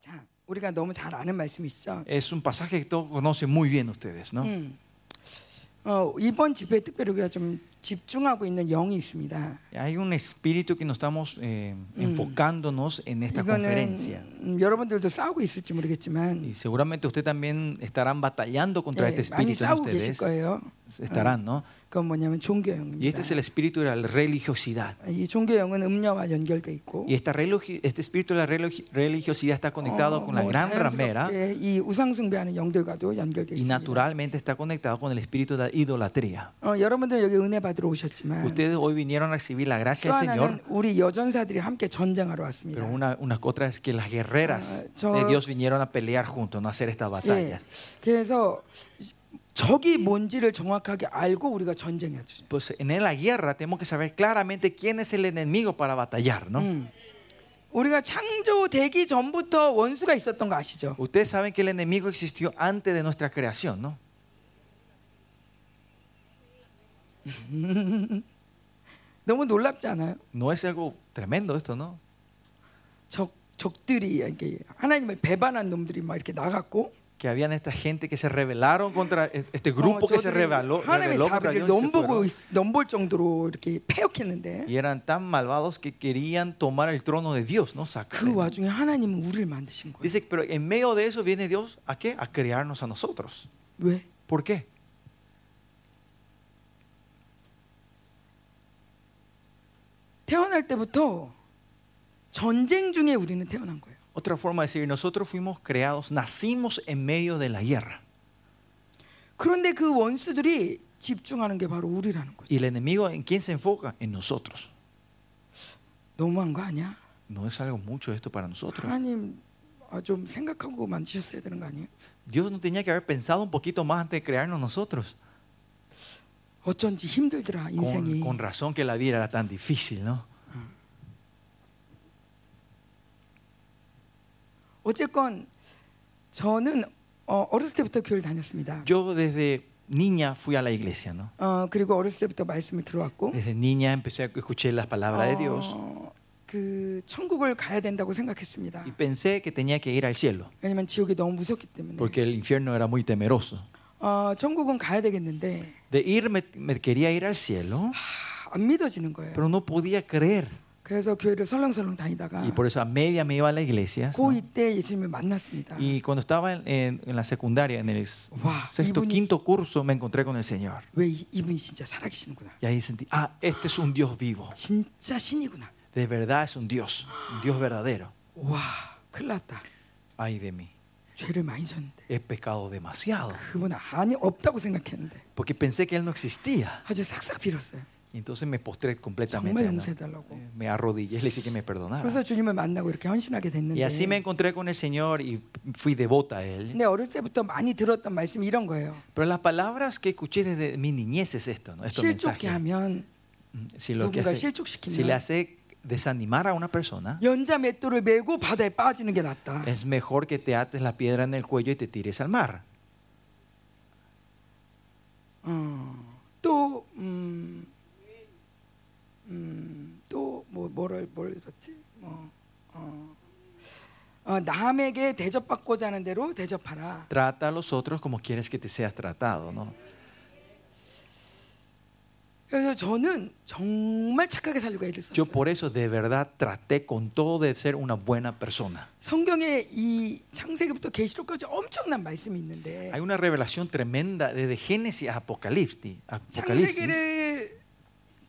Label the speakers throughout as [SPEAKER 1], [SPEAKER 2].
[SPEAKER 1] 자, 우리가 너무 잘 아는 말씀이시죠.
[SPEAKER 2] Es un pasaje que todos conocen muy bien ustedes, ¿no?
[SPEAKER 1] 음. 어, 이번 집회 특별히 우리가 좀 집중하고 있는 영이 있습니다.
[SPEAKER 2] Hay un espíritu que nos estamos eh, enfocándonos en esta
[SPEAKER 1] 이거는
[SPEAKER 2] conferencia.
[SPEAKER 1] 음, 여러분들도 싸우고 있을지 모르겠지만
[SPEAKER 2] Y seguramente usted también estarán batallando contra
[SPEAKER 1] 예,
[SPEAKER 2] este
[SPEAKER 1] 많이
[SPEAKER 2] espíritu en
[SPEAKER 1] 싸우고 계실
[SPEAKER 2] ustedes.
[SPEAKER 1] 거예요.
[SPEAKER 2] Estarán, ¿no?
[SPEAKER 1] 그건 뭐냐면
[SPEAKER 2] Y
[SPEAKER 1] 종교형입니다.
[SPEAKER 2] este es
[SPEAKER 1] 아,
[SPEAKER 2] el espíritu de la religiosidad.
[SPEAKER 1] 이 종교형은 음녀와 연결돼 있고
[SPEAKER 2] Y esta religi- este espíritu de la religi- religiosidad está conectado
[SPEAKER 1] 어,
[SPEAKER 2] con la
[SPEAKER 1] 뭐
[SPEAKER 2] gran ramera
[SPEAKER 1] 자연스럽게 이 우상 숭배하는 영들과도 연결돼
[SPEAKER 2] y
[SPEAKER 1] 있습니다.
[SPEAKER 2] naturalmente está conectado con el espíritu de la idolatría.
[SPEAKER 1] 어, 여러분들 여기 은혜 받으러 오셨지만
[SPEAKER 2] Ustedes hoy vinieron a recibir la gracia
[SPEAKER 1] 또
[SPEAKER 2] del
[SPEAKER 1] 하나는
[SPEAKER 2] Señor,
[SPEAKER 1] 우리 여전사들이 함께 전쟁하러
[SPEAKER 2] pero
[SPEAKER 1] 왔습니다.
[SPEAKER 2] una, una otra es que las guerreras
[SPEAKER 1] Ah, yo-
[SPEAKER 2] de Dios vinieron a pelear juntos, no a hacer estas
[SPEAKER 1] 예.
[SPEAKER 2] batallas.
[SPEAKER 1] 그래서 적이 뭔지를 정확하게 알고 우리가 전쟁해야죠.
[SPEAKER 2] Pues en la guerra tenemos que saber claramente quién es el enemigo para batallar, ¿no?
[SPEAKER 1] Mm. 음. 우리가 창조되기 전부터 원수가 있었던 거 아시죠?
[SPEAKER 2] Ustedes saben que el enemigo existió antes de nuestra creación, ¿no?
[SPEAKER 1] 너무 놀랍지 않아요?
[SPEAKER 2] No es algo tremendo esto, ¿no?
[SPEAKER 1] 적 적들이 이렇게 하나님을 배반한 놈들이 막 이렇게 나갔고
[SPEAKER 2] Que habían esta gente que se rebelaron contra este grupo
[SPEAKER 1] 어,
[SPEAKER 2] que se
[SPEAKER 1] 저들이
[SPEAKER 2] rebeló,
[SPEAKER 1] 하나님의
[SPEAKER 2] rebeló contra
[SPEAKER 1] 자비를
[SPEAKER 2] Dios. y se
[SPEAKER 1] 넘보고
[SPEAKER 2] fueron.
[SPEAKER 1] 있- 넘볼 정도로 이렇게 패역했는데
[SPEAKER 2] Y eran tan malvados que querían tomar el trono de Dios, ¿no?
[SPEAKER 1] 그
[SPEAKER 2] Sacre.
[SPEAKER 1] 와중에 하나님은 우리를 만드신 거예요.
[SPEAKER 2] Dice, pero en medio de eso viene Dios a qué? A crearnos a nosotros.
[SPEAKER 1] 왜?
[SPEAKER 2] ¿Por qué?
[SPEAKER 1] 태어날 때부터 전쟁 중에 우리는 태어난 거예요.
[SPEAKER 2] Otra forma de decir, nosotros fuimos creados, nacimos en medio de la guerra.
[SPEAKER 1] 그런데 그 원수들이 집중하는 게 바로 우리라는 거죠.
[SPEAKER 2] Y el enemigo, ¿en quién se enfoca? En nosotros.
[SPEAKER 1] 너무한 거 아니야?
[SPEAKER 2] No es algo mucho esto para nosotros.
[SPEAKER 1] 하나님 아, 좀 생각하고 만드셨어야 되는 거 아니에요?
[SPEAKER 2] Dios no tenía que haber pensado un poquito más antes de crearnos nosotros.
[SPEAKER 1] 어쩐지 힘들더라
[SPEAKER 2] Con,
[SPEAKER 1] 인생이.
[SPEAKER 2] con razón que la vida era tan difícil, ¿no?
[SPEAKER 1] 어쨌건 저는 어, 어렸을 때부터 교회를 다녔습니다.
[SPEAKER 2] Yo desde niña fui a la iglesia, ¿no?
[SPEAKER 1] 어, 그리고 어렸을 때부터 말씀을 들어왔고
[SPEAKER 2] Desde niña empecé a escuché las palabras de Dios
[SPEAKER 1] 어, 그 천국을 가야 된다고 생각했습니다.
[SPEAKER 2] y pensé que tenía que ir al cielo,
[SPEAKER 1] 왜냐면 지옥이 너무 무섭기 때문에.
[SPEAKER 2] porque el infierno era muy temeroso.
[SPEAKER 1] 어, 천국은 가야 되겠는데
[SPEAKER 2] De ir me, me quería ir al cielo,
[SPEAKER 1] 하, 안 믿어지는 거예요.
[SPEAKER 2] pero no podía creer
[SPEAKER 1] 그래서 교회를 설렁설렁 다니다가
[SPEAKER 2] y por eso a media me iba a la iglesia. ¿no?
[SPEAKER 1] 고2 때 예수님을 만났습니다.
[SPEAKER 2] Y cuando estaba en, en- en la secundaria, en el s-
[SPEAKER 1] Wow,
[SPEAKER 2] sexto,
[SPEAKER 1] y boni-
[SPEAKER 2] quinto curso, me encontré con el Señor.
[SPEAKER 1] 왜 이- 이분이 진짜 살아계시는구나.
[SPEAKER 2] Y ahí sentí, ah, este es un Dios vivo.
[SPEAKER 1] 진짜 신이구나.
[SPEAKER 2] De verdad es un Dios, un Dios verdadero.
[SPEAKER 1] 와, 큰일 났다.
[SPEAKER 2] Ay de mí,
[SPEAKER 1] 죄를 많이 졌는데.
[SPEAKER 2] he pecado demasiado.
[SPEAKER 1] 그분 아니 없다고 생각했는데
[SPEAKER 2] Porque pensé que Él no existía.
[SPEAKER 1] 아주 싹싹 빌었어요.
[SPEAKER 2] Y entonces me postré
[SPEAKER 1] 정말
[SPEAKER 2] completamente. ¿no?
[SPEAKER 1] 용서해달라고.
[SPEAKER 2] Eh, Me arrodillé y le dije que me perdonara.
[SPEAKER 1] 그래서 주님을 만나고 이렇게 헌신하게
[SPEAKER 2] Y así me
[SPEAKER 1] 됐는데.
[SPEAKER 2] encontré con el Señor y fui devota a Él.
[SPEAKER 1] 근데 어렸을 때부터 많이 들었던 말씀이 이런 거예요.
[SPEAKER 2] Pero las palabras que escuché desde mi niñez es esto, ¿no? Estos
[SPEAKER 1] 실족해
[SPEAKER 2] mensajes. Mm,
[SPEAKER 1] 하면
[SPEAKER 2] Si, lo que
[SPEAKER 1] 누군가
[SPEAKER 2] hace-
[SPEAKER 1] 실족시키면
[SPEAKER 2] si le hace desanimar a una persona,
[SPEAKER 1] 연자 맷돌을 메고 바다에 빠지는 게 낫다.
[SPEAKER 2] es mejor que te ates la piedra en el cuello y te tires al mar.
[SPEAKER 1] 어, 또 음, 음, 또뭐 뭐를 뭘 들었지? 어, 어, 어, 남에게 대접받고자 하는 대로 대접하라.
[SPEAKER 2] Trata a los otros como quieres que te seas tratado, ¿no?
[SPEAKER 1] 그래서 저는 정말 착하게 살려고 애를
[SPEAKER 2] Yo
[SPEAKER 1] 썼어요.
[SPEAKER 2] por eso de verdad traté con todo de ser una buena persona.
[SPEAKER 1] 성경에 이 창세기부터 계시록까지 엄청난 말씀이 있는데
[SPEAKER 2] Hay una revelación tremenda desde Génesis a Apocalipsis. Apocalipsis.
[SPEAKER 1] 창세기를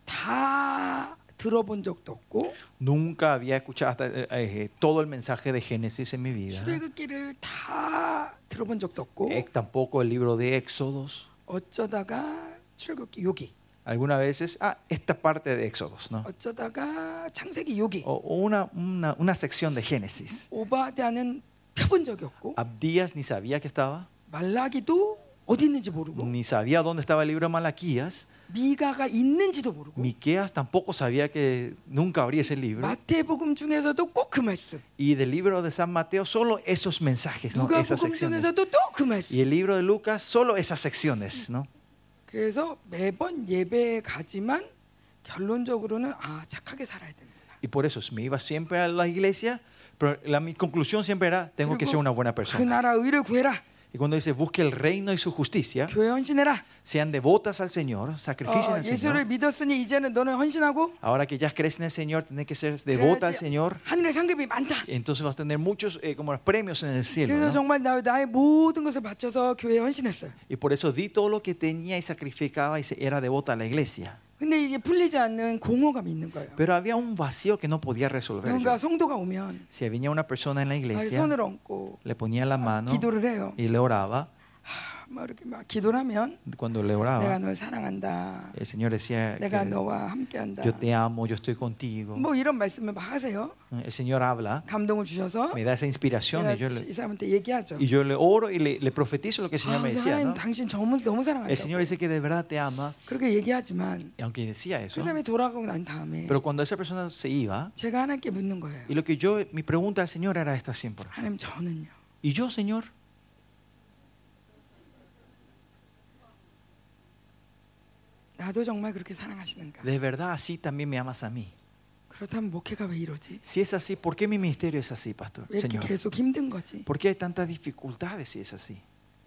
[SPEAKER 1] 다 들어본 적도 없고
[SPEAKER 2] Nunca había escuchado hasta, eh, eh, todo el mensaje de Génesis en mi vida.
[SPEAKER 1] 출애굽기를 다 들어본 적도 없고
[SPEAKER 2] Eh, tampoco el libro de Éxodos.
[SPEAKER 1] 어쩌다가 출애굽기 여기
[SPEAKER 2] Algunas veces, ah, esta parte de Éxodos, ¿no?
[SPEAKER 1] 어쩌다가 창세기 여기
[SPEAKER 2] O o una, una, una sección de Génesis.
[SPEAKER 1] 오바댜는 펴본 적이 없고
[SPEAKER 2] Abdías ni sabía que estaba,
[SPEAKER 1] 말라기도 어디 있는지 모르고
[SPEAKER 2] ni sabía dónde estaba el libro de Malaquías.
[SPEAKER 1] 미가가 있는지도 모르고
[SPEAKER 2] Miqueas tampoco sabía que nunca habría ese libro.
[SPEAKER 1] 마태복음 중에서도 꼭 그 말씀
[SPEAKER 2] Y del libro de San Mateo, solo esos mensajes, ¿no? esas
[SPEAKER 1] 누가복음
[SPEAKER 2] secciones.
[SPEAKER 1] 중에서도 또 그
[SPEAKER 2] Y
[SPEAKER 1] 말씀
[SPEAKER 2] el libro de Lucas, solo esas secciones, ¿no?
[SPEAKER 1] 그래서 매번 예배에 가지만 결론적으로는 아 착하게 살아야 된다
[SPEAKER 2] Y por eso me iba siempre a la iglesia, Pero la, mi conclusión siempre era, tengo que ser una buena
[SPEAKER 1] 그
[SPEAKER 2] persona.
[SPEAKER 1] 나라 의를 구해라.
[SPEAKER 2] Y cuando dice, busque el reino y su justicia,
[SPEAKER 1] 교회 헌신해라.
[SPEAKER 2] sean devotas al Señor,
[SPEAKER 1] 어,
[SPEAKER 2] sacrificen al
[SPEAKER 1] 예수를
[SPEAKER 2] Señor.
[SPEAKER 1] 믿었으니 이제는 너는 헌신하고
[SPEAKER 2] Ahora que ya crees en el Señor, tenés que ser
[SPEAKER 1] 네,
[SPEAKER 2] devota al
[SPEAKER 1] 그래야지
[SPEAKER 2] Señor.
[SPEAKER 1] 하늘의 상급이 많다.
[SPEAKER 2] Entonces vas a tener muchos eh, como premios en el cielo.
[SPEAKER 1] 그래서
[SPEAKER 2] ¿no?
[SPEAKER 1] 정말 나, 나의 모든 것을 바쳐서 교회에 헌신했어요.
[SPEAKER 2] Y por eso di todo lo que tenía y sacrificaba y se- era devota a la iglesia.
[SPEAKER 1] 근데 이게 풀리지 않는 공허감이 있는 거예요.
[SPEAKER 2] Pero había un vacío que no podía resolver.
[SPEAKER 1] 누군가 성도가 오면
[SPEAKER 2] Si venía una persona en la
[SPEAKER 1] 막
[SPEAKER 2] iglesia,
[SPEAKER 1] 손을 얹고
[SPEAKER 2] le ponía la mano
[SPEAKER 1] 기도를 해요.
[SPEAKER 2] y le oraba.
[SPEAKER 1] 하, 막 이렇게 막 기도하면
[SPEAKER 2] Cuando le
[SPEAKER 1] 내가
[SPEAKER 2] oraba,
[SPEAKER 1] 널 사랑한다.
[SPEAKER 2] el Señor decía, que
[SPEAKER 1] 내가 너와 함께한다.
[SPEAKER 2] yo te amo, yo estoy contigo.
[SPEAKER 1] 뭐 이런 말씀을 막 하세요.
[SPEAKER 2] El Señor habla,
[SPEAKER 1] 감동을 주셔서
[SPEAKER 2] me da esa inspiración
[SPEAKER 1] 제가
[SPEAKER 2] y yo le,
[SPEAKER 1] 네, 이 사람한테 얘기하죠.
[SPEAKER 2] y yo le oro y le, le profetizo lo que el
[SPEAKER 1] 아,
[SPEAKER 2] Señor me
[SPEAKER 1] 그래서
[SPEAKER 2] decía.
[SPEAKER 1] 하나님
[SPEAKER 2] ¿no?
[SPEAKER 1] 당신 너무 너무
[SPEAKER 2] El
[SPEAKER 1] 사랑한다.
[SPEAKER 2] Señor dice que de verdad te ama,
[SPEAKER 1] 그렇게 얘기하지만
[SPEAKER 2] y aunque decía
[SPEAKER 1] 그
[SPEAKER 2] eso.
[SPEAKER 1] 사람이 돌아가고 난 다음에
[SPEAKER 2] Pero cuando esa persona se iba,
[SPEAKER 1] 제가 하나님께 묻는 거예요.
[SPEAKER 2] y lo que yo, mi pregunta al Señor era esta siempre.
[SPEAKER 1] 하나님 저는요.
[SPEAKER 2] ¿Y yo, Señor?
[SPEAKER 1] 나도 정말 그렇게 사랑하시는가?
[SPEAKER 2] ¿De verdad así también me amas a mí?
[SPEAKER 1] 그렇다면 목회가 왜 이러지?
[SPEAKER 2] Si es así, ¿por qué mi ministerio es así, pastor?
[SPEAKER 1] 왜 이렇게
[SPEAKER 2] Señor,
[SPEAKER 1] 계속 힘든 거지?
[SPEAKER 2] ¿por qué hay tantas dificultades si es así?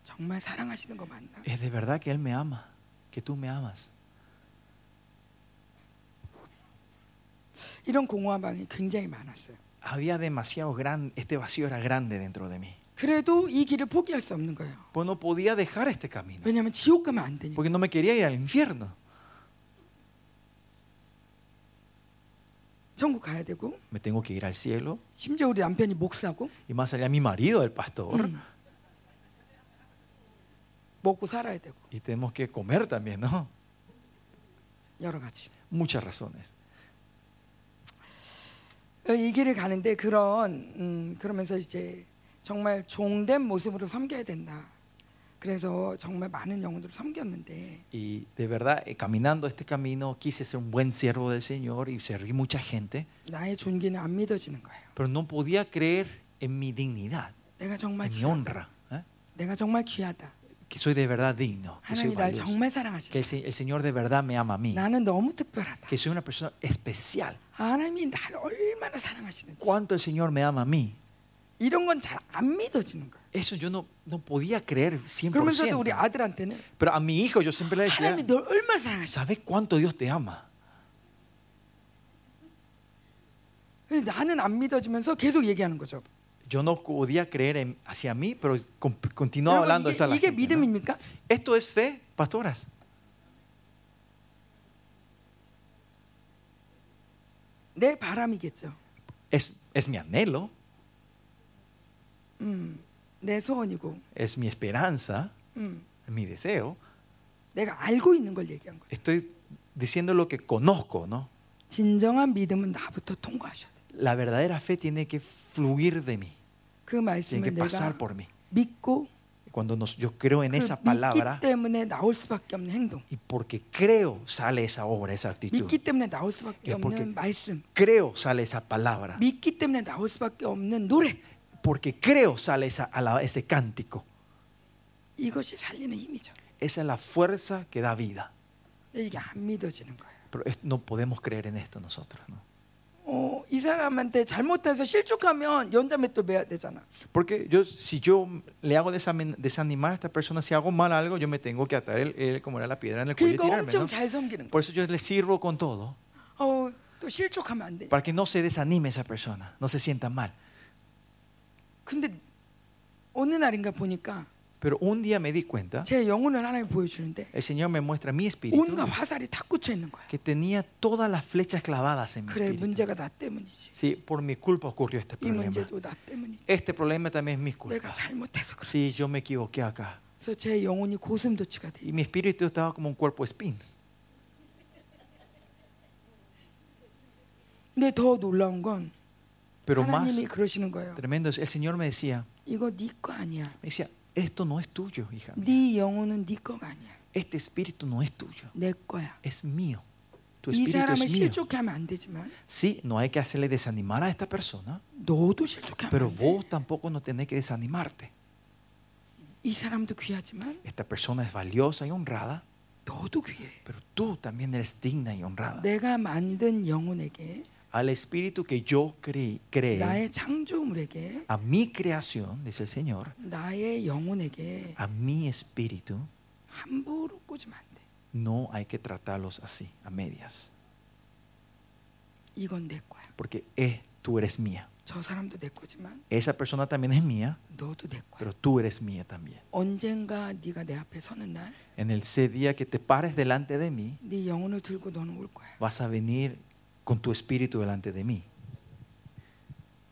[SPEAKER 1] 정말 사랑하시는 거 맞나?
[SPEAKER 2] Es de verdad que Él me ama, que tú me amas.
[SPEAKER 1] 이런 공허함이 굉장히 많았어요.
[SPEAKER 2] Había demasiado gran, este vacío era grande dentro de mí.
[SPEAKER 1] 그래도 이 길을 포기할 수 없는 거예요.
[SPEAKER 2] Pues no podía dejar este camino,
[SPEAKER 1] 왜냐하면 지옥 가면 안 되니까.
[SPEAKER 2] porque no me quería ir al infierno.
[SPEAKER 1] 천국 가야 되고
[SPEAKER 2] Me tengo que ir al cielo,
[SPEAKER 1] 심지어 우리 남편이 목사고
[SPEAKER 2] y más allá mi marido, el pastor,
[SPEAKER 1] 음. 먹고 살아야 되고
[SPEAKER 2] y tenemos que comer también, ¿no?
[SPEAKER 1] 여러 가지.
[SPEAKER 2] Muchas razones.
[SPEAKER 1] 어, 이 길을 가는데 그런 음, 그러면서 이제 정말 종된 모습으로 섬겨야 된다. 그래서 정말 많은 영혼들을 섬겼는데
[SPEAKER 2] Y de verdad, eh, caminando este camino, quise ser un buen siervo del Señor y serví mucha gente,
[SPEAKER 1] 나의 존귀는 안 믿어지는 거예요.
[SPEAKER 2] pero no podía creer en mi dignidad,
[SPEAKER 1] 내가 정말
[SPEAKER 2] en mi
[SPEAKER 1] 귀하다.
[SPEAKER 2] honra, ¿eh?
[SPEAKER 1] 내가 정말 귀하다.
[SPEAKER 2] que soy de verdad digno, que soy
[SPEAKER 1] 하나님 날
[SPEAKER 2] valioso,
[SPEAKER 1] 정말
[SPEAKER 2] que
[SPEAKER 1] 사랑하신다.
[SPEAKER 2] el, Se- el Señor de verdad me ama a mí,
[SPEAKER 1] 나는 너무 특별하다.
[SPEAKER 2] que soy una persona especial.
[SPEAKER 1] 하나님이 나를 얼마나 사랑하시는지
[SPEAKER 2] ¿Cuánto el Señor me ama a mí?
[SPEAKER 1] 이런 건 잘 안 믿어지는 거예요.
[SPEAKER 2] Eso yo no, no podía creer
[SPEAKER 1] 그러면서도 우리
[SPEAKER 2] 100%.
[SPEAKER 1] 아들한테는
[SPEAKER 2] Pero a mi hijo yo siempre le decía,
[SPEAKER 1] 하나님이 널 얼마나 사랑하시는지
[SPEAKER 2] ¿sabes cuánto Dios te ama?
[SPEAKER 1] 나는 안 믿어지면서 계속 얘기하는 거죠.
[SPEAKER 2] Yo no podía creer en- hacia mí, pero con- continuaba
[SPEAKER 1] 여러분,
[SPEAKER 2] hablando esto a la
[SPEAKER 1] 이게, 이게
[SPEAKER 2] gente, ¿no?
[SPEAKER 1] 믿음입니까?
[SPEAKER 2] Esto es fe, pastoras.
[SPEAKER 1] 내 바람이겠죠.
[SPEAKER 2] Es, es mi anhelo,
[SPEAKER 1] 음, 내 소원이고
[SPEAKER 2] es mi esperanza,
[SPEAKER 1] 음,
[SPEAKER 2] mi deseo.
[SPEAKER 1] 내가 알고 있는 걸 얘기한 거죠.
[SPEAKER 2] Estoy diciendo lo que conozco, ¿no?
[SPEAKER 1] 진정한 믿음은 나부터 통과하셔야 돼.
[SPEAKER 2] La verdadera fe tiene que fluir de mí,
[SPEAKER 1] 그
[SPEAKER 2] tiene
[SPEAKER 1] 말씀을
[SPEAKER 2] que pasar
[SPEAKER 1] 내가
[SPEAKER 2] por mí.
[SPEAKER 1] 믿고
[SPEAKER 2] Cuando nos- yo creo en
[SPEAKER 1] 그
[SPEAKER 2] esa
[SPEAKER 1] 믿기
[SPEAKER 2] palabra
[SPEAKER 1] 때문에 나올 수밖에 없는 행동,
[SPEAKER 2] y porque creo sale esa obra, esa actitud.
[SPEAKER 1] 믿기 때문에 나올 수밖에
[SPEAKER 2] 예, porque-
[SPEAKER 1] 없는 말씀,
[SPEAKER 2] Creo sale esa palabra.
[SPEAKER 1] 믿기 때문에 나올 수밖에 없는 노래
[SPEAKER 2] Porque creo sale esa, ala- ese cántico.
[SPEAKER 1] 이것이 살리는 힘이죠.
[SPEAKER 2] Esa es la fuerza que da vida.
[SPEAKER 1] 근데 이게 안 믿어지는 거예요.
[SPEAKER 2] Pero es- no podemos creer en esto nosotros. ¿no?
[SPEAKER 1] 어, 이 사람한테 잘못해서 실족하면 연자맷돌 매야 되잖아.
[SPEAKER 2] Porque yo, si yo le hago desami- desanimar a esta persona, si hago mal algo, yo me tengo que atar el, el- como era la piedra en el cuello y
[SPEAKER 1] 그러니까
[SPEAKER 2] tirarme.
[SPEAKER 1] 엄청
[SPEAKER 2] ¿no?
[SPEAKER 1] 잘 섬기는 거야.
[SPEAKER 2] Por eso yo le sirvo con todo,
[SPEAKER 1] 어, 또 실족하면 안 돼.
[SPEAKER 2] para que no se desanime esa persona, no se sienta mal.
[SPEAKER 1] 근데 어느 날인가 보니까
[SPEAKER 2] Pero un día me di cuenta,
[SPEAKER 1] 제 영혼을 하나님 보여주는데
[SPEAKER 2] el Señor me muestra mi espíritu
[SPEAKER 1] 온갖 화살이 다 꽂혀 있는 거야.
[SPEAKER 2] que tenía todas las flechas clavadas en mi
[SPEAKER 1] 그래
[SPEAKER 2] espíritu.
[SPEAKER 1] 문제가 나 때문이지.
[SPEAKER 2] Sí, por mi culpa ocurrió este
[SPEAKER 1] 이
[SPEAKER 2] problema.
[SPEAKER 1] 문제도 나 때문이지.
[SPEAKER 2] Este problema también es mi
[SPEAKER 1] 내가
[SPEAKER 2] culpa.
[SPEAKER 1] 잘못해서
[SPEAKER 2] Sí,
[SPEAKER 1] 그렇지.
[SPEAKER 2] yo me equivoqué acá.
[SPEAKER 1] 그래서 제 영혼이 고슴도치가 돼.
[SPEAKER 2] Y mi espíritu estaba como un cuerpo espín.
[SPEAKER 1] 근데 더 놀라운 건
[SPEAKER 2] Pero más
[SPEAKER 1] 하나님이 그러시는 거예요.
[SPEAKER 2] tremendo es, el Señor me decía,
[SPEAKER 1] 이거 네 거 아니야.
[SPEAKER 2] me decía, esto no es tuyo, hija. mía.
[SPEAKER 1] 네 영혼은 네 거가 아니야.
[SPEAKER 2] Este espíritu no es tuyo,
[SPEAKER 1] 내 거야.
[SPEAKER 2] es mío. Tu
[SPEAKER 1] 이
[SPEAKER 2] espíritu
[SPEAKER 1] 사람을
[SPEAKER 2] es mío.
[SPEAKER 1] 실족해 하면 안 되지만
[SPEAKER 2] Sí, no hay que hacerle desanimar a esta persona,
[SPEAKER 1] 너도 실족해 하면
[SPEAKER 2] pero
[SPEAKER 1] 안 돼.
[SPEAKER 2] vos tampoco no tenés que desanimarte.
[SPEAKER 1] 이 사람도 귀하지만
[SPEAKER 2] Esta persona es valiosa y honrada,
[SPEAKER 1] 너도 귀해.
[SPEAKER 2] pero tú también eres digna y honrada.
[SPEAKER 1] 내가 만든 영혼에게
[SPEAKER 2] al espíritu que yo creí, creé,
[SPEAKER 1] 나의 창조물에게
[SPEAKER 2] a mi creación, dice el Señor,
[SPEAKER 1] 나의 영혼에게
[SPEAKER 2] a mi espíritu,
[SPEAKER 1] 함부로 꽂으면 안 돼.
[SPEAKER 2] no hay que tratarlos así, a medias.
[SPEAKER 1] 이건 내 거야.
[SPEAKER 2] Porque eh, tú eres mía.
[SPEAKER 1] 저 사람도 내 거지만
[SPEAKER 2] Esa persona también es mía,
[SPEAKER 1] 너도 내 거야.
[SPEAKER 2] pero tú eres mía también.
[SPEAKER 1] 언젠가 네가 내 앞에 서는 날,
[SPEAKER 2] En el ese día que te pares delante de mí,
[SPEAKER 1] 네 영혼을 들고 너는 올 거야.
[SPEAKER 2] vas a venir con tu espíritu delante de mí.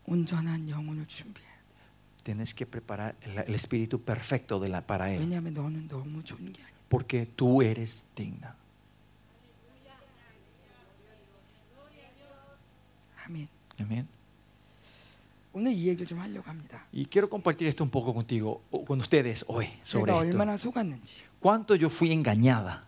[SPEAKER 1] 온전한 영혼을 준비해.
[SPEAKER 2] Tienes que preparar el, el espíritu perfecto de la, para él,
[SPEAKER 1] 왜냐하면 너는 너무 좋은 게 아니야.
[SPEAKER 2] porque tú eres digna.
[SPEAKER 1] 아멘.
[SPEAKER 2] Amén.
[SPEAKER 1] 오늘 이 얘기를 좀 하려고 합니다.
[SPEAKER 2] Y quiero compartir esto un poco contigo, o con ustedes hoy, sobre
[SPEAKER 1] 제가
[SPEAKER 2] esto.
[SPEAKER 1] 얼마나 속았는지.
[SPEAKER 2] Cuánto yo fui engañada.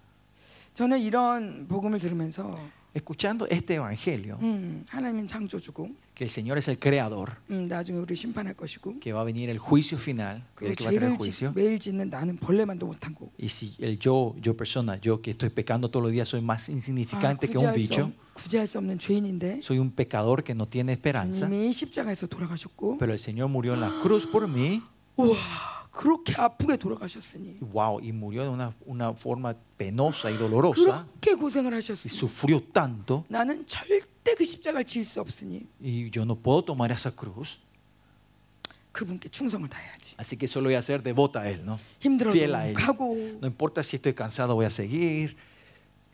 [SPEAKER 1] 저는 이런 복음을 들으면서
[SPEAKER 2] Escuchando este evangelio,
[SPEAKER 1] 음, 하나님은 창조주고
[SPEAKER 2] que el Señor es el creador,
[SPEAKER 1] 음, 나중에 우리 심판할 것이고
[SPEAKER 2] que va a venir el juicio final, que
[SPEAKER 1] 그리고
[SPEAKER 2] el que va a traer
[SPEAKER 1] 죄를
[SPEAKER 2] el
[SPEAKER 1] 지,
[SPEAKER 2] juicio.
[SPEAKER 1] 매일 짓는 나는 벌레만도 못한 거고
[SPEAKER 2] Y si el yo, yo persona, yo que estoy pecando todos los días, soy más
[SPEAKER 1] 아,
[SPEAKER 2] insignificante que un
[SPEAKER 1] 구제할, 수,
[SPEAKER 2] bicho,
[SPEAKER 1] 없- 구제할 수 없는 죄인인데
[SPEAKER 2] soy un pecador que no tiene esperanza,
[SPEAKER 1] 주님이 십자가에서 돌아가셨고
[SPEAKER 2] pero el Señor murió en la cruz por mí,
[SPEAKER 1] 우와 그렇게 아프게 돌아가셨으니
[SPEAKER 2] y wow, y murió de una, una forma penosa y dolorosa,
[SPEAKER 1] 그렇게 고생을
[SPEAKER 2] y
[SPEAKER 1] 하셨으니
[SPEAKER 2] sufrió tanto,
[SPEAKER 1] 나는 절대 그 십자가를 지을 수 없으니
[SPEAKER 2] y yo no puedo tomar esa cruz,
[SPEAKER 1] 그분께 충성을 다해야지
[SPEAKER 2] así que solo voy a ser devota a Él, ¿no?
[SPEAKER 1] 힘들어도
[SPEAKER 2] Fiel a Él.
[SPEAKER 1] 가고
[SPEAKER 2] No importa si estoy cansado, voy a seguir.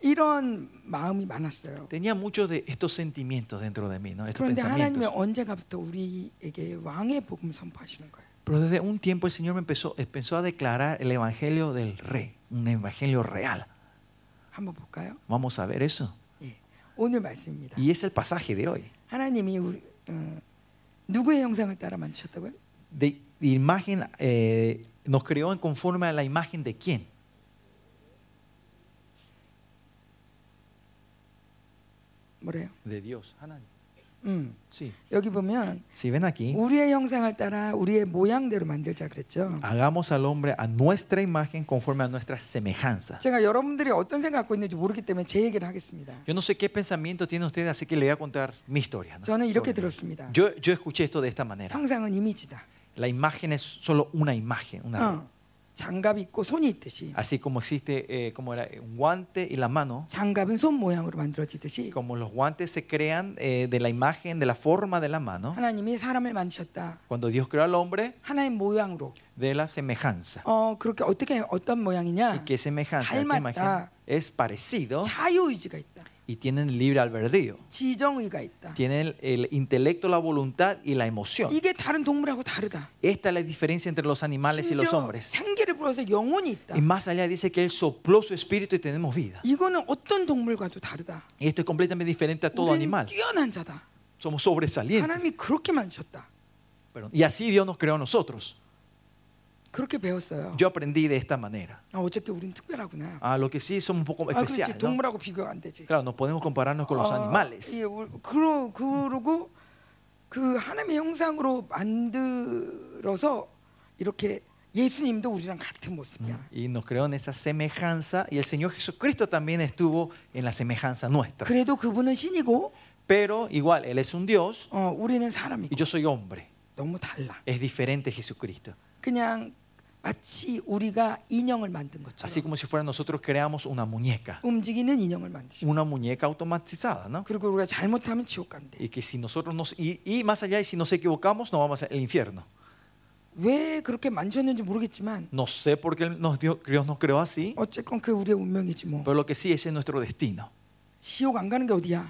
[SPEAKER 1] 이런 마음이 많았어요
[SPEAKER 2] Tenía muchos de estos sentimientos dentro de mí, ¿no? Estos
[SPEAKER 1] 그런데 하나님이
[SPEAKER 2] pensamientos.
[SPEAKER 1] 언제가부터 우리에게 왕의 복음을 선포하시는 거예요
[SPEAKER 2] Pero desde un tiempo el Señor me empezó, empezó a declarar el evangelio del rey, un evangelio real.
[SPEAKER 1] 한번 볼까요?
[SPEAKER 2] Vamos a ver eso.
[SPEAKER 1] 예. 오늘 말씀입니다
[SPEAKER 2] Y es el pasaje de hoy.
[SPEAKER 1] 하나님이 우리, 어, 누구의 형상을 따라 만드셨다고요?
[SPEAKER 2] De de imagen, eh, nos creó en conforme a la imagen de quién?
[SPEAKER 1] 뭐래요?
[SPEAKER 2] De Dios. Hanan.
[SPEAKER 1] 음.
[SPEAKER 2] Sí.
[SPEAKER 1] 여기 보면
[SPEAKER 2] Si ven aquí,
[SPEAKER 1] 우리의 형상을 따라 우리의 모양대로 만들자 그랬죠.
[SPEAKER 2] hagamos al hombre a nuestra imagen conforme a nuestra semejanza.
[SPEAKER 1] 제가 여러분들이 어떤 생각 갖고 있는지 모르기 때문에 제 얘기를 하겠습니다.
[SPEAKER 2] Yo no sé qué pensamiento tienen ustedes, así que le voy a contar mi historia. ¿no?
[SPEAKER 1] 저는 이렇게
[SPEAKER 2] Sobre-
[SPEAKER 1] 들었습니다.
[SPEAKER 2] Yo, yo escuché esto de esta manera.
[SPEAKER 1] 형상은 이미지다.
[SPEAKER 2] La imagen es solo una imagen, una
[SPEAKER 1] 어. 장갑 있고 손이 있듯이
[SPEAKER 2] Así como existe eh, como era, un guante y la mano,
[SPEAKER 1] 장갑은 손 모양으로 만들어지듯이
[SPEAKER 2] como los guantes se crean eh, de la imagen, de la forma de la mano,
[SPEAKER 1] 하나님이 사람을 만드셨다.
[SPEAKER 2] cuando Dios creó al hombre,
[SPEAKER 1] 하나의 모양으로.
[SPEAKER 2] de la semejanza.
[SPEAKER 1] 어 그렇게 어떻게 어떤
[SPEAKER 2] ¿Y
[SPEAKER 1] 모양이냐?
[SPEAKER 2] qué semejanza? ¿Qué imagen?
[SPEAKER 1] Almata.
[SPEAKER 2] Es parecido
[SPEAKER 1] 자유 의지가 있다.
[SPEAKER 2] y tienen libre albedrío.
[SPEAKER 1] 지정의가 있다.
[SPEAKER 2] Tienen el, el intelecto, la voluntad y la emoción.
[SPEAKER 1] 이게 다른 동물하고 다르다.
[SPEAKER 2] Esta es la diferencia entre los animales y los
[SPEAKER 1] 심지어
[SPEAKER 2] hombres.
[SPEAKER 1] 생기를 불어서 영혼이 있다.
[SPEAKER 2] Y más allá dice que Él sopló su espíritu y tenemos vida.
[SPEAKER 1] 이거는 어떤 동물과도 다르다.
[SPEAKER 2] Y esto es completamente diferente a todo
[SPEAKER 1] 우리는
[SPEAKER 2] animal.
[SPEAKER 1] 뛰어난 자다.
[SPEAKER 2] Somos sobresalientes.
[SPEAKER 1] 하나님이 그렇게 만드셨다.
[SPEAKER 2] Perdón. Y así Dios nos creó a nosotros.
[SPEAKER 1] 그렇게 배웠어요.
[SPEAKER 2] Yo aprendí de esta manera.
[SPEAKER 1] 아, 어저께 우린 특별하구나.
[SPEAKER 2] Ah, lo que sí somos un poco
[SPEAKER 1] 아, 그렇지.
[SPEAKER 2] especiales. ¿no?
[SPEAKER 1] 동물하고 비교가 안 되지.
[SPEAKER 2] Claro, no podemos compararnos con los
[SPEAKER 1] 아,
[SPEAKER 2] animales.
[SPEAKER 1] 예, 울- 그러, 그러고 그 하나님의 형상으로 만들어서 이렇게 예수님도 우리랑 같은 모습이야.
[SPEAKER 2] Y nos creó en esa semejanza. Y el Señor Jesucristo también estuvo en la semejanza nuestra.
[SPEAKER 1] 그래도 그분은 신이고
[SPEAKER 2] Pero igual, Él es un Dios
[SPEAKER 1] 어, 우리는
[SPEAKER 2] y
[SPEAKER 1] 사람이고
[SPEAKER 2] yo soy hombre.
[SPEAKER 1] 너무 달라.
[SPEAKER 2] Es diferente Jesucristo.
[SPEAKER 1] 그냥 마치 우리가 인형을 만든
[SPEAKER 2] Así
[SPEAKER 1] 것처럼
[SPEAKER 2] como si fuera nosotros creamos una muñeca.
[SPEAKER 1] 움직이는 인형을 만드시고
[SPEAKER 2] Una muñeca automatizada, ¿no?
[SPEAKER 1] 그리고 우리가 잘못하면 지옥 간대.
[SPEAKER 2] Y que si nosotros nos. Y, y más allá, y si nos equivocamos, nos vamos al infierno.
[SPEAKER 1] 왜 그렇게 만드셨는지 모르겠지만
[SPEAKER 2] No sé por qué nos dio- Dios nos creó así.
[SPEAKER 1] 어쨌건 그게 우리의 운명이지 뭐.
[SPEAKER 2] Pero lo que sí, ese es nuestro destino.
[SPEAKER 1] 지옥 안 가는 게 어디야?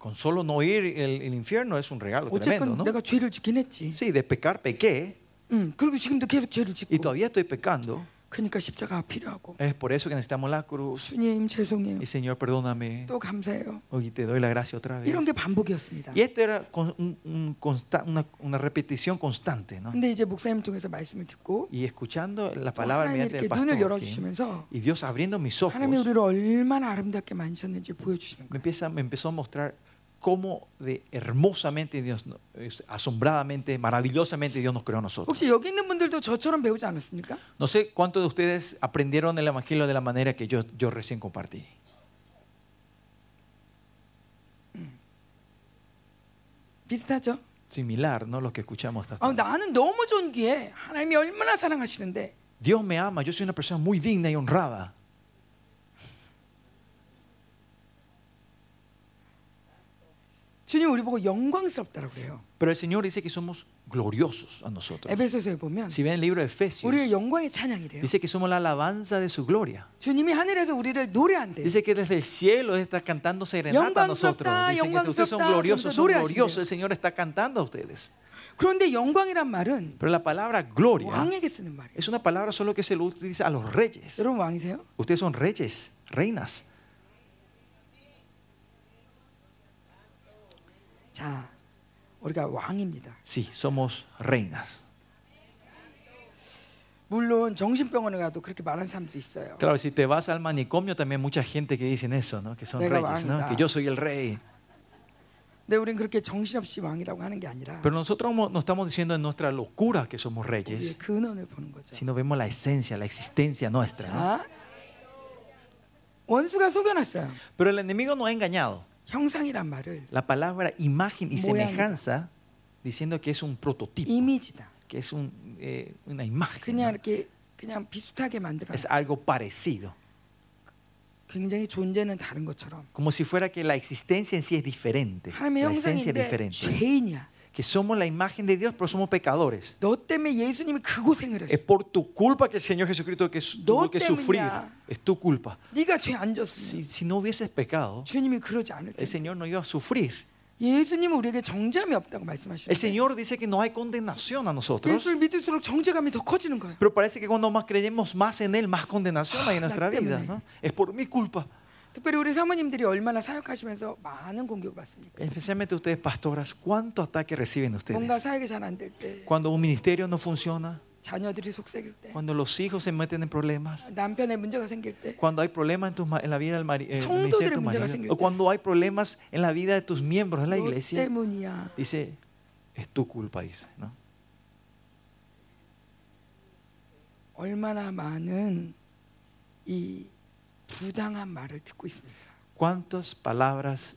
[SPEAKER 2] Con solo no ir el, el infierno es un regalo tremendo,
[SPEAKER 1] 어쨌건
[SPEAKER 2] ¿no?
[SPEAKER 1] 내가 죄를 짓긴 했지.
[SPEAKER 2] Sí, de pecar pequé
[SPEAKER 1] 응. 그리고 지금도 계속 죄를
[SPEAKER 2] y
[SPEAKER 1] 짓고.
[SPEAKER 2] todavía estoy pecando.
[SPEAKER 1] 그러니까 십자가 필요하고.
[SPEAKER 2] Es por eso que necesitamos la cruz.
[SPEAKER 1] 주님 죄송해요.
[SPEAKER 2] Y Señor, perdóname.
[SPEAKER 1] 또 감사해요.
[SPEAKER 2] Hoy te doy la gracia otra vez.
[SPEAKER 1] 이런 게 반복이었습니다.
[SPEAKER 2] Y esto era con un- un consta- una, una repetición constante, ¿no?
[SPEAKER 1] 근데 이제 목사님 통해서 말씀을 듣고
[SPEAKER 2] Y escuchando la
[SPEAKER 1] 또
[SPEAKER 2] palabra
[SPEAKER 1] 하나님이
[SPEAKER 2] mediante
[SPEAKER 1] 이렇게
[SPEAKER 2] el pastor
[SPEAKER 1] 눈을
[SPEAKER 2] Joaquín,
[SPEAKER 1] 열어주시면서
[SPEAKER 2] y Dios abriendo mis ojos
[SPEAKER 1] 하나님이
[SPEAKER 2] me,
[SPEAKER 1] 우리를 얼마나 아름답게 만드셨는지 보여주시는 거예요.
[SPEAKER 2] empieza, me empezó a mostrar cómo de hermosamente Dios, no- es- asombradamente, maravillosamente Dios nos creó a nosotros.
[SPEAKER 1] 혹시 여기 있는 분들도 저처럼 배우지 않았습니까?
[SPEAKER 2] No sé cuántos de ustedes aprendieron el Evangelio de la manera que yo, yo recién compartí.
[SPEAKER 1] 비슷하죠?
[SPEAKER 2] Similar, ¿no? Los que escuchamos hasta
[SPEAKER 1] 아,
[SPEAKER 2] ahora.
[SPEAKER 1] 나는 너무 존귀해. 하나님이 얼마나 사랑하시는데.
[SPEAKER 2] Dios me ama, yo soy una persona muy digna y honrada.
[SPEAKER 1] 주님 우리 보고 영광스럽다라고 해요.
[SPEAKER 2] Pero el Señor dice que somos gloriosos a nosotros.
[SPEAKER 1] 에베소서에 보면
[SPEAKER 2] Si ven el libro de Efesios,
[SPEAKER 1] 우리의 영광의 찬양이래요.
[SPEAKER 2] dice que somos la alabanza de su gloria.
[SPEAKER 1] 주님이 하늘에서 우리를 노래한대.
[SPEAKER 2] Dice que desde el cielo está cantando serenata a nosotros.
[SPEAKER 1] Yongwang-sopta,
[SPEAKER 2] Dicen que ustedes son
[SPEAKER 1] Yongwang-sopta,
[SPEAKER 2] gloriosos, son
[SPEAKER 1] Yongwang-sopta.
[SPEAKER 2] gloriosos. El Señor está cantando a ustedes.
[SPEAKER 1] 그런데 영광이란 말은
[SPEAKER 2] Pero la palabra gloria
[SPEAKER 1] 왕에게 쓰는 말이에요.
[SPEAKER 2] es una palabra solo que se lo utiliza a los reyes.
[SPEAKER 1] 여러분 왕이세요?
[SPEAKER 2] Ustedes son reyes, reinas.
[SPEAKER 1] 자, 우리가 왕입니다.
[SPEAKER 2] Sí, somos reinas.
[SPEAKER 1] 물론 정신병원에 가도 그렇게 말하는 사람들이 있어요.
[SPEAKER 2] Claro, si te vas al manicomio también mucha gente que dicen eso, ¿no? Que son
[SPEAKER 1] Venga,
[SPEAKER 2] reyes, ¿no?
[SPEAKER 1] vanidad.
[SPEAKER 2] Que yo soy el rey.
[SPEAKER 1] 근데 우린 그렇게 정신없이 왕이라고 하는 게 아니라
[SPEAKER 2] Pero nosotros mo- no estamos diciendo en nuestra locura que somos
[SPEAKER 1] 우리의
[SPEAKER 2] reyes,
[SPEAKER 1] 근원을 보는 거죠.
[SPEAKER 2] sino vemos la esencia, la existencia nuestra. ¿no?
[SPEAKER 1] 자, 원수가 속여놨어요.
[SPEAKER 2] Pero el enemigo nos ha engañado.
[SPEAKER 1] 형상이란 말을
[SPEAKER 2] La palabra imagen y
[SPEAKER 1] Moyanga.
[SPEAKER 2] semejanza, diciendo que es un prototipo,
[SPEAKER 1] 이미지다.
[SPEAKER 2] que es un, eh, una imagen,
[SPEAKER 1] 그냥
[SPEAKER 2] ¿no?
[SPEAKER 1] 이렇게 그냥 비슷하게 만들어.
[SPEAKER 2] es algo parecido,
[SPEAKER 1] 굉장히 존재는 다른 것처럼
[SPEAKER 2] como si fuera que la existencia en sí es diferente,
[SPEAKER 1] 하나님의
[SPEAKER 2] la esencia es
[SPEAKER 1] 형상인데
[SPEAKER 2] diferente.
[SPEAKER 1] 죄인이야.
[SPEAKER 2] Que somos la imagen de Dios, pero somos pecadores.
[SPEAKER 1] 너 때문에 예수님이 그 고생을
[SPEAKER 2] Es
[SPEAKER 1] 했어.
[SPEAKER 2] por tu culpa que el Señor Jesucristo que su- tuvo
[SPEAKER 1] No
[SPEAKER 2] que
[SPEAKER 1] te
[SPEAKER 2] sufrir.
[SPEAKER 1] humilla.
[SPEAKER 2] Es tu culpa.
[SPEAKER 1] 네가 죄 안 졌으면
[SPEAKER 2] Si, si no hubieses pecado,
[SPEAKER 1] 주님이 그러지 않을 때
[SPEAKER 2] el Señor no iba a sufrir.
[SPEAKER 1] 예수님은 우리에게 정죄함이 없다고
[SPEAKER 2] El
[SPEAKER 1] 말씀하셨어요.
[SPEAKER 2] Señor dice que no hay condenación a nosotros.
[SPEAKER 1] 예수를 믿을수록 정죄감이 더 커지는 거예요.
[SPEAKER 2] Pero parece que cuando más creemos más en Él, más condenación hay en
[SPEAKER 1] Ah,
[SPEAKER 2] nuestra
[SPEAKER 1] la
[SPEAKER 2] vida.
[SPEAKER 1] temen.
[SPEAKER 2] ¿no? Es por mi culpa.
[SPEAKER 1] 특별히 우리 사모님들이 얼마나 사역하시면서 많은 공격을 받습니까?
[SPEAKER 2] Especialmente ustedes, pastoras, ¿cuánto ataque reciben
[SPEAKER 1] 뭔가
[SPEAKER 2] ustedes?
[SPEAKER 1] 사역이 잘 안 될 때,
[SPEAKER 2] Cuando un ministerio no funciona,
[SPEAKER 1] 자녀들이 속색일 때,
[SPEAKER 2] cuando los hijos se meten en problemas,
[SPEAKER 1] 남편에 문제가 생길 때,
[SPEAKER 2] cuando hay problemas en, tus ma- en la vida del mari- eh,
[SPEAKER 1] Son
[SPEAKER 2] ministerio de
[SPEAKER 1] dos
[SPEAKER 2] tu
[SPEAKER 1] 문제가
[SPEAKER 2] marido,
[SPEAKER 1] 생길
[SPEAKER 2] o
[SPEAKER 1] 때.
[SPEAKER 2] cuando hay problemas en la vida de tus miembros de la
[SPEAKER 1] 너
[SPEAKER 2] iglesia,
[SPEAKER 1] 때문이야.
[SPEAKER 2] dice, es tu culpa, dice. ¿no?
[SPEAKER 1] 얼마나 많은 이 부당한 말을 듣고 있습니까?
[SPEAKER 2] ¿Cuántas palabras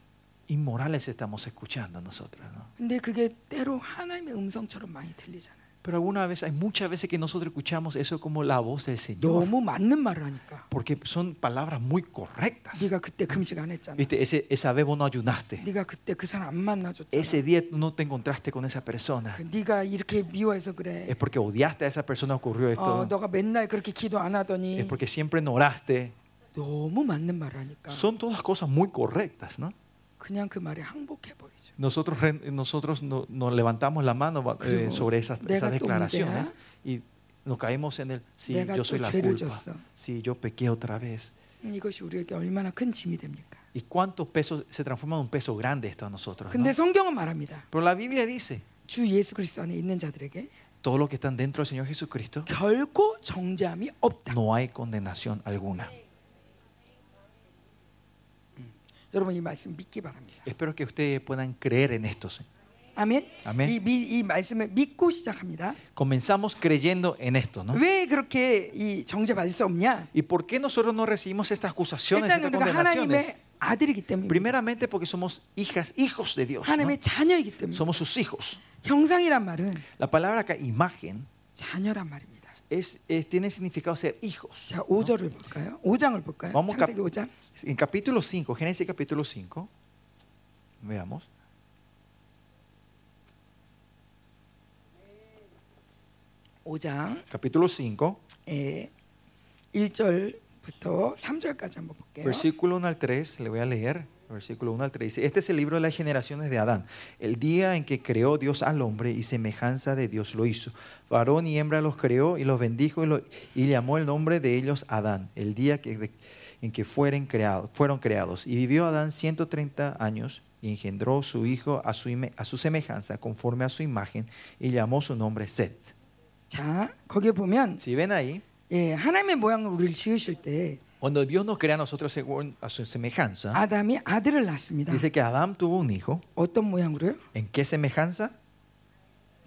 [SPEAKER 2] inmorales estamos escuchando nosotros? no?
[SPEAKER 1] 근데 그게 때로 하나님의 음성처럼 많이 들리잖아요.
[SPEAKER 2] Pero alguna vez, hay muchas veces que nosotros escuchamos eso como la voz del Señor.
[SPEAKER 1] 너무 맞는 말을 하니까
[SPEAKER 2] Porque son palabras muy correctas.
[SPEAKER 1] 네가 그때 금식 안 했잖아.
[SPEAKER 2] Viste, ese, esa vez vos no ayunaste.
[SPEAKER 1] 네가 그때 그 사람 안 만나줬잖아.
[SPEAKER 2] Ese día no te encontraste con esa persona.
[SPEAKER 1] 그 네가 이렇게 미워해서 그래.
[SPEAKER 2] Es porque odiaste a esa persona ocurrió
[SPEAKER 1] 어,
[SPEAKER 2] esto.
[SPEAKER 1] 너가 맨날 그렇게 기도 안
[SPEAKER 2] Es
[SPEAKER 1] 하더니
[SPEAKER 2] porque siempre no oraste.
[SPEAKER 1] 너무 맞는 말을 하니까
[SPEAKER 2] Son todas cosas muy correctas, ¿no?
[SPEAKER 1] 그냥 그 말에 항복해 버리죠.
[SPEAKER 2] Nosotros, re- nosotros no- nos levantamos la mano eh,
[SPEAKER 1] Creo.
[SPEAKER 2] sobre esas,
[SPEAKER 1] Deja
[SPEAKER 2] esas
[SPEAKER 1] tu
[SPEAKER 2] declaraciones
[SPEAKER 1] idea.
[SPEAKER 2] y nos caemos en el, si
[SPEAKER 1] Deja
[SPEAKER 2] yo
[SPEAKER 1] tu
[SPEAKER 2] soy la
[SPEAKER 1] 죄를
[SPEAKER 2] culpa,
[SPEAKER 1] 졌어.
[SPEAKER 2] si yo pequé otra vez.
[SPEAKER 1] 음, 이것이 우리에게 얼마나 큰 짐이 됩니까?
[SPEAKER 2] ¿Y cuántos pesos se transforma en un peso grande esto a nosotros? no?
[SPEAKER 1] 근데 성경은 말합니다.
[SPEAKER 2] Pero la Biblia dice,
[SPEAKER 1] 주 예수 그리스도 안에 있는 자들에게
[SPEAKER 2] todos los que están dentro del Señor Jesucristo,
[SPEAKER 1] 결코 정죄함이 없다.
[SPEAKER 2] no hay condenación alguna.
[SPEAKER 1] 여러분 이 말씀 믿기 바랍니다.
[SPEAKER 2] Espero que ustedes puedan creer en esto. Señor.
[SPEAKER 1] 아멘.
[SPEAKER 2] 아멘.
[SPEAKER 1] 이, 미- 이 말씀을 믿고 시작합니다.
[SPEAKER 2] Comenzamos creyendo en esto, ¿no?
[SPEAKER 1] 왜 그렇게 이 정죄 받을 수 없냐?
[SPEAKER 2] ¿Y por qué nosotros no recibimos estas acusaciones,
[SPEAKER 1] 일단
[SPEAKER 2] estas
[SPEAKER 1] 우리가
[SPEAKER 2] condenaciones?
[SPEAKER 1] 하나님의 아들이기 때문에
[SPEAKER 2] Primeramente porque somos hijas, hijos de Dios. ¿no?
[SPEAKER 1] 하나님의 자녀이기 때문에
[SPEAKER 2] Somos sus hijos.
[SPEAKER 1] 형상이란 말은
[SPEAKER 2] La palabra acá, imagen,
[SPEAKER 1] 자녀란 말입니다.
[SPEAKER 2] es, es- tiene significado ser hijos.
[SPEAKER 1] 자, 5절을 볼까요? 5장을 볼까요?
[SPEAKER 2] Vamos cap-
[SPEAKER 1] 창세기 5장.
[SPEAKER 2] En capítulo 5, Génesis capítulo 5, veamos.
[SPEAKER 1] 오장
[SPEAKER 2] Capítulo 5,
[SPEAKER 1] 예. 1절부터 3절까지 한번 볼게요.
[SPEAKER 2] Versículo 1 al 3, le voy a leer. Versículo 1 al 3 dice, este es el libro de las generaciones de Adán, el día en que creó Dios al hombre y semejanza de Dios lo hizo. Varón y hembra los creó y los bendijo y, lo- y llamó el nombre de ellos Adán, el día que, de- en que fueren creado- fueron creados. Y vivió Adán 130 años y engendró su hijo a su, ime- a su semejanza, conforme a su imagen, y llamó su nombre Set.
[SPEAKER 1] 자, 거기에 보면
[SPEAKER 2] Si ven ahí,
[SPEAKER 1] 예, 하나님의 모양으로 우리를 지으실 때
[SPEAKER 2] cuando Dios nos crea a nosotros según a su semejanza,
[SPEAKER 1] 아담이 아들을 낳습니다.
[SPEAKER 2] dice que Adán tuvo un hijo.
[SPEAKER 1] 어떤 모양으로요?
[SPEAKER 2] ¿En qué semejanza?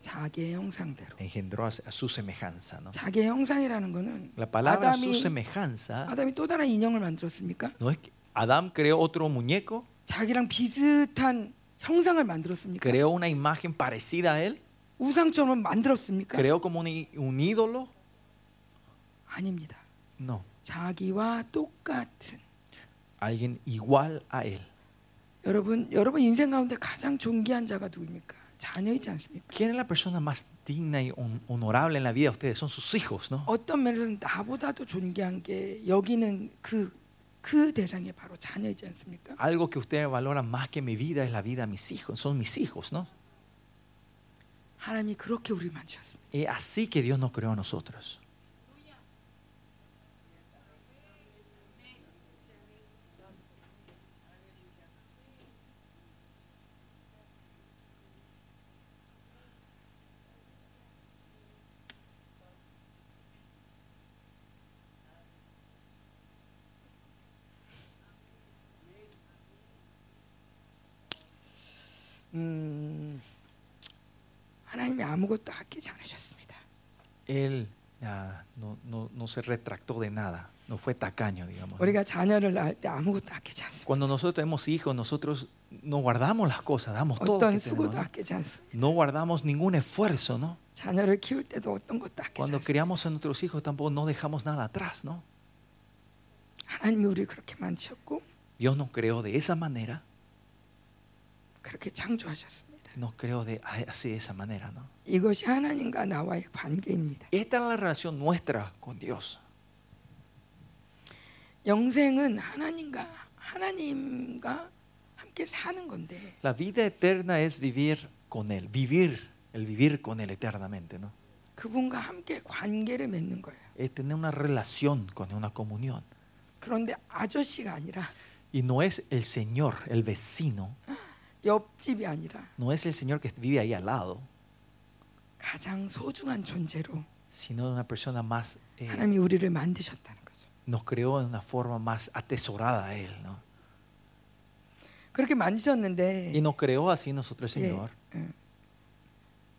[SPEAKER 1] 자기의 형상대로.
[SPEAKER 2] Engendró a a su semejanza. ¿no?
[SPEAKER 1] 자기의 형상이라는 거는
[SPEAKER 2] La palabra
[SPEAKER 1] 아담이
[SPEAKER 2] su semejanza
[SPEAKER 1] 아담이 또 다른 인형을 만들었습니까?
[SPEAKER 2] no es que Adán creó otro muñeco
[SPEAKER 1] 자기랑 비슷한 형상을 만들었습니까?
[SPEAKER 2] ¿Creó una imagen parecida a él?
[SPEAKER 1] 우상처럼 만들었습니까?
[SPEAKER 2] ¿Creó como un, i- un ídolo?
[SPEAKER 1] 아닙니다.
[SPEAKER 2] No,
[SPEAKER 1] 자기와 똑같은
[SPEAKER 2] alguien igual a él.
[SPEAKER 1] 여러분 여러분 인생 가운데 가장 존귀한 자가 누구입니까? 자녀이지 않습니까?
[SPEAKER 2] ¿Quién es la persona más digna y hon- honorable en la vida de ustedes? Son sus hijos, ¿no?
[SPEAKER 1] 어떤 면에서는 나보다도 존귀한 게 여기는 그 그 대상이 바로 자녀이지 않습니까?
[SPEAKER 2] Algo que ustedes valoran más que mi vida es la vida de mis hijos, son mis hijos, ¿no?
[SPEAKER 1] 하나님이 그렇게 우리 만드셨습니다.
[SPEAKER 2] Es así que Dios nos creó a nosotros.
[SPEAKER 1] 음, 하나님이 아무것도 아끼지 않으셨습니다.
[SPEAKER 2] Él ah, no, no- no se retractó de nada, no fue tacaño, digamos. ¿no?
[SPEAKER 1] 우리가 자녀를 낳을 때 아무것도 아끼지 않습니다.
[SPEAKER 2] Cuando nosotros tenemos hijos, nosotros no guardamos las cosas, damos todo. lo
[SPEAKER 1] 어떤
[SPEAKER 2] que tenemos,
[SPEAKER 1] 수고도
[SPEAKER 2] ¿no?
[SPEAKER 1] 아끼지 않습니다.
[SPEAKER 2] No guardamos ningún esfuerzo, ¿no?
[SPEAKER 1] 자녀를 키울 때도 어떤 것도 아끼지
[SPEAKER 2] Cuando
[SPEAKER 1] 않습니다.
[SPEAKER 2] criamos a nuestros hijos tampoco no dejamos nada atrás, ¿no?
[SPEAKER 1] 하나님이 우리 그렇게 만드셨고
[SPEAKER 2] Dios nos creó de esa manera,
[SPEAKER 1] 그렇게 창조하셨습니다.
[SPEAKER 2] nos creó de así de esa manera, ¿no?
[SPEAKER 1] 이것이 하나님과 나와의 관계입니다.
[SPEAKER 2] Esta es la relación nuestra con Dios.
[SPEAKER 1] 영생은 하나님과 하나님과 함께 사는 건데
[SPEAKER 2] La vida eterna es vivir con él, vivir, el vivir con él eternamente, ¿no?
[SPEAKER 1] 그분과 함께 관계를 맺는 거예요.
[SPEAKER 2] Es tener una relación con él, una comunión.
[SPEAKER 1] 그런데 아저씨가 아니라
[SPEAKER 2] Y no es el Señor, el vecino,
[SPEAKER 1] 옆집이 아니라
[SPEAKER 2] no es el Señor que vive ahí al lado,
[SPEAKER 1] 가장 so중한 존재로
[SPEAKER 2] sino una persona más eh,
[SPEAKER 1] 하나님이 우리를 만드셨다는 거죠.
[SPEAKER 2] nos creó de una forma más atesorada a Él, ¿no?
[SPEAKER 1] 그렇게
[SPEAKER 2] Y
[SPEAKER 1] 만드셨는데
[SPEAKER 2] nos creó así nosotros, el
[SPEAKER 1] 예,
[SPEAKER 2] Señor.
[SPEAKER 1] 예.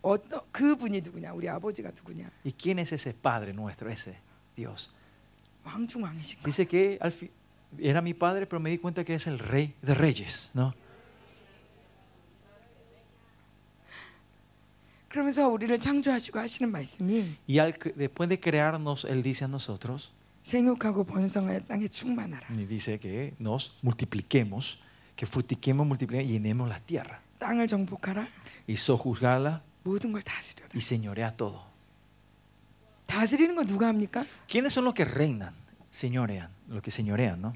[SPEAKER 1] 어떤 그분이 누구냐? 우리 아버지가 누구냐?
[SPEAKER 2] ¿Y quién es ese Padre nuestro, ese Dios?
[SPEAKER 1] 왕중왕이신 거.
[SPEAKER 2] Dice que al fi- era mi Padre, pero me di cuenta que es el Rey de Reyes, ¿no?
[SPEAKER 1] 그러면서 우리를 창조하시고 하시는 말씀이
[SPEAKER 2] Y al que- después de crearnos, Él dice a nosotros,
[SPEAKER 1] 생육하고 번성하여 땅에 충만하라.
[SPEAKER 2] y dice que nos multipliquemos, que fructiquemos, multipliquemos y llenemos la tierra,
[SPEAKER 1] 땅을 정복하라.
[SPEAKER 2] y sojuzgarla
[SPEAKER 1] 모든 걸 다스려라.
[SPEAKER 2] y señorea todo.
[SPEAKER 1] 다스리는 건 누가 합니까?
[SPEAKER 2] ¿Quiénes son los que reinan? Señorean, los que señorean, ¿no?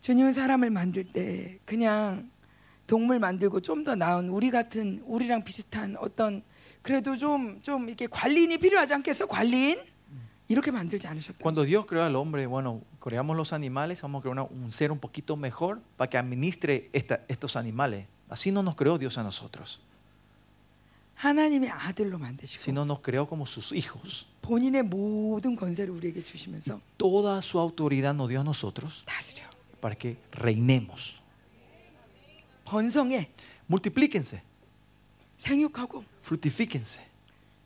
[SPEAKER 1] 주님은 사람을 만들 때 그냥 동물 만들고 좀 더 나은 우리 같은 우리랑 비슷한 어떤 그래도 좀 좀 이렇게 관리인이 필요하지 않겠어? 관리인 이렇게 만들지 않으셨다.
[SPEAKER 2] Cuando Dios creó al hombre, bueno, creamos los animales, vamos a crear una- un ser un poquito mejor para que administre esta- estos animales. Así no nos creó Dios a nosotros,
[SPEAKER 1] 하나님의 아들로 만드시고
[SPEAKER 2] sino nos creó como sus hijos.
[SPEAKER 1] 본인의 모든 권세를 우리에게 주시면서
[SPEAKER 2] Toda su autoridad nos dio a nosotros
[SPEAKER 1] 다스려.
[SPEAKER 2] para que reinemos.
[SPEAKER 1] 번성해,
[SPEAKER 2] Multiplíquense,
[SPEAKER 1] 생육하고
[SPEAKER 2] fructifíquense,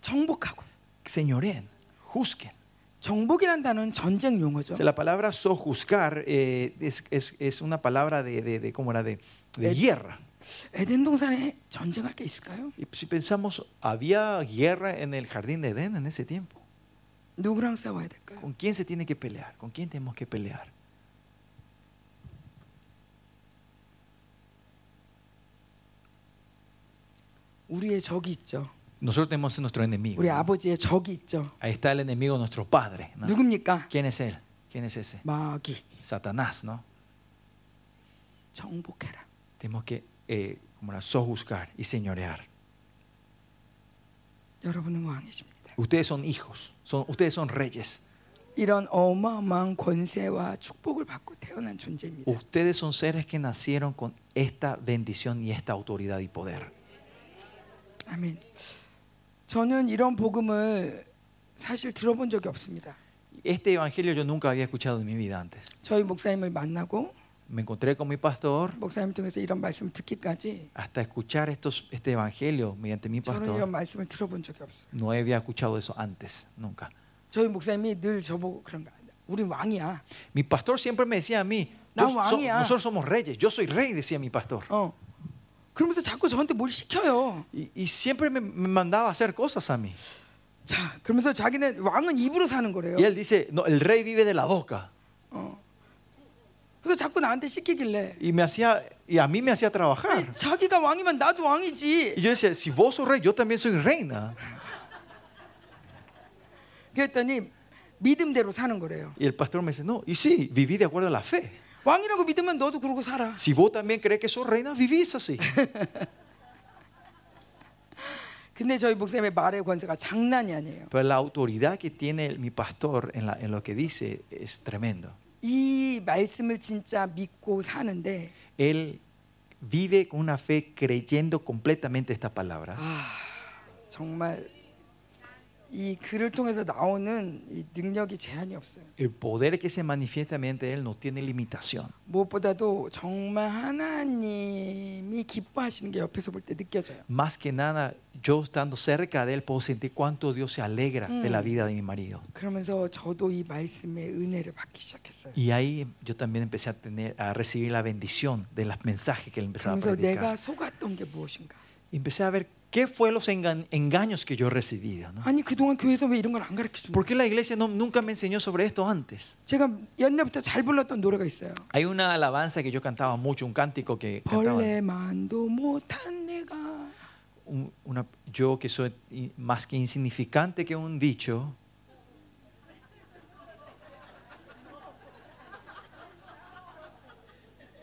[SPEAKER 1] 정복하고.
[SPEAKER 2] señoreen, juzguen.
[SPEAKER 1] 정복이란 단어는 전쟁 용어죠.
[SPEAKER 2] O sea, la palabra sojuzgar eh, es, es- es una palabra de, de, de- ¿cómo era? de, de
[SPEAKER 1] Eh.
[SPEAKER 2] guerra.
[SPEAKER 1] 에덴 동산에 전쟁할 게 있을까요?
[SPEAKER 2] Y si pensamos, había guerra en el jardín de Edén en ese tiempo.
[SPEAKER 1] 누구랑 싸워야 될까요?
[SPEAKER 2] ¿Con quién se tiene que pelear? ¿Con quién tenemos que pelear?
[SPEAKER 1] 우리의 적이 있죠.
[SPEAKER 2] Nosotros tenemos nuestro enemigo.
[SPEAKER 1] 우리
[SPEAKER 2] ¿no?
[SPEAKER 1] 아버지의 적이 있죠.
[SPEAKER 2] Ahí está el enemigo, nuestro padre. ¿no?
[SPEAKER 1] 누굽니까?
[SPEAKER 2] ¿Quién es él? ¿Quién es ese?
[SPEAKER 1] 마귀.
[SPEAKER 2] Satanás, ¿no?
[SPEAKER 1] 정복해라.
[SPEAKER 2] Tenemos que eh, como era, sojuzgar y señorear.
[SPEAKER 1] 여러분은 왕이십니다.
[SPEAKER 2] Ustedes son hijos, son, ustedes son reyes.
[SPEAKER 1] 이런 어마어마한 권세와 축복을 받고 태어난 존재입니다.
[SPEAKER 2] Ustedes son seres que nacieron con esta bendición y esta autoridad y poder.
[SPEAKER 1] 아멘. 저는 이런 복음을 사실 들어본 적이 없습니다.
[SPEAKER 2] Este evangelio yo nunca había escuchado en mi vida antes.
[SPEAKER 1] 저희 목사님을 만나고
[SPEAKER 2] Me encontré con mi pastor
[SPEAKER 1] 목사님 통해서 이런 말씀을 듣기까지
[SPEAKER 2] hasta escuchar estos, este evangelio mediante mi
[SPEAKER 1] 저는 이런
[SPEAKER 2] pastor.
[SPEAKER 1] 말씀을 들어본 적이 없어요.
[SPEAKER 2] No había escuchado eso antes, nunca.
[SPEAKER 1] 저희 목사님이 늘 저보고 그런 거 우린 왕이야.
[SPEAKER 2] Mi pastor siempre me decía a mí,
[SPEAKER 1] No,
[SPEAKER 2] "Yo so-
[SPEAKER 1] 왕이야."
[SPEAKER 2] nosotros somos reyes, yo soy rey, decía mi pastor.
[SPEAKER 1] 어. 그러면서 자꾸 저한테 뭘 시켜요.
[SPEAKER 2] Y, y siempre me, me mandaba a hacer cosas a mí.
[SPEAKER 1] 자, 그러면서 자기는 왕은 입으로 사는 거래요.
[SPEAKER 2] Y él dice, no, el rey vive de la boca.
[SPEAKER 1] 그래서 자꾸 나한테 시키길래
[SPEAKER 2] Y, me hacía, y a mí me hacía trabajar.
[SPEAKER 1] 아니, 자기가 왕이면 나도
[SPEAKER 2] Y
[SPEAKER 1] 왕이지.
[SPEAKER 2] yo decía, si vos sos rey, yo también soy reina.
[SPEAKER 1] 그랬더니 믿음대로 사는 거래요.
[SPEAKER 2] Y el pastor me dice, no, y sí, viví de acuerdo a la fe.
[SPEAKER 1] 왕이라고 믿으면 너도 그러고 살아.
[SPEAKER 2] Si vos también crees que sos reina, vivís así.
[SPEAKER 1] 근데 저희 목사님의 말의 권세가 장난이 아니에요.
[SPEAKER 2] Pero la autoridad que tiene mi pastor en, la- en lo que dice es tremendo.
[SPEAKER 1] 이 말씀을 진짜 믿고 사는데
[SPEAKER 2] Él vive con una fe creyendo completamente esta palabra.
[SPEAKER 1] 정말 이 글을 통해서 나오는 이 능력이 제한이 없어요.
[SPEAKER 2] El poder que se manifiesta mediante Él no tiene limitación.
[SPEAKER 1] 무엇보다도 정말 하나님이 기뻐하시는 게 옆에서 볼 때 느껴져요.
[SPEAKER 2] Más que nada, yo estando cerca de Él puedo sentir cuánto Dios se alegra de la vida de mi marido.
[SPEAKER 1] 그러면서 저도 이 말씀의 은혜를 받기 시작했어요.
[SPEAKER 2] Y ahí yo también empecé a, tener, a recibir la bendición de los mensajes que Él empezaba a
[SPEAKER 1] 그래서 내가
[SPEAKER 2] predicar.
[SPEAKER 1] 속았던 게 무엇인가?
[SPEAKER 2] Y empecé a ver qué fue los enga- engaños que yo he recibido. ¿no?
[SPEAKER 1] 아니 그동안 교회에서 왜 이런 걸 안 가르쳐 준
[SPEAKER 2] ¿Por
[SPEAKER 1] 거야?
[SPEAKER 2] qué la iglesia no- nunca me enseñó sobre esto antes?
[SPEAKER 1] 제가 옛날부터 잘 불렀던 노래가 있어요.
[SPEAKER 2] Hay una alabanza que yo cantaba mucho, un cántico que cantaba.
[SPEAKER 1] 벌레만도 못한 내가
[SPEAKER 2] un- una- yo que soy i- más que insignificante que un bicho.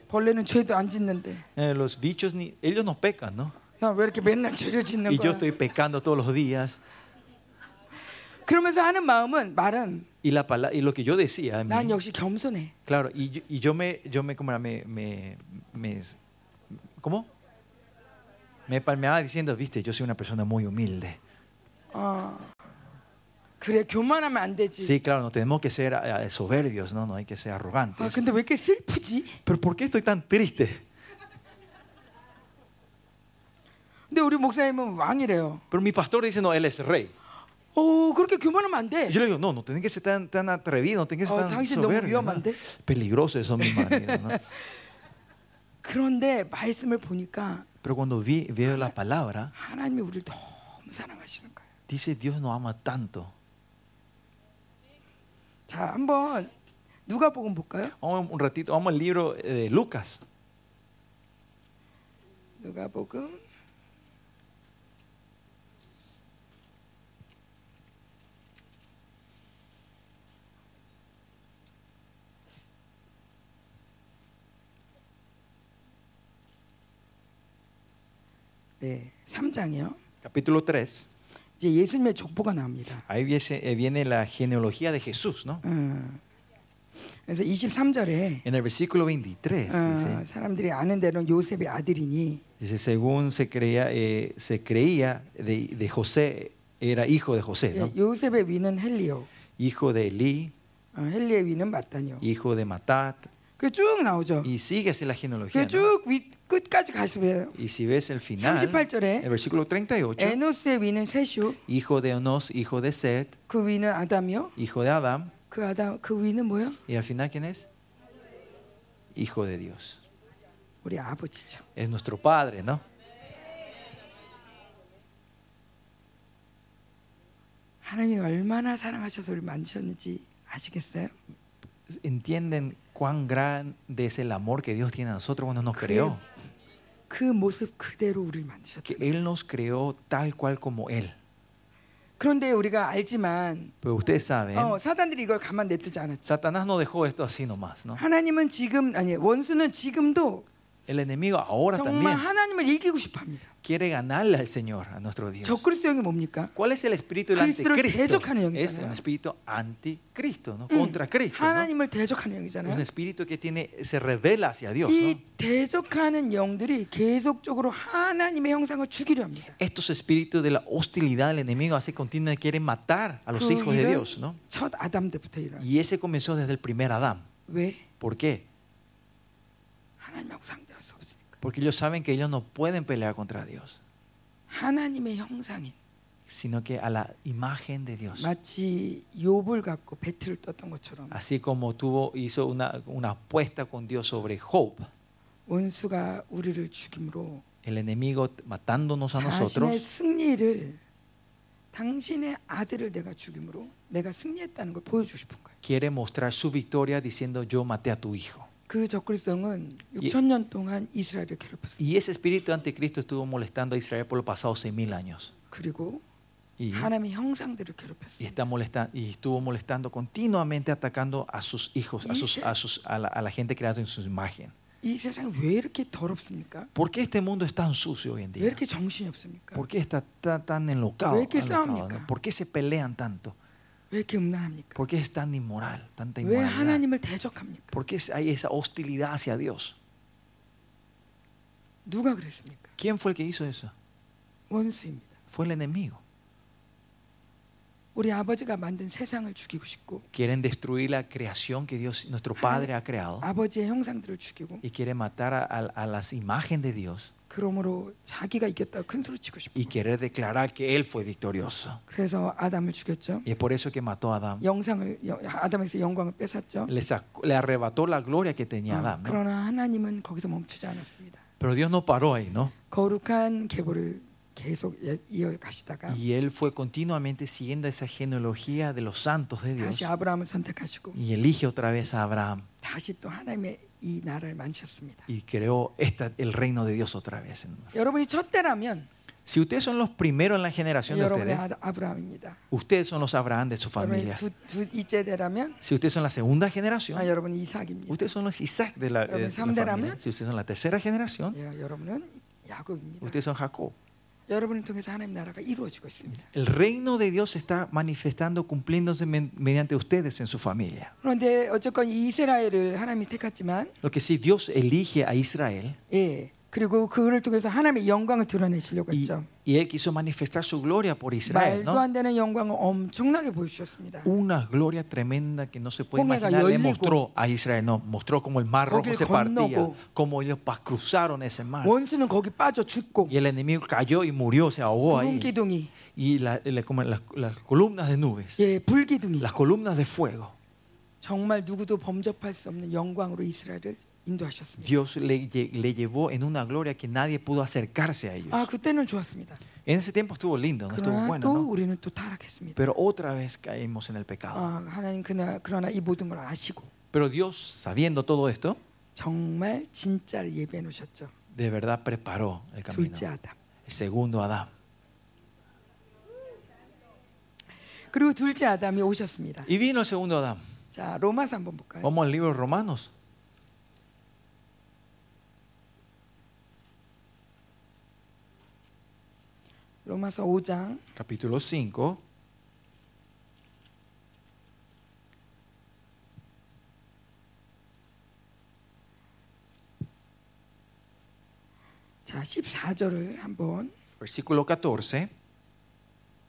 [SPEAKER 1] 벌레는 죄도 안 짓는데
[SPEAKER 2] Eh, los bichos, ni, ellos no pecan, ¿no?
[SPEAKER 1] 나 왜 이렇게 맨날 죄를 짓는
[SPEAKER 2] Y yo
[SPEAKER 1] 거야?
[SPEAKER 2] estoy pecando todos los días.
[SPEAKER 1] 그러면서 하는 마음은 말은
[SPEAKER 2] Y, la pala- y lo que yo decía, a mí-
[SPEAKER 1] 난 역시 겸손해.
[SPEAKER 2] claro, y yo, y yo me, yo me, ¿cómo era? Me, me, me- ¿cómo? Me palmeaba diciendo, viste, yo soy una persona muy humilde.
[SPEAKER 1] 어. 그래 교만하면 안 되지.
[SPEAKER 2] Sí, claro, no tenemos que ser eh, soberbios, ¿no? No hay que ser
[SPEAKER 1] 아
[SPEAKER 2] arrogantes.
[SPEAKER 1] 근데 왜 이렇게 슬프지?
[SPEAKER 2] Pero ¿por qué estoy tan triste?
[SPEAKER 1] 근데 우리 목사님은 왕이래요.
[SPEAKER 2] Pero mi pastor dice, no, él es rey.
[SPEAKER 1] 오 그렇게 교만하면 안 돼.
[SPEAKER 2] Y yo le digo, no, no tenés que ser tan, tan atrevido, no tenés que
[SPEAKER 1] Oh,
[SPEAKER 2] ser tan
[SPEAKER 1] 당신 너무
[SPEAKER 2] soberbio. ¿no?
[SPEAKER 1] 위험한데?
[SPEAKER 2] Peligroso eso, mi marido. ¿no?
[SPEAKER 1] 그런데 말씀을 보니까
[SPEAKER 2] Pero cuando vi, veo la palabra,
[SPEAKER 1] 하나님이 우리를 너무 사랑하시는 거예요.
[SPEAKER 2] dice, Dios nos ama tanto.
[SPEAKER 1] 자 한번 누가 복음 볼까요?
[SPEAKER 2] Vamos un ratito, vamos al libro eh, de Lucas.
[SPEAKER 1] 누가 복음 네, 3장이요.
[SPEAKER 2] Capítulo 3.
[SPEAKER 1] 이제 예수님의 족보가 나옵니다.
[SPEAKER 2] Ahí viese- eh, viene la genealogía de Jesús, ¿no?
[SPEAKER 1] 음. 그래서 23절에 어,
[SPEAKER 2] En el versículo 23
[SPEAKER 1] Ah,
[SPEAKER 2] dice,
[SPEAKER 1] 사람들이 아는 대로 요셉의 아들이니
[SPEAKER 2] dice, según se creía, eh, se creía de, de José, era hijo de José, ¿no?
[SPEAKER 1] 예, 요셉의 위는 헬리오,
[SPEAKER 2] Hijo de Elí,
[SPEAKER 1] 어, 헬리의 위는 마따니오.
[SPEAKER 2] hijo de Matat.
[SPEAKER 1] 그 쭉 나오죠.
[SPEAKER 2] Y sigue así la genealogía. ¿no?
[SPEAKER 1] 그쭉위 끝까지 가시면
[SPEAKER 2] Y si ves el final,
[SPEAKER 1] 38절에,
[SPEAKER 2] el versículo 38,
[SPEAKER 1] 에노스의 위는 셋이요.
[SPEAKER 2] hijo de Onos, hijo de Set,
[SPEAKER 1] 그 위는 아담이요.
[SPEAKER 2] hijo de Adam,
[SPEAKER 1] 그 아담 그 위는 뭐요?
[SPEAKER 2] y al final, ¿quién es? Hijo de Dios.
[SPEAKER 1] 우리 아버지죠.
[SPEAKER 2] Es nuestro Padre, ¿no?
[SPEAKER 1] 하나님이 얼마나 사랑하셔서 우리 만드셨는지 아시겠어요?
[SPEAKER 2] ¿Entienden cuán grande es el amor que Dios tiene a nosotros cuando nos creó?
[SPEAKER 1] 그 모습 그대로 우리를 만드셨다.
[SPEAKER 2] Que Él nos creó tal cual como Él.
[SPEAKER 1] 그런데 우리가 알지만
[SPEAKER 2] Pero ustedes saben,
[SPEAKER 1] 어, 사단들이 이걸 가만 냅두지 않았죠.
[SPEAKER 2] Satanás no dejó esto así nomás, ¿no?
[SPEAKER 1] 하나님은 지금 아니 원수는 지금도
[SPEAKER 2] El enemigo ahora
[SPEAKER 1] 정말
[SPEAKER 2] también
[SPEAKER 1] 하나님을 이기고 싶어합니다.
[SPEAKER 2] quiere ganarle al Señor, a nuestro Dios.
[SPEAKER 1] 적그리스도 형이 뭡니까?
[SPEAKER 2] ¿Cuál es el espíritu del
[SPEAKER 1] Cristo,
[SPEAKER 2] anticristo?
[SPEAKER 1] 대적하는 영이잖아요.
[SPEAKER 2] Es un espíritu anticristo, ¿no?
[SPEAKER 1] Mm.
[SPEAKER 2] Contra Cristo. ¿no?
[SPEAKER 1] 음. 하나님을 대적하는
[SPEAKER 2] Es un
[SPEAKER 1] 형이잖아요.
[SPEAKER 2] espíritu que tiene, se revela hacia Dios.
[SPEAKER 1] 이
[SPEAKER 2] ¿no?
[SPEAKER 1] 대적하는 영들이 계속적으로 하나님의 형상을 죽이려 합니다.
[SPEAKER 2] Estos espíritus de la hostilidad del enemigo hace continua quieren matar a los
[SPEAKER 1] 그
[SPEAKER 2] hijos de
[SPEAKER 1] 일은
[SPEAKER 2] Dios, ¿no?
[SPEAKER 1] 첫 아담 때부터 일어나.
[SPEAKER 2] Y ese comenzó desde el primer Adán.
[SPEAKER 1] 왜?
[SPEAKER 2] ¿Por qué?
[SPEAKER 1] 하나님하고 상대할 수 없으니까.
[SPEAKER 2] Porque ellos saben que ellos no pueden pelear contra Dios.
[SPEAKER 1] 하나님의 형상인
[SPEAKER 2] sino que a la imagen de Dios.
[SPEAKER 1] 마치 욥을 갖고 배틀을 떴던 것처럼
[SPEAKER 2] Así como tuvo, hizo una, una apuesta con Dios sobre Job,
[SPEAKER 1] 원수가 우리를 죽임으로
[SPEAKER 2] el enemigo matándonos a
[SPEAKER 1] 자신의
[SPEAKER 2] nosotros,
[SPEAKER 1] 승리를 당신의 아들을 내가 죽임으로 내가 승리했다는 걸 보여주고 싶은 거예요.
[SPEAKER 2] quiere mostrar su victoria diciendo yo maté a tu hijo.
[SPEAKER 1] 그 적그리스도는 6천 년 동안 이스라엘을 괴롭혔어요.
[SPEAKER 2] Y ese espíritu de anticristo estuvo molestando a Israel por los pasados 6.000 años.
[SPEAKER 1] 그리고
[SPEAKER 2] Y,
[SPEAKER 1] 하나님의 형상들을
[SPEAKER 2] y
[SPEAKER 1] 괴롭혔어요.
[SPEAKER 2] está molesta- y estuvo molestando continuamente atacando a sus hijos, a, sus, a, sus- a la, a la gente creada en su imagen.
[SPEAKER 1] 이 세상 왜 이렇게 더럽습니까?
[SPEAKER 2] ¿Por qué este mundo es tan sucio hoy en
[SPEAKER 1] 왜
[SPEAKER 2] día?
[SPEAKER 1] 이렇게 정신이 없습니까?
[SPEAKER 2] ¿Por qué está ta- tan enlocado?
[SPEAKER 1] ¿Por qué
[SPEAKER 2] alocado,
[SPEAKER 1] 싸웁니까?
[SPEAKER 2] no? ¿Por qué se pelean tanto?
[SPEAKER 1] 왜 이렇게 음란합니까?
[SPEAKER 2] ¿Por qué es tan inmoral, tanta
[SPEAKER 1] 왜
[SPEAKER 2] inmoralidad?
[SPEAKER 1] 하나님을 대적합니까?
[SPEAKER 2] ¿Por qué es- hay esa hostilidad hacia Dios?
[SPEAKER 1] 누가 그랬습니까?
[SPEAKER 2] ¿Quién fue el que hizo eso?
[SPEAKER 1] 원수입니다.
[SPEAKER 2] Fue el enemigo.
[SPEAKER 1] 우리 아버지가 만든 세상을 죽이고 싶고
[SPEAKER 2] Quieren destruir la creación que Dios, nuestro Padre, ha creado
[SPEAKER 1] 아버지의 형상들을 어? 죽이고
[SPEAKER 2] y quieren matar a, a- a las imágenes de Dios
[SPEAKER 1] 그러므로 자기가 이겼다고 큰 소리 치고 싶고
[SPEAKER 2] y quiere declarar que Él fue victorioso.
[SPEAKER 1] 그래서 아담을 죽였죠.
[SPEAKER 2] Y es por eso que mató a Adán.
[SPEAKER 1] 영상을 여- 아담에서 영광을 뺏었죠.
[SPEAKER 2] Le, sacó- le arrebató la gloria que tenía
[SPEAKER 1] 어,
[SPEAKER 2] Adán. ¿no?
[SPEAKER 1] 그러나 하나님은 거기서 멈추지 않았습니다.
[SPEAKER 2] Pero Dios no paró ahí, ¿no?
[SPEAKER 1] 거룩한 계보를 계속 예- 이어가시다가
[SPEAKER 2] Y Él fue continuamente siguiendo esa genealogía de los santos de Dios
[SPEAKER 1] 다시 아브라함을 선택하시고
[SPEAKER 2] y elige otra vez a Abraham
[SPEAKER 1] 다시 또 하나님의 이 나라를 만드셨습니다.
[SPEAKER 2] y creó esta- el reino de Dios otra vez.
[SPEAKER 1] 여러분이 첫 대라면
[SPEAKER 2] Si ustedes son los primeros en la generación de
[SPEAKER 1] 여러분의 아-
[SPEAKER 2] ustedes,
[SPEAKER 1] 아브라함입니다.
[SPEAKER 2] ustedes son los Abraham de su
[SPEAKER 1] 여러분이
[SPEAKER 2] familia.
[SPEAKER 1] 두, 두 이째 대라면
[SPEAKER 2] Si ustedes son la segunda
[SPEAKER 1] 아,
[SPEAKER 2] generación,
[SPEAKER 1] 여러분이 이삭입니다.
[SPEAKER 2] ustedes son los Isaac de la, eh,
[SPEAKER 1] Pero
[SPEAKER 2] de la
[SPEAKER 1] Sam era
[SPEAKER 2] familia.
[SPEAKER 1] man.
[SPEAKER 2] Si ustedes son la tercera generación,
[SPEAKER 1] 예, 여러분은 야곱입니다.
[SPEAKER 2] ustedes son Jacob.
[SPEAKER 1] 여러분을 통해서 하나님 나라가 이루어지고 있습니다.
[SPEAKER 2] El reino de Dios se está manifestando, cumpliéndose men- mediante ustedes en su familia.
[SPEAKER 1] 그런데 어쨌건 이 이스라엘을 하나님이 택했지만
[SPEAKER 2] Lo que sí, Dios elige a Israel
[SPEAKER 1] 예. 그리고 그를 통해서 하나님의 영광을 드러내시려고
[SPEAKER 2] y,
[SPEAKER 1] 했죠.
[SPEAKER 2] y Él quiso manifestar su gloria por Israel.
[SPEAKER 1] 말도
[SPEAKER 2] ¿no?
[SPEAKER 1] 안 되는 영광을 엄청나게 보여주셨습니다.
[SPEAKER 2] Una gloria tremenda que no se puede
[SPEAKER 1] Ponga
[SPEAKER 2] imaginar. Le
[SPEAKER 1] 열리고,
[SPEAKER 2] mostró a Israel, no, mostró como el mar rojo
[SPEAKER 1] 거기를
[SPEAKER 2] se partía,
[SPEAKER 1] 건너고,
[SPEAKER 2] como ellos pa- cruzaron ese mar.
[SPEAKER 1] 원수는 거기 빠져 죽고
[SPEAKER 2] Y el enemigo cayó y murió, se ahogó
[SPEAKER 1] 구름
[SPEAKER 2] ahí.
[SPEAKER 1] 기둥이
[SPEAKER 2] Y la- la- como las, las columnas de nubes,
[SPEAKER 1] 예, 불 기둥이
[SPEAKER 2] las columnas de fuego.
[SPEAKER 1] 정말 누구도 범접할 수 없는 영광으로 이스라엘을 인도하셨습니다.
[SPEAKER 2] Dios le, lle- le llevó en una gloria que nadie pudo acercarse a ellos.
[SPEAKER 1] 아, 그때는 좋았습니다.
[SPEAKER 2] En ese tiempo estuvo lindo, no estuvo
[SPEAKER 1] 아, 그러나
[SPEAKER 2] bueno,
[SPEAKER 1] 또
[SPEAKER 2] ¿no?
[SPEAKER 1] 우리는 또 타락했습니다.
[SPEAKER 2] Pero otra vez caímos en el
[SPEAKER 1] 아,
[SPEAKER 2] pecado.
[SPEAKER 1] 하나님 그나, 그러나 이 모든 걸 아시고
[SPEAKER 2] Pero Dios, sabiendo todo esto,
[SPEAKER 1] 정말 진짜를 예배해 놓으셨죠.
[SPEAKER 2] de verdad preparó el camino.
[SPEAKER 1] 둘째 아담.
[SPEAKER 2] El segundo Adán.
[SPEAKER 1] 그리고 둘째 아담이 오셨습니다.
[SPEAKER 2] Y vino el segundo Adán.
[SPEAKER 1] 자, 로마서 한번 볼까요?
[SPEAKER 2] Vamos al libro de Romanos.
[SPEAKER 1] 로마서 5장
[SPEAKER 2] capítulo 5.
[SPEAKER 1] 자, 14절을 한번
[SPEAKER 2] Versículo 14,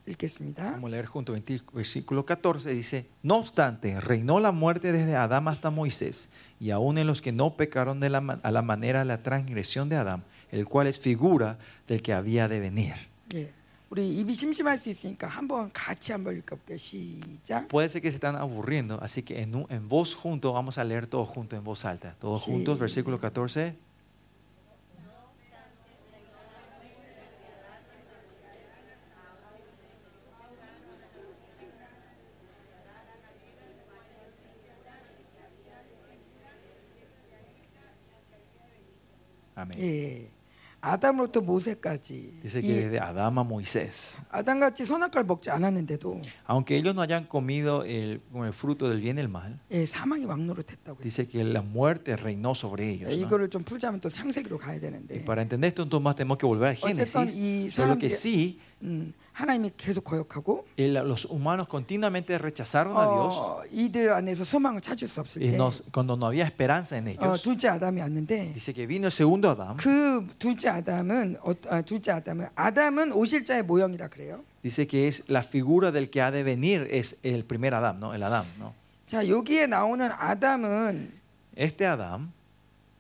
[SPEAKER 1] 읽겠습니다.
[SPEAKER 2] vamos a leer junto, 20 versículo 14 dice, no obstante, reinó la muerte desde Adán hasta Moisés, y aún en los que no pecaron de la, ma- a la manera de la transgresión de Adán, el cual es figura del que había de venir.
[SPEAKER 1] 예. 우리 입이 심심할 수 있으니까 한번 같이 한번 읽어 볼게요. 시작.
[SPEAKER 2] Puede ser que se están aburriendo, así que en, un- en voz junto, vamos a leer todos juntos, en voz alta, todos
[SPEAKER 1] Sí.
[SPEAKER 2] juntos, versículo 14. Amén.
[SPEAKER 1] 예. 아담으로부터 모세까지
[SPEAKER 2] Dice que
[SPEAKER 1] 이
[SPEAKER 2] desde Adán a Moisés,
[SPEAKER 1] 아담같이 선악과를 먹지 않았는데도
[SPEAKER 2] aunque ellos no hayan comido el, con el fruto del bien y el mal,
[SPEAKER 1] 예, 사망이 왕노릇했다고 했어요.
[SPEAKER 2] dice que la muerte reinó sobre ellos.
[SPEAKER 1] 예,
[SPEAKER 2] ¿no?
[SPEAKER 1] 이거를 좀 풀자면 또 창세기로 가야
[SPEAKER 2] Y
[SPEAKER 1] 되는데
[SPEAKER 2] para entender esto, entonces más tenemos que volver a
[SPEAKER 1] 어쨌건 이
[SPEAKER 2] Génesis. Pero lo que
[SPEAKER 1] 사람들이-
[SPEAKER 2] sí,
[SPEAKER 1] 음, 하나님이 계속 거역하고
[SPEAKER 2] el- los humanos continuamente rechazaron a Dios
[SPEAKER 1] 어, 이들 안에서 소망을 찾을 수 없을
[SPEAKER 2] y
[SPEAKER 1] 때
[SPEAKER 2] nos- cuando no había esperanza en
[SPEAKER 1] 어,
[SPEAKER 2] ellos.
[SPEAKER 1] 둘째 아담이 왔는데
[SPEAKER 2] Dice que vino el segundo Adán.
[SPEAKER 1] 그 둘째 아담은 어, 아, 둘째 아담은 아담은 오실자의 모형이라 그래요.
[SPEAKER 2] Dice que es la figura del que ha de venir, es el primer Adán, ¿no? El Adán, ¿no?
[SPEAKER 1] 자 여기에 나오는 아담은
[SPEAKER 2] Este Adán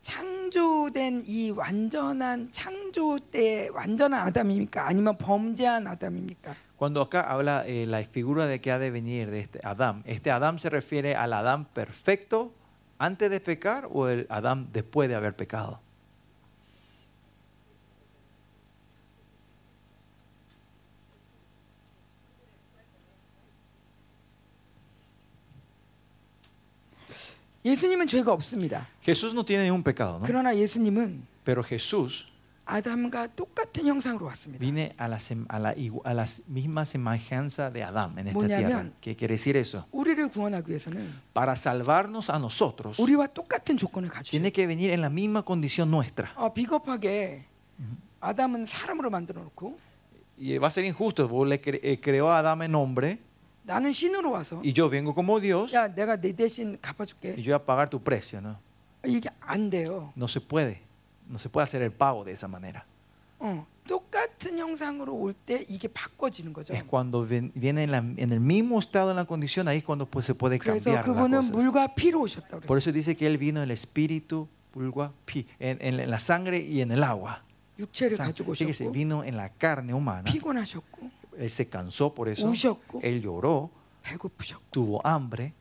[SPEAKER 1] 창조된 이 완전한 창조 때 완전한 아담입니까? 아니면 범죄한 아담입니까?
[SPEAKER 2] Cuando acá habla eh, la figura de que ha de venir de este Adán, ¿este Adán se refiere al Adán perfecto antes de pecar o el Adán después de haber pecado?
[SPEAKER 1] 예수님은 죄가 없습니다.
[SPEAKER 2] Jesús no tiene ningún pecado, ¿no?
[SPEAKER 1] 그러나 예수님은
[SPEAKER 2] Pero Jesús
[SPEAKER 1] 아담과 똑같은 형상으로 왔습니다.
[SPEAKER 2] viene a la, sem- a la igu- a la s- misma semejanza de Adán en esta
[SPEAKER 1] Bueno,
[SPEAKER 2] tierra.
[SPEAKER 1] Adán.
[SPEAKER 2] ¿Qué quiere decir eso?
[SPEAKER 1] 우리를 구원하기 위해서는
[SPEAKER 2] Para salvarnos a nosotros,
[SPEAKER 1] 우리와 똑같은 조건을 가지고
[SPEAKER 2] tiene que venir en la misma condición nuestra.
[SPEAKER 1] 어, 비겁하게 음. 아담은 사람으로 만들어 놓고
[SPEAKER 2] Y va a ser injusto. Vos le cre- eh, creó a Adán en hombre
[SPEAKER 1] 나는 신으로 와서
[SPEAKER 2] y yo vengo como Dios
[SPEAKER 1] 야 내가 내 대신
[SPEAKER 2] y
[SPEAKER 1] 갚아줄게
[SPEAKER 2] yo voy a pagar tu precio, ¿no?
[SPEAKER 1] 이게 안 돼요.
[SPEAKER 2] No se puede. No se puede hacer el pago de esa manera.
[SPEAKER 1] 어, 똑같은 형상으로 올 때 이게 바꿔지는 거죠.
[SPEAKER 2] Es cuando ven- viene en, la- en el mismo estado, en la condición, ahí es cuando pues, se puede
[SPEAKER 1] 그래서
[SPEAKER 2] cambiar las
[SPEAKER 1] 그분은
[SPEAKER 2] cosas.
[SPEAKER 1] 물과 피로 오셨다고
[SPEAKER 2] Por
[SPEAKER 1] 그랬어요.
[SPEAKER 2] eso dice que él vino en el espíritu, pulgua, pi, en, en- en la sangre y en el agua.
[SPEAKER 1] 육체를
[SPEAKER 2] San-
[SPEAKER 1] 가지고
[SPEAKER 2] Fíjese,
[SPEAKER 1] 오셨고
[SPEAKER 2] vino en la carne humana.
[SPEAKER 1] 피곤하셨고
[SPEAKER 2] Él se cansó por eso.
[SPEAKER 1] Huyosco.
[SPEAKER 2] Él lloró,
[SPEAKER 1] 배고프셨고
[SPEAKER 2] tuvo hambre.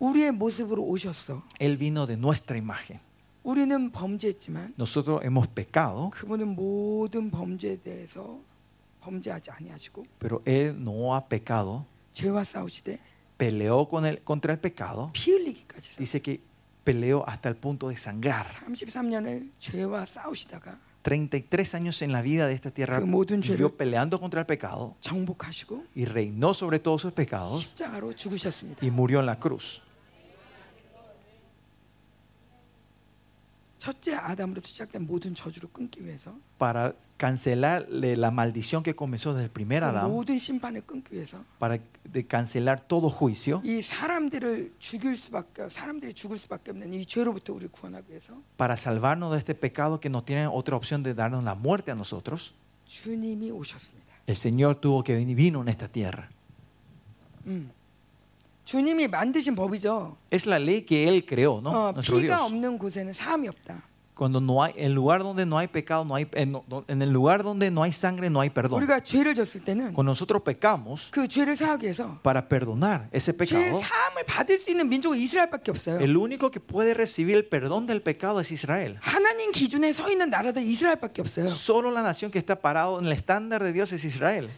[SPEAKER 1] 우리의 모습으로 오셨어.
[SPEAKER 2] Él vino de nuestra imagen.
[SPEAKER 1] 우리는 범죄했지만
[SPEAKER 2] Nosotros hemos
[SPEAKER 1] 어?
[SPEAKER 2] pecado,
[SPEAKER 1] 그분은 모든 범죄에 대해서 범죄하지 아니하시고
[SPEAKER 2] pero Él no ha pecado.
[SPEAKER 1] 죄와 싸우시되
[SPEAKER 2] Peleó con el, contra el pecado.
[SPEAKER 1] 피 흘리기까지 싸우-
[SPEAKER 2] Dice que peleó hasta el punto de sangrar.
[SPEAKER 1] 33년을 죄와 싸우시다가
[SPEAKER 2] 33 años en la vida de esta tierra
[SPEAKER 1] Que 모든 죄를-
[SPEAKER 2] vivió peleando contra el pecado
[SPEAKER 1] 정복하시고
[SPEAKER 2] y reinó sobre todos sus
[SPEAKER 1] 어?
[SPEAKER 2] pecados
[SPEAKER 1] 십자가로 죽으셨습니다.
[SPEAKER 2] y murió en la cruz.
[SPEAKER 1] 첫째 아담으로부터 시작된 모든 저주를 끊기 위해서
[SPEAKER 2] para cancelar le- la maldición que comenzó desde el
[SPEAKER 1] 그
[SPEAKER 2] primer Adán,
[SPEAKER 1] 모든 심판을 끊기 위해서
[SPEAKER 2] para de cancelar todo juicio,
[SPEAKER 1] 이 사람들을 죽일 수밖에 사람들이 죽을 수밖에 없는 이 죄로부터 우리를 구원하기 위해서
[SPEAKER 2] para salvarnos de este pecado que no tiene otra opción de darnos la muerte a nosotros,
[SPEAKER 1] 주님이 오셨습니다.
[SPEAKER 2] el Señor tuvo que venir, vino en esta tierra.
[SPEAKER 1] 음. 주님이 만드신 법이죠.
[SPEAKER 2] Es la ley que Él creó, ¿no?
[SPEAKER 1] 어,
[SPEAKER 2] Nuestro Dios.
[SPEAKER 1] 피가 없는 곳에는 사함이 없다.
[SPEAKER 2] Cuando no hay, en lugar donde no hay pecado, no hay, en, no- en el lugar donde no hay sangre, no hay perdón.
[SPEAKER 1] 우리가 죄를 졌을 때는
[SPEAKER 2] Cuando nosotros pecamos,
[SPEAKER 1] 그 죄를 사하기 위해서
[SPEAKER 2] para perdonar ese
[SPEAKER 1] 죄
[SPEAKER 2] pecado,
[SPEAKER 1] 사함을 받을 수 있는 민족은 이스라엘밖에 없어요.
[SPEAKER 2] el único que puede recibir el perdón del pecado es Israel.
[SPEAKER 1] 하나님 기준에 서 있는 나라도 이스라엘밖에 없어요.
[SPEAKER 2] Solo la nación que está parado en el estándar de Dios es Israel.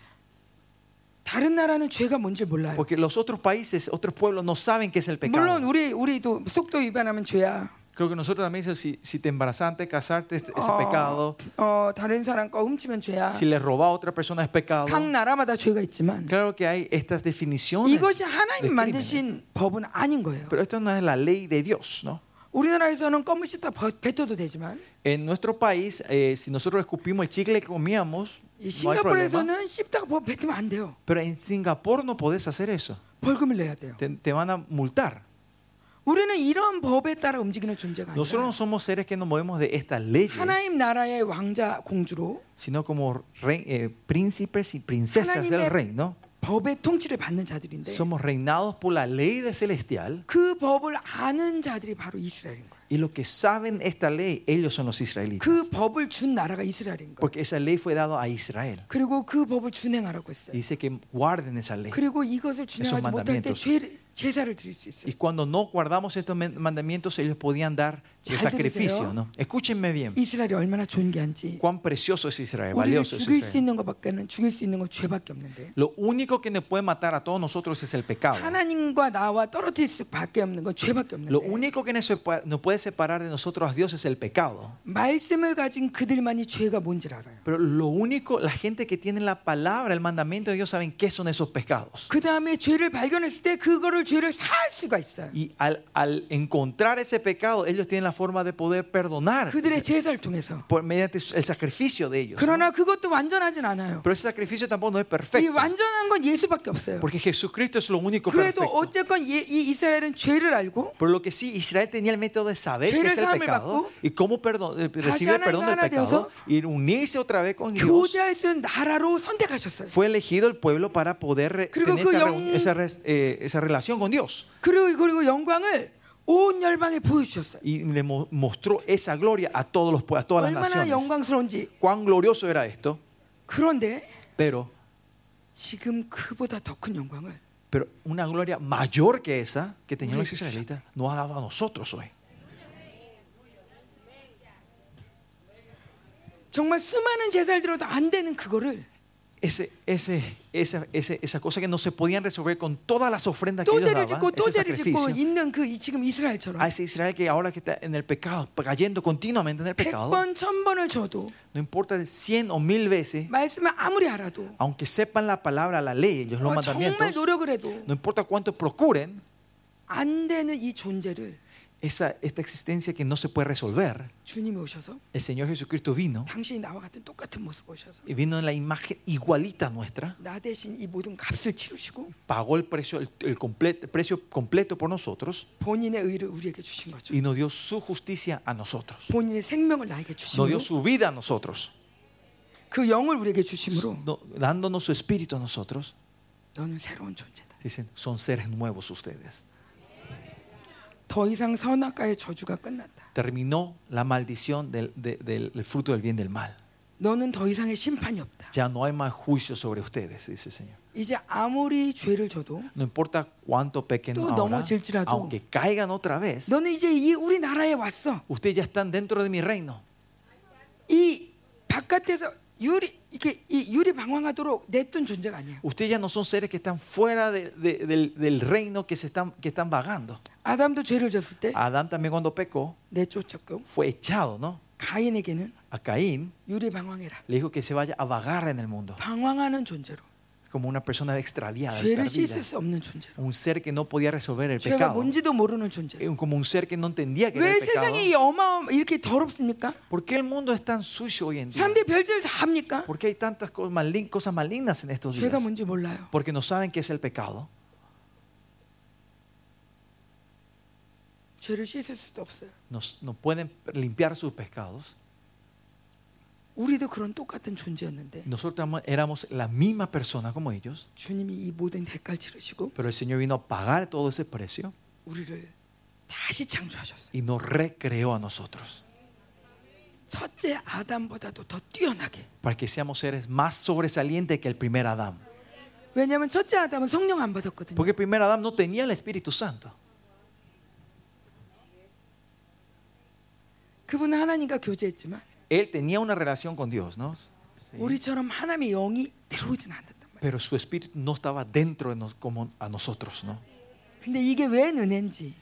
[SPEAKER 1] 다른 나라는 죄가 뭔지 몰라요.
[SPEAKER 2] Porque los otros países, otros pueblos no saben qué es el
[SPEAKER 1] 물론
[SPEAKER 2] pecado.
[SPEAKER 1] 우리 우리도 속도 위반하면 죄야.
[SPEAKER 2] Creo que nosotros también, eso, si, si te embarazaste, casarte, es, es
[SPEAKER 1] 어,
[SPEAKER 2] pecado.
[SPEAKER 1] 어, 다른 사람 거 훔치면 죄야.
[SPEAKER 2] Si le robas a otra persona, es pecado.
[SPEAKER 1] 각 나라마다 죄가 있지만
[SPEAKER 2] Claro que hay estas definiciones.
[SPEAKER 1] 이것이
[SPEAKER 2] de
[SPEAKER 1] 하나님
[SPEAKER 2] crímenes.
[SPEAKER 1] 만드신 법은 아닌 거예요.
[SPEAKER 2] Pero esto no es la ley de Dios, ¿no?
[SPEAKER 1] 우리나라에서는 껌을 씻다 벗- 뱉어도 되지만
[SPEAKER 2] En nuestro país, eh, si nosotros escupimos el chicle que comíamos,
[SPEAKER 1] 이
[SPEAKER 2] no hay problema.
[SPEAKER 1] 싱가포르에서는 씹다가 벗- 뱉으면 안 돼요.
[SPEAKER 2] Pero en Singapur no podés hacer eso.
[SPEAKER 1] 벌금을 내야 돼요.
[SPEAKER 2] Te, te van a multar.
[SPEAKER 1] 우리는 이런 법에 따라 움직이는 존재가
[SPEAKER 2] Nosotros no
[SPEAKER 1] 아니라
[SPEAKER 2] somos seres que nos movemos de estas leyes,
[SPEAKER 1] 하나님 나라의 왕자 공주로
[SPEAKER 2] sino como rey- eh, príncipes y princesas del
[SPEAKER 1] 하나님의
[SPEAKER 2] reino.
[SPEAKER 1] 법의 통치를 받는 자들인데
[SPEAKER 2] Somos reinados por la ley de celestial
[SPEAKER 1] 그 법을 아는 자들이 바로 이스라엘인 거예요.
[SPEAKER 2] y los que saben esta ley, ellos son los israelitas.
[SPEAKER 1] 그 법을 준 나라가 이스라엘인 거예요.
[SPEAKER 2] Porque esa ley fue dada a Israel.
[SPEAKER 1] 그리고 그 법을 준행하라고 했어요.
[SPEAKER 2] Dice que guarden esa ley.
[SPEAKER 1] 그리고 이것을 준행하지 못할 때
[SPEAKER 2] mandamientos.
[SPEAKER 1] 죄, 제사를 드릴 수
[SPEAKER 2] Y
[SPEAKER 1] 있어요.
[SPEAKER 2] cuando no guardamos estos men- mandamientos, ellos podían dar el
[SPEAKER 1] 잘
[SPEAKER 2] sacrificio.
[SPEAKER 1] 들으세요.
[SPEAKER 2] ¿no? Escúchenme bien.
[SPEAKER 1] 이스라엘이 얼마나 존귀한지
[SPEAKER 2] Cuán precioso es Israel,
[SPEAKER 1] 우리를
[SPEAKER 2] valioso es
[SPEAKER 1] 죽일 네, 수 네.
[SPEAKER 2] Israel.
[SPEAKER 1] 있는 것밖에는 죽일 수 있는 건 죄밖에 없는데
[SPEAKER 2] Lo único que nos puede matar a todos nosotros es el pecado.
[SPEAKER 1] 하나님과 나와 떨어질 수밖에 없는 건 죄밖에
[SPEAKER 2] Lo
[SPEAKER 1] 없는데
[SPEAKER 2] único que nos sepa- nos puede separar de nosotros a Dios es el pecado.
[SPEAKER 1] 말씀을 가진 그들만이 죄가 뭔지 알아요.
[SPEAKER 2] Pero lo único, la gente que tiene la palabra, el mandamiento de Dios, saben qué son esos pecados.
[SPEAKER 1] 그 다음에 죄를 발견했을 때 그거를 죄를 사할 수가 있어요.
[SPEAKER 2] Y al, al encontrar ese pecado, ellos tienen la forma de poder perdonar
[SPEAKER 1] 그들의 제사를 통해서.
[SPEAKER 2] por, mediante su- el sacrificio de ellos.
[SPEAKER 1] 그러나 그것도 완전하진 않아요.
[SPEAKER 2] Pero ese sacrificio tampoco no es
[SPEAKER 1] 이
[SPEAKER 2] perfecto.
[SPEAKER 1] 완전한 건 예수밖에 없어요.
[SPEAKER 2] Porque Jesucristo es lo único
[SPEAKER 1] 그래도
[SPEAKER 2] perfecto.
[SPEAKER 1] 어쨌건 예- 이 이스라엘은 죄를 알고
[SPEAKER 2] Por lo que sí, Israel tenía el método de saber qué
[SPEAKER 1] 죄를
[SPEAKER 2] es el
[SPEAKER 1] 사함을 받고
[SPEAKER 2] pecado y cómo perdo- eh, recibir el
[SPEAKER 1] 하나님과
[SPEAKER 2] perdón del
[SPEAKER 1] 하나
[SPEAKER 2] pecado
[SPEAKER 1] 되어서
[SPEAKER 2] y unirse otra vez con Dios.
[SPEAKER 1] 교제할 수 있는 나라로 선택하셨어요.
[SPEAKER 2] Fue elegido el pueblo para poder re-
[SPEAKER 1] 그리고
[SPEAKER 2] tener
[SPEAKER 1] 그
[SPEAKER 2] esa,
[SPEAKER 1] 영-
[SPEAKER 2] reun- esa res- eh, esa relación con Dios.
[SPEAKER 1] 그리고 그리고 영광을 온 열방에 보여주셨어요.
[SPEAKER 2] y le mo- mostró esa gloria a todos los pue- a todas las
[SPEAKER 1] 얼마나
[SPEAKER 2] naciones.
[SPEAKER 1] 영광스러운지.
[SPEAKER 2] Cuán glorioso era esto.
[SPEAKER 1] 그런데
[SPEAKER 2] Pero,
[SPEAKER 1] 지금 그보다 더 큰 영광을
[SPEAKER 2] pero una gloria mayor que esa que tenían los
[SPEAKER 1] Jesús.
[SPEAKER 2] israelitas nos ha dado a nosotros hoy.
[SPEAKER 1] 정말 수많은 제사를 들어도 안 되는 그거를
[SPEAKER 2] Ese, ese, esa, ese- esa cosa que no se podían resolver con todas las ofrendas que
[SPEAKER 1] 또
[SPEAKER 2] ellos
[SPEAKER 1] 죄를 짓고
[SPEAKER 2] daban,
[SPEAKER 1] 또
[SPEAKER 2] ese
[SPEAKER 1] 죄를 짓고
[SPEAKER 2] sacrificio,
[SPEAKER 1] 있는 그 이- 지금
[SPEAKER 2] a
[SPEAKER 1] 이스라엘처럼
[SPEAKER 2] ese Israel que ahora que está en el pecado, cayendo continuamente en el pecado,
[SPEAKER 1] 100번 1000번을 줘도
[SPEAKER 2] no importa cien o mil veces,
[SPEAKER 1] 말씀을 아무리 알아도
[SPEAKER 2] aunque sepan la palabra, la ley, los, los
[SPEAKER 1] 어, 정말
[SPEAKER 2] mandamientos,
[SPEAKER 1] 노력을 해도
[SPEAKER 2] no importa cuánto procuren,
[SPEAKER 1] 안 되는 이 존재를
[SPEAKER 2] esa, esta existencia que no se puede resolver,
[SPEAKER 1] 주님이 오셔서
[SPEAKER 2] el Señor Jesucristo vino
[SPEAKER 1] 당신이 nawa 같은 똑같은 모습 오셔서
[SPEAKER 2] y vino en la imagen igualita nuestra,
[SPEAKER 1] 나 대신 이 모든 값을 치르시고
[SPEAKER 2] pagó el precio, el, el comple- precio completo por nosotros
[SPEAKER 1] 본인의 의를 우리에게 주신 거죠.
[SPEAKER 2] y nos dio su justicia a nosotros,
[SPEAKER 1] 본인의 생명을 나에게
[SPEAKER 2] nos
[SPEAKER 1] 주심으로
[SPEAKER 2] dio su vida a nosotros,
[SPEAKER 1] 그 영을 우리에게 주심으로
[SPEAKER 2] no- dándonos su espíritu a nosotros.
[SPEAKER 1] 너는 새로운 존재다.
[SPEAKER 2] Dicen, son seres nuevos ustedes.
[SPEAKER 1] 더 이상 선악과의 저주가 끝났다.
[SPEAKER 2] Terminó la maldición del, de- del- del fruto del bien y del mal.
[SPEAKER 1] 너는 더 이상의 심판이 없다.
[SPEAKER 2] Ya no hay más juicio sobre ustedes, dice el Señor.
[SPEAKER 1] 이제 아무리 죄를 져도
[SPEAKER 2] No importa cuánto pequen
[SPEAKER 1] Tú
[SPEAKER 2] ahora,
[SPEAKER 1] 넘어질지라도
[SPEAKER 2] aunque caigan otra vez,
[SPEAKER 1] 너는 이제 이 우리 나라에 왔어.
[SPEAKER 2] ustedes ya están dentro de mi reino.
[SPEAKER 1] 이 바깥에서 유리 이렇게 이 유리 방황하도록 냈던 존재가 아니야.
[SPEAKER 2] Ustedes ya no son seres que están fuera de- de- del, del reino que, se están, que están vagando.
[SPEAKER 1] 아담도 죄를 졌을 때
[SPEAKER 2] Adán también cuando pecó
[SPEAKER 1] 내쫓았고
[SPEAKER 2] fue echado, ¿no?
[SPEAKER 1] 가인에게는
[SPEAKER 2] A Caín
[SPEAKER 1] 유리 방황해라.
[SPEAKER 2] le dijo que se vaya a vagar en el mundo,
[SPEAKER 1] 방황하는 존재로
[SPEAKER 2] como una persona extraviada,
[SPEAKER 1] 죄를
[SPEAKER 2] perdida.
[SPEAKER 1] 씻을 수 없는 존재로
[SPEAKER 2] un ser que no podía resolver el
[SPEAKER 1] 죄가
[SPEAKER 2] pecado,
[SPEAKER 1] 뭔지도 모르는 존재로
[SPEAKER 2] como un ser que no entendía que era
[SPEAKER 1] 왜
[SPEAKER 2] el pecado.
[SPEAKER 1] 세상이 이 어마어마 이렇게 더럽습니까?
[SPEAKER 2] ¿Por qué el mundo es tan sucio hoy en día?
[SPEAKER 1] 사람들이 별짓을 다 합니까?
[SPEAKER 2] ¿Por qué hay tantas cosas, malin- cosas malignas en estos días?
[SPEAKER 1] 죄가 뭔지 몰라요.
[SPEAKER 2] Porque no saben qué es el pecado.
[SPEAKER 1] 죄를 씻을 수도 없어요.
[SPEAKER 2] No, no pueden limpiar sus pecados.
[SPEAKER 1] 우리도 그런 똑같은 존재였는데
[SPEAKER 2] Nosotros éramos- éramos la misma persona como ellos.
[SPEAKER 1] 주님이 이 모든 대가를 치르시고
[SPEAKER 2] Pero el Señor vino a pagar todo ese precio
[SPEAKER 1] 우리를 다시 창조하셨어요.
[SPEAKER 2] y nos recreó a nosotros
[SPEAKER 1] 첫째 아담보다도 더 뛰어나게.
[SPEAKER 2] para que seamos seres más sobresalientes que el primer Adán.
[SPEAKER 1] 왜냐하면 첫째 아담은 성령 안 받았거든요.
[SPEAKER 2] Porque el primer Adán no tenía el Espíritu Santo.
[SPEAKER 1] 그분은 하나님과 교제했지만
[SPEAKER 2] Él tenía una relación con Dios, ¿no? 네.
[SPEAKER 1] 우리처럼 하나님의 영이 들어오진 않았단 말이에요.
[SPEAKER 2] Pero su espíritu no estaba dentro de nos, como a nosotros, ¿no?
[SPEAKER 1] 근데 이게 왜 은혜인지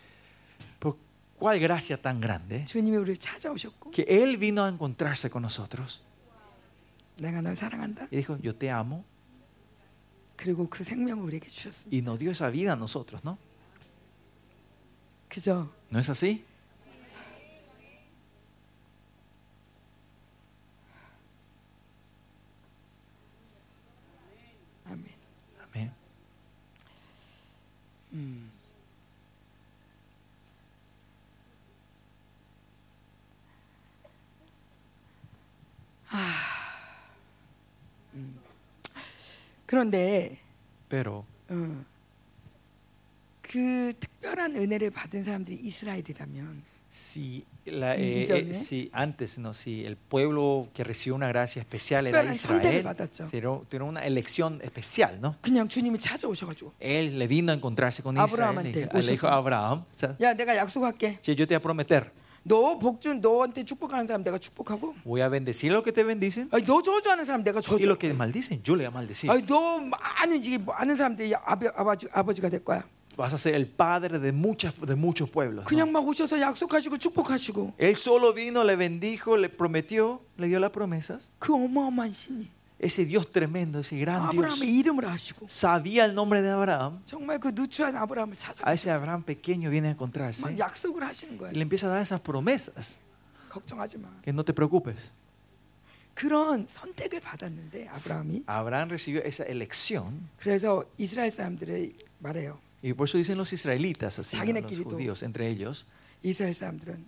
[SPEAKER 2] Pero cuál gracia tan grande
[SPEAKER 1] 주님이 우리를 찾아오셨고
[SPEAKER 2] que Él vino a encontrarse con nosotros
[SPEAKER 1] 내가 널 사랑한다.
[SPEAKER 2] y dijo, yo te amo,
[SPEAKER 1] 그리고 그 생명을 우리에게 주셨습니다.
[SPEAKER 2] y nos dio esa vida a nosotros, ¿no?
[SPEAKER 1] 그죠?
[SPEAKER 2] ¿No es así?
[SPEAKER 1] 아멘.
[SPEAKER 2] Amén.
[SPEAKER 1] 음. 아. 음. 그런데
[SPEAKER 2] Pero
[SPEAKER 1] 어, 그 특별한 은혜를 받은 사람들이 이스라엘이라면
[SPEAKER 2] si, la-
[SPEAKER 1] ¿Y-
[SPEAKER 2] eh,
[SPEAKER 1] y yo,
[SPEAKER 2] eh,
[SPEAKER 1] eh?
[SPEAKER 2] si antes, ¿no? si el pueblo que recibió una gracia especial era
[SPEAKER 1] Pero el
[SPEAKER 2] Israel,
[SPEAKER 1] 선택을 받았죠.
[SPEAKER 2] tuvieron tuvieron una elección especial, ¿no?
[SPEAKER 1] 그냥 주님이 찾아오셔가지고
[SPEAKER 2] Él le vino a encontrarse con Israel, le
[SPEAKER 1] Abraham한테
[SPEAKER 2] dijo- le dijo
[SPEAKER 1] 오셔서.
[SPEAKER 2] a Abraham, o sea,
[SPEAKER 1] 야 내가 약속할게.
[SPEAKER 2] "Che, yo te voy a prometer,
[SPEAKER 1] 너 복준 너한테 축복하는 사람 내가 축복하고
[SPEAKER 2] voy a bendecir lo que te bendicen
[SPEAKER 1] 아니, 너 저주하는 사람 내가
[SPEAKER 2] y lo
[SPEAKER 1] 저주.
[SPEAKER 2] que maldicen, yo le voy a maldecir.
[SPEAKER 1] 아니 너 많은 이게 많은 사람들이 아버, 아버지 아버지가 될 거야.
[SPEAKER 2] vas a ser el padre de, muchas, de muchos pueblos. ¿no?
[SPEAKER 1] 그냥 막 오셔서 약속하시고 축복하시고
[SPEAKER 2] Él solo vino, le bendijo, le prometió, le dio las promesas.
[SPEAKER 1] 그 어마어마한 신이
[SPEAKER 2] Ese Dios tremendo, ese gran Dios,
[SPEAKER 1] 아브라함의 이름을 아시고
[SPEAKER 2] sabía el nombre de Abraham.
[SPEAKER 1] 정말 그 누추한 아브라함을
[SPEAKER 2] A
[SPEAKER 1] 찾아
[SPEAKER 2] ese Abraham pequeño viene a encontrarse
[SPEAKER 1] 막 약속을 하시는 거야.
[SPEAKER 2] y le empieza a dar esas promesas.
[SPEAKER 1] 걱정하지 마.
[SPEAKER 2] Que no te preocupes.
[SPEAKER 1] 그런 선택을 받았는데 아브라함이
[SPEAKER 2] Abraham recibió esa elección
[SPEAKER 1] 그래서 이스라엘 사람들이 말해요.
[SPEAKER 2] y por eso dicen los israelitas, así, ¿no? los
[SPEAKER 1] 자기네끼리도.
[SPEAKER 2] judíos, entre ellos.
[SPEAKER 1] 이스라엘 사람들은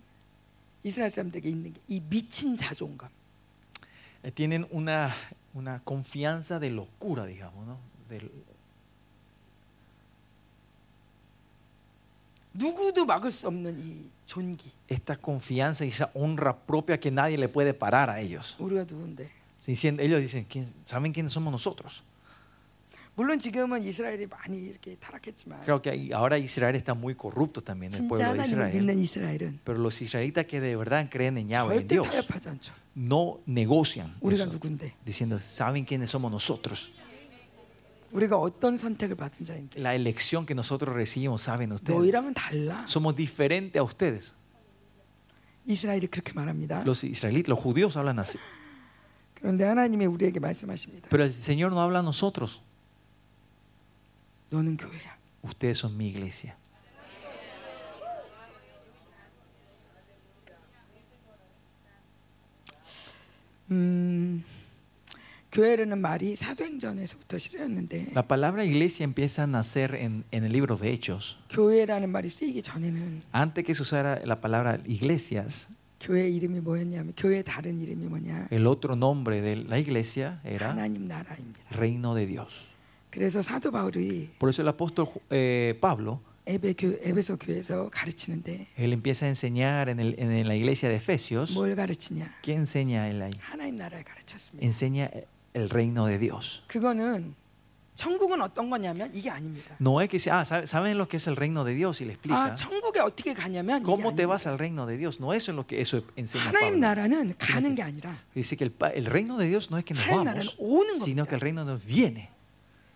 [SPEAKER 1] 이스라엘 사람들에게 있는 게 이 미친 자존감.
[SPEAKER 2] eh, tienen una, una confianza de locura, digamos, ¿no? Del-
[SPEAKER 1] 누구도 막을 수 없는 이 존귀.
[SPEAKER 2] esta confianza y esa honra propia que nadie le puede parar a ellos.
[SPEAKER 1] 우리가 누군데?
[SPEAKER 2] Dicien- ellos dicen, "¿Quién- ¿saben quiénes somos nosotros?
[SPEAKER 1] 물론 지금은 이스라엘이 많이 이렇게 타락했지만
[SPEAKER 2] Creo que ahí- ahora Israel está muy corrupto también, el
[SPEAKER 1] 진짜
[SPEAKER 2] pueblo de
[SPEAKER 1] 하나님을
[SPEAKER 2] Israel.
[SPEAKER 1] 믿는 이스라엘은
[SPEAKER 2] Pero los israelitas que de verdad creen en Yahweh, en
[SPEAKER 1] 절대
[SPEAKER 2] Dios,
[SPEAKER 1] 타협하지 않죠.
[SPEAKER 2] no negocian
[SPEAKER 1] 우리가
[SPEAKER 2] eso,
[SPEAKER 1] 누군데?
[SPEAKER 2] diciendo, ¿saben quiénes somos nosotros?
[SPEAKER 1] 우리가 어떤 선택을 받은 자인데
[SPEAKER 2] La elección que nosotros recibimos, saben
[SPEAKER 1] 네.
[SPEAKER 2] ustedes.
[SPEAKER 1] 너희랑은 달라.
[SPEAKER 2] Somos diferentes a ustedes.
[SPEAKER 1] 이스라엘이 그렇게 말합니다.
[SPEAKER 2] Los israelitas, los judíos hablan así.
[SPEAKER 1] 그런데 하나님이 우리에게 말씀하십니다.
[SPEAKER 2] Pero el Señor no habla a nosotros.
[SPEAKER 1] 너는 교회야.
[SPEAKER 2] Ustedes son mi iglesia.
[SPEAKER 1] 음, 교회라는 말이 사도행전에서부터 시작했는데
[SPEAKER 2] La palabra iglesia empieza a nacer en, en el libro de Hechos.
[SPEAKER 1] 교회라는 말이 쓰이기 전에는
[SPEAKER 2] Antes que se usara la palabra iglesias,
[SPEAKER 1] 교회 이름이 뭐였냐면 교회 다른 이름이 뭐냐
[SPEAKER 2] el otro nombre de la iglesia era
[SPEAKER 1] 하나님 나라입니다.
[SPEAKER 2] reino de Dios.
[SPEAKER 1] 그래서 사도 바울이
[SPEAKER 2] Por eso el apóstol eh, Pablo,
[SPEAKER 1] 에베 교, 에베소 교회에서 가르치는데
[SPEAKER 2] él empieza a enseñar en, el- en la iglesia de Efesios.
[SPEAKER 1] 뭘 가르치냐?
[SPEAKER 2] ¿Qué enseña él ahí?
[SPEAKER 1] 하나님 나라를 가르쳤습니다.
[SPEAKER 2] Enseña eh, el reino de Dios.
[SPEAKER 1] 그거는 천국은 어떤 거냐면 이게 아닙니다.
[SPEAKER 2] No es que sea, ah, ¿sabe- ¿saben lo que es el reino de Dios? Y le
[SPEAKER 1] 아,
[SPEAKER 2] explica.
[SPEAKER 1] 천국에 어떻게 가냐면 이게
[SPEAKER 2] ¿Cómo te
[SPEAKER 1] 아닙니다.
[SPEAKER 2] vas al reino de Dios? No eso es lo que eso enseña
[SPEAKER 1] 하나님
[SPEAKER 2] Pablo.
[SPEAKER 1] 나라는 가는 게 아니라
[SPEAKER 2] Dice que el, pa- el reino de Dios no es que nos
[SPEAKER 1] 하나님
[SPEAKER 2] vamos,
[SPEAKER 1] 나라는 오는
[SPEAKER 2] sino
[SPEAKER 1] 겁니다.
[SPEAKER 2] que el reino de Dios viene.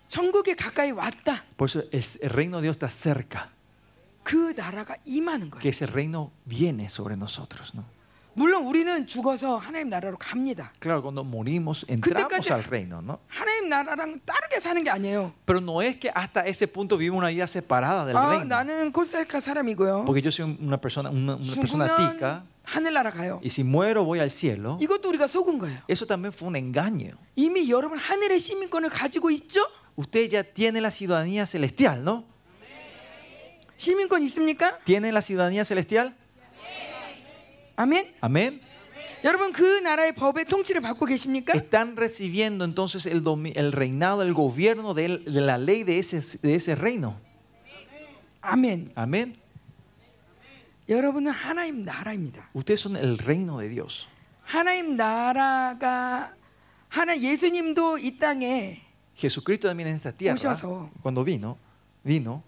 [SPEAKER 1] 천국에 가까이 왔다.
[SPEAKER 2] Por eso es- el reino de Dios está cerca,
[SPEAKER 1] 그 나라가 임하는
[SPEAKER 2] que
[SPEAKER 1] 거예요.
[SPEAKER 2] ese reino viene sobre nosotros. ¿no?
[SPEAKER 1] 물론 우리는 죽어서 하나님 나라로 갑니다.
[SPEAKER 2] Claro, cuando morimos entramos
[SPEAKER 1] 그때까지
[SPEAKER 2] al reino, ¿no?
[SPEAKER 1] 하나님 나라랑 다르게 사는 게 아니에요.
[SPEAKER 2] Pero no es que hasta ese punto vivimos una vida separada del
[SPEAKER 1] 아,
[SPEAKER 2] reino.
[SPEAKER 1] 나는 코스타리카 사람이고요.
[SPEAKER 2] Porque yo soy un- una persona, una, una persona tica
[SPEAKER 1] 죽으면 하늘나라 가요.
[SPEAKER 2] y si muero voy al cielo.
[SPEAKER 1] 이것도 우리가 속은 거예요.
[SPEAKER 2] Eso también fue un engaño.
[SPEAKER 1] 이미 여러분 하늘의 시민권을 가지고 있죠?
[SPEAKER 2] Usted ya tiene la ciudadanía celestial, ¿no?
[SPEAKER 1] 시민권 있습니까?
[SPEAKER 2] ¿Tiene la ciudadanía celestial?
[SPEAKER 1] 아멘.
[SPEAKER 2] Amén.
[SPEAKER 1] 여러분 그 나라의 법의 통치를 받고 계십니까?
[SPEAKER 2] Están recibiendo entonces el, domi- el reinado, el gobierno del- de, la ley de ese, de ese reino.
[SPEAKER 1] 아멘.
[SPEAKER 2] Amén.
[SPEAKER 1] 여러분은 하나님 나라입니다.
[SPEAKER 2] Ustedes son el reino de Dios.
[SPEAKER 1] 하나님 나라가 하나 예수님도 이 땅에
[SPEAKER 2] Jesucristo también en esta tierra,
[SPEAKER 1] Uyoso.
[SPEAKER 2] cuando vino, vino,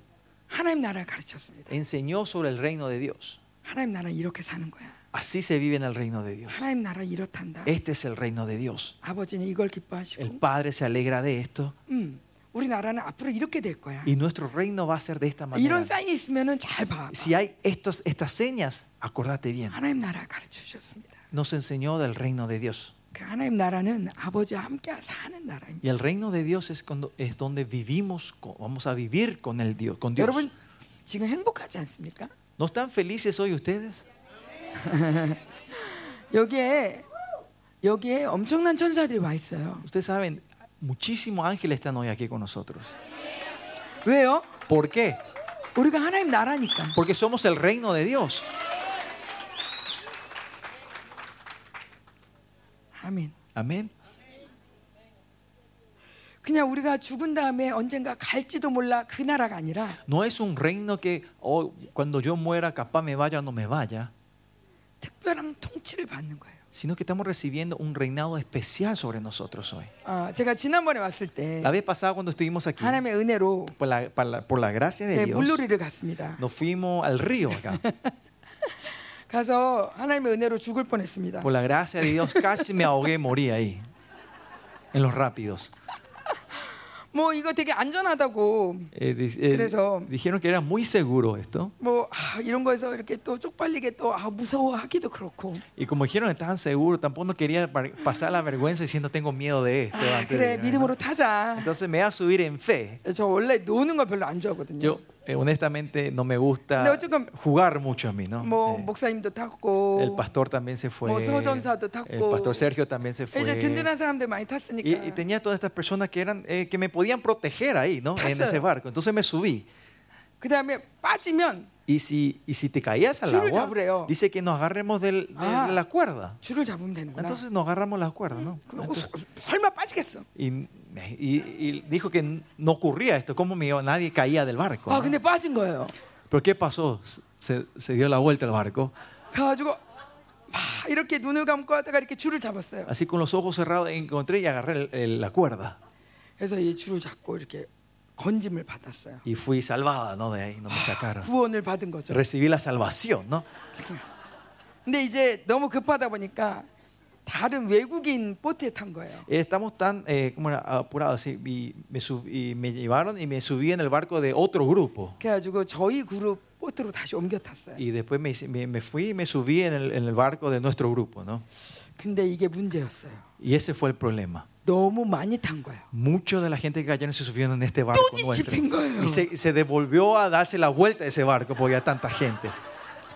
[SPEAKER 1] 하나님 나라를 가르쳤습니다.
[SPEAKER 2] enseñó sobre el reino de Dios.
[SPEAKER 1] 하나님 나라 이렇게 사는 거야.
[SPEAKER 2] Así se vive en el reino de Dios.
[SPEAKER 1] 하나님 나라 이렇단다.
[SPEAKER 2] Este es el reino de Dios.
[SPEAKER 1] 아버지는 이걸
[SPEAKER 2] El
[SPEAKER 1] 기뻐하시고,
[SPEAKER 2] Padre se alegra de esto
[SPEAKER 1] 음, 우리 나라는 앞으로 이렇게 될 거야.
[SPEAKER 2] y nuestro reino va a ser de esta
[SPEAKER 1] 이런
[SPEAKER 2] manera.
[SPEAKER 1] 사인이 있으면은 잘 봐.
[SPEAKER 2] Si hay estos, estas señas, acordate bien.
[SPEAKER 1] 하나님 나라 가르쳐 주셨습니다.
[SPEAKER 2] Nos enseñó del reino de Dios.
[SPEAKER 1] 그 하나님 나라는 아버지와 함께 사는 나라입니다.
[SPEAKER 2] Y el reino de Dios es, cuando, es donde vivimos, con- vamos a vivir con, el Dios, con Dios.
[SPEAKER 1] 여러분 지금 행복하지 않습니까?
[SPEAKER 2] ¿No están felices hoy ustedes?
[SPEAKER 1] 여기에 여기에 엄청난 천사들이 와 있어요.
[SPEAKER 2] Ustedes saben, muchísimos ángeles están hoy aquí con nosotros.
[SPEAKER 1] 왜요?
[SPEAKER 2] ¿Por qué?
[SPEAKER 1] 우리가 하나님 나라니까.
[SPEAKER 2] Porque somos el reino de Dios.
[SPEAKER 1] 아멘.
[SPEAKER 2] Amén.
[SPEAKER 1] 그냥 우리가 죽은 다음에 언젠가 갈지도 몰라 그 나라가 아니라
[SPEAKER 2] No es un reino que oh, cuando yo muera, capaz me vaya o no me vaya,
[SPEAKER 1] 특별한 통치를 받는 거예요.
[SPEAKER 2] sino que estamos recibiendo un reinado especial sobre nosotros hoy.
[SPEAKER 1] 아, 제가 지난번에 왔을 때
[SPEAKER 2] La vez pasada cuando estuvimos aquí,
[SPEAKER 1] 하나님의 은혜로
[SPEAKER 2] por la, por la- por la gracia de
[SPEAKER 1] 네,
[SPEAKER 2] Dios,
[SPEAKER 1] 물놀이를 갔습니다.
[SPEAKER 2] nos fuimos al río acá.
[SPEAKER 1] 가서 하나님의 은혜로 죽을 뻔했습니다.
[SPEAKER 2] Por la gracia de Dios, casi me ahogué, morí ahí. En los rápidos.
[SPEAKER 1] 뭐 이거 되게 안전하다고
[SPEAKER 2] Eh, di- eh,
[SPEAKER 1] Creo.
[SPEAKER 2] dijeron que era muy seguro esto.
[SPEAKER 1] 뭐 아, 이런 거에서 이렇게 또 쪽팔리게 또 아, 무서워하기도 그렇고
[SPEAKER 2] Y como dijeron que estaban seguros, tampoco no quería par- pasar la vergüenza diciendo tengo miedo de esto.
[SPEAKER 1] 아,
[SPEAKER 2] antes de
[SPEAKER 1] 그래
[SPEAKER 2] irme", ¿no?
[SPEAKER 1] 믿음으로 타자.
[SPEAKER 2] Entonces me voy a subir en fe.
[SPEAKER 1] 저 원래 노는 걸 별로 안 좋아하거든요.
[SPEAKER 2] Yo eh, honestamente no me gusta
[SPEAKER 1] No, yo com-
[SPEAKER 2] jugar mucho a mí, ¿no?
[SPEAKER 1] 뭐
[SPEAKER 2] Eh,
[SPEAKER 1] 목사님도
[SPEAKER 2] el
[SPEAKER 1] 탔고
[SPEAKER 2] pastor también se fue.
[SPEAKER 1] Mo- 서전사도 탔고.
[SPEAKER 2] El pastor Sergio también se fue.
[SPEAKER 1] 이제 든든한 사람들 많이
[SPEAKER 2] Y,
[SPEAKER 1] 탔으니까
[SPEAKER 2] y tenía todas estas personas que eran eh, que me podían proteger ahí, ¿no? En
[SPEAKER 1] Pastor.
[SPEAKER 2] ese barco. Entonces me subí.
[SPEAKER 1] 그 다음에 빠지면
[SPEAKER 2] Y si, y si te caías al
[SPEAKER 1] Churro
[SPEAKER 2] agua,
[SPEAKER 1] chabreo.
[SPEAKER 2] dice que nos agarremos del- de
[SPEAKER 1] Ah.
[SPEAKER 2] la cuerda.
[SPEAKER 1] 줄을 잡으면 되는구나.
[SPEAKER 2] Entonces nos agarramos las cuerdas, ¿no?
[SPEAKER 1] 그럼 어, 설마 빠지겠어?
[SPEAKER 2] Y, y- y dijo que no ocurría esto, ¿cómo me iba? Nadie caía del barco.
[SPEAKER 1] 아
[SPEAKER 2] ¿no?
[SPEAKER 1] 근데 빠진 거예요.
[SPEAKER 2] Pero ¿qué pasó? Se, se dio la vuelta el barco
[SPEAKER 1] 가가지고 막 이렇게 눈을 감고 하다가 이렇게 줄을 잡았어요.
[SPEAKER 2] Así con los ojos cerrados encontré y agarré el- el- la cuerda.
[SPEAKER 1] 그래서 이 줄을 잡고 이렇게 건짐을 받았어요.
[SPEAKER 2] Y fui salvada, ¿no? De ahí no me sacaron.
[SPEAKER 1] 구원을 받은 거죠.
[SPEAKER 2] Recibí la salvación, ¿no?
[SPEAKER 1] 근데 이제 너무 급하다 보니까 다른 외국인 보트에 탄 거예요.
[SPEAKER 2] Eh, Estamos tan eh, como era, apurados sí, y me, sub- y me llevaron y me subí en el barco de otro grupo.
[SPEAKER 1] 그래가지고 저희 그룹 보트로 다시 옮겨 탔어요.
[SPEAKER 2] Y después me, hice- me- me fui y me subí en el, en el barco de nuestro grupo, ¿no?
[SPEAKER 1] 근데 이게 문제였어요.
[SPEAKER 2] Y ese fue el problema.
[SPEAKER 1] 너무 많이 탄 거예요.
[SPEAKER 2] Mucho de la gente que cayeron se subieron en este barco
[SPEAKER 1] Todo
[SPEAKER 2] nuestro.
[SPEAKER 1] chipingo.
[SPEAKER 2] Y se, se devolvió a darse la vuelta a ese barco porque había tanta gente.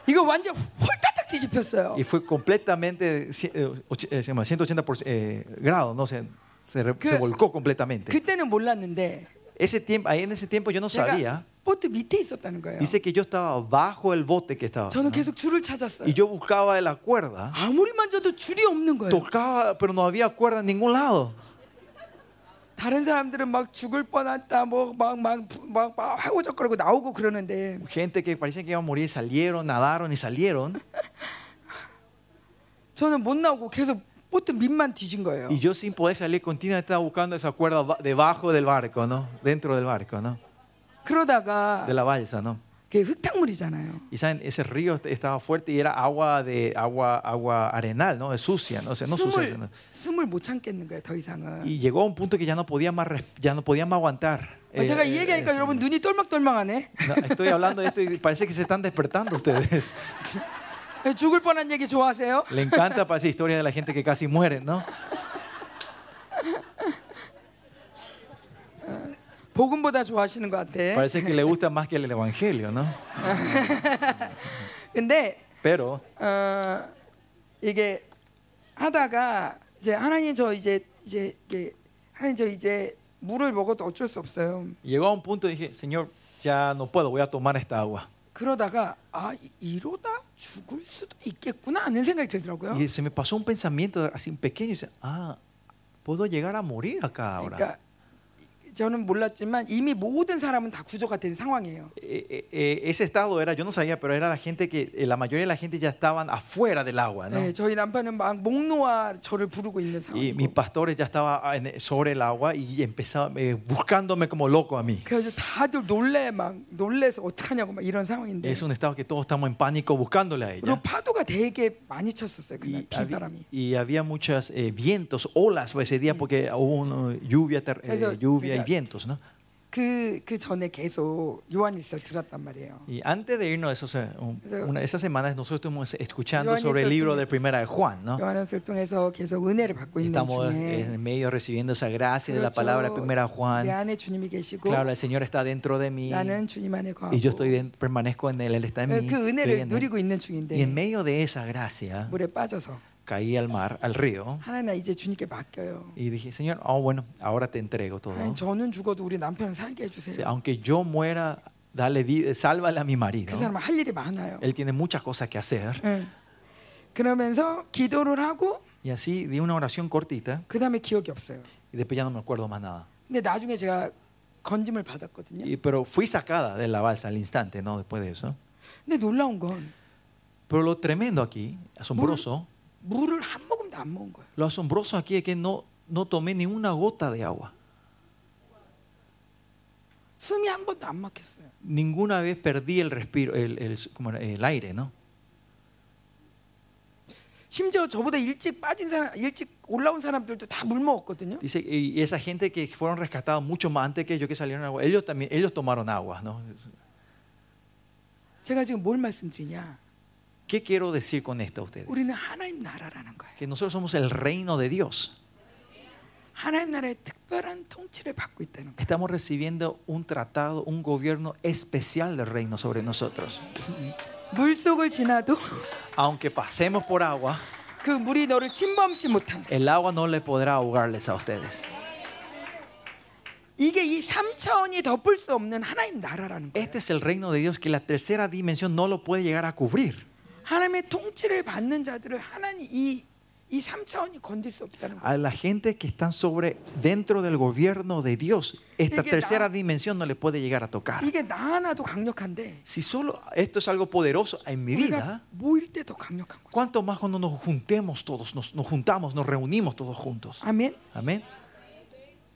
[SPEAKER 1] 이거 완전 홀딱딱 뒤집혔어요.
[SPEAKER 2] Y fue completamente cien- eh, och- eh, se llama 180 por- eh, grados, ¿no? Se, se, re-
[SPEAKER 1] Que-
[SPEAKER 2] se volcó completamente.
[SPEAKER 1] 그때는 몰랐는데
[SPEAKER 2] ese tiempo, ahí en ese tiempo yo no
[SPEAKER 1] 제가
[SPEAKER 2] sabía.
[SPEAKER 1] 보트 밑에 있었다는 거예요.
[SPEAKER 2] Dice que yo estaba bajo el bote que estaba.
[SPEAKER 1] 저는
[SPEAKER 2] ¿no?
[SPEAKER 1] 계속 줄을 찾았어요.
[SPEAKER 2] Y yo buscaba la cuerda.
[SPEAKER 1] 아무리 만져도 줄이 없는 거예요.
[SPEAKER 2] Tocaba, pero no había cuerda en ningún lado.
[SPEAKER 1] 다른 사람들은 막 죽을 뻔했다 뭐 뭐막막막 하고저거리고 나오고 그러는데
[SPEAKER 2] Gente que parecía que iba a morir salieron, nadaron y salieron.
[SPEAKER 1] 저는 못 나오고 계속 보트 밑만 뒤진 거예요.
[SPEAKER 2] Y yo sin poder salir continuamente estaba buscando esa cuerda ba- debajo del barco, ¿no? Dentro del barco, ¿no?
[SPEAKER 1] 그러다가
[SPEAKER 2] De la balsa, ¿no?
[SPEAKER 1] 그게 흙탕물이잖아요.
[SPEAKER 2] Y saben, ese río est- estaba fuerte y era agua de agua agua arenal, ¿no? Es sucia, ¿no? O sea, no sucia.
[SPEAKER 1] 숨을
[SPEAKER 2] sino-
[SPEAKER 1] 숨을 못 참겠는 거예요. 더 이상은.
[SPEAKER 2] Y llegó a un punto que ya no podía más res- ya no podía más aguantar.
[SPEAKER 1] 아,
[SPEAKER 2] Eh,
[SPEAKER 1] 제가 이
[SPEAKER 2] eh,
[SPEAKER 1] 얘기하니까
[SPEAKER 2] eso.
[SPEAKER 1] 여러분 눈이 똘망똘망하네.
[SPEAKER 2] No, estoy hablando de esto y parece que se están despertando ustedes.
[SPEAKER 1] 죽을 뻔한 얘기 좋아하세요?
[SPEAKER 2] Le encanta para esa historia de la gente que casi muere, ¿no?
[SPEAKER 1] 복음보다 좋아하시는 것 같아.
[SPEAKER 2] Parece que le gusta más que el evangelio, ¿no?
[SPEAKER 1] 근데
[SPEAKER 2] Pero
[SPEAKER 1] 어, 이게 하다가 이제 하나님 저 이제 이제 이게 하나님 저 이제 물을 먹어도 어쩔 수 없어요.
[SPEAKER 2] llegó a un punto y dije, Señor, ya no puedo, voy a tomar esta agua.
[SPEAKER 1] 그러다가 아 이- 이러다 죽을 수도 있겠구나 하는 생각이 들더라고요.
[SPEAKER 2] Y se me pasó un pensamiento así pequeño y dice, ah, puedo llegar a morir acá ahora.
[SPEAKER 1] 그러니까 저는 몰랐지만 이미 모든 사람은 다 구조가 된 상황이에요.
[SPEAKER 2] Eh, eh, eh, ese estado era, yo no sabía, pero era la gente que, eh, la mayoría de la gente ya estaban afuera del agua, ¿no?
[SPEAKER 1] 네, 저희 남편은 막 목놓아 저를 부르고 있는
[SPEAKER 2] Y mis
[SPEAKER 1] 상황이고
[SPEAKER 2] pastores ya estaban sobre el agua y empezaban eh, buscándome como loco a mí.
[SPEAKER 1] 그래서 다들 놀래 막 놀래서 어떡하냐고 막 이런 상황인데
[SPEAKER 2] Es un estado que todos estamos en pánico buscándole a
[SPEAKER 1] 그리고
[SPEAKER 2] ella.
[SPEAKER 1] 파도가 되게 많이 쳤었어요 그날
[SPEAKER 2] Y había,
[SPEAKER 1] 비바람이
[SPEAKER 2] y había muchas eh, vientos, olas pues, ese día porque hubo una lluvia, ter- eh,
[SPEAKER 1] Eso,
[SPEAKER 2] lluvia y
[SPEAKER 1] llega-
[SPEAKER 2] vientos, ¿no?
[SPEAKER 1] 그, 그 전에 계속 요한일서 들었단 말이에요
[SPEAKER 2] Y antes de irnos, esos, eh, un-
[SPEAKER 1] Eso-
[SPEAKER 2] una- esas semanas nosotros estuvimos escuchando
[SPEAKER 1] Joan
[SPEAKER 2] sobre
[SPEAKER 1] hizo
[SPEAKER 2] el libro
[SPEAKER 1] el-
[SPEAKER 2] de Primera de Juan,
[SPEAKER 1] 어?
[SPEAKER 2] ¿no?
[SPEAKER 1] 요한일서를 통해서 계속 은혜를 받고
[SPEAKER 2] Y
[SPEAKER 1] 있는
[SPEAKER 2] Estamos eh,
[SPEAKER 1] 중에
[SPEAKER 2] en medio recibiendo esa gracia de la palabra de
[SPEAKER 1] 그렇죠.
[SPEAKER 2] Primera de
[SPEAKER 1] 내
[SPEAKER 2] Juan.
[SPEAKER 1] 안에 주님이 계시고
[SPEAKER 2] Claro, el Señor está dentro de mí
[SPEAKER 1] 나는 주님 안에 거하고
[SPEAKER 2] y yo estoy den- permanezco en Él, Él está en mí.
[SPEAKER 1] 그
[SPEAKER 2] estoy
[SPEAKER 1] 은혜를
[SPEAKER 2] en Él.
[SPEAKER 1] 누리고 있는
[SPEAKER 2] Y en
[SPEAKER 1] 중인데
[SPEAKER 2] medio de esa gracia
[SPEAKER 1] 물에 빠져서
[SPEAKER 2] caí al mar, al río,
[SPEAKER 1] 하나님 나 이제 주님께 맡겨요
[SPEAKER 2] y dije, Señor, oh, bueno, ahora te entrego todo.
[SPEAKER 1] 하나님 저는 죽어도 우리 남편은 살게
[SPEAKER 2] Sí,
[SPEAKER 1] 해주세요
[SPEAKER 2] aunque yo muera, dale vida, sálvale a mi
[SPEAKER 1] 그
[SPEAKER 2] marido.
[SPEAKER 1] 사람은 할 일이 많아요
[SPEAKER 2] Él tiene muchas cosas que hacer.
[SPEAKER 1] 예. 그러면서 기도를 하고
[SPEAKER 2] Y así di una oración cortita
[SPEAKER 1] 그 다음에 기억이 없어요.
[SPEAKER 2] y después ya no me acuerdo más nada.
[SPEAKER 1] 근데 나중에 제가 건짐을 받았거든요.
[SPEAKER 2] Y- pero fui sacada de la balsa al instante, ¿no? Después de eso.
[SPEAKER 1] 근데 놀라운 건
[SPEAKER 2] Pero lo tremendo aquí, asombroso,
[SPEAKER 1] 물을 한 모금도 안 먹은 거예요.
[SPEAKER 2] lo asombroso aquí es que no, no tomé ni una gota de agua.
[SPEAKER 1] 숨이 한 번도 안 막혔어요.
[SPEAKER 2] Ninguna vez perdí el respiro, el, el- ¿cómo era? el aire, ¿no?
[SPEAKER 1] 심지어 저보다 일찍 빠진 사람, 일찍 올라온 사람들도 다 물 먹었거든요.
[SPEAKER 2] Dice, y y esa gente que fueron rescatados mucho más antes que yo que salieron agua, ellos también, ellos tomaron agua, ¿no?
[SPEAKER 1] 제가 지금 뭘 말씀드리냐?
[SPEAKER 2] ¿Qué quiero decir con esto a ustedes?
[SPEAKER 1] 우리는 하나님 나라라는 거예요.
[SPEAKER 2] que nosotros somos el reino de Dios.
[SPEAKER 1] 하나님 나라의 특별한 통치를 받고 있다는 거예요.
[SPEAKER 2] Estamos recibiendo un tratado, un gobierno especial del reino sobre nosotros.
[SPEAKER 1] 물 속을 지나도
[SPEAKER 2] Aunque pasemos por agua,
[SPEAKER 1] 그 물이 너를 침범치 못한.
[SPEAKER 2] el agua no le podrá ahogarles a ustedes.
[SPEAKER 1] 이게 이 3차원이 덮을 수 없는 하나님 나라라는 거예요.
[SPEAKER 2] Este es el reino de Dios que la tercera dimensión no lo puede llegar a cubrir.
[SPEAKER 1] 하나님의 통치를 받는 자들을 하나님 이 이 3차원이 건들 수 없다는 거예요.
[SPEAKER 2] A la gente que están sobre dentro del gobierno de Dios, esta
[SPEAKER 1] Sigue
[SPEAKER 2] tercera
[SPEAKER 1] da-
[SPEAKER 2] dimensión no le puede llegar a tocar.
[SPEAKER 1] 이게 나 하나도 강력한데
[SPEAKER 2] Si solo esto es algo poderoso en mi
[SPEAKER 1] 우리가
[SPEAKER 2] vida,
[SPEAKER 1] 모일 때 더 강력한 거예요.
[SPEAKER 2] cuánto más cuando nos juntemos todos, nos, nos juntamos, nos reunimos todos juntos.
[SPEAKER 1] 아멘.
[SPEAKER 2] Amén.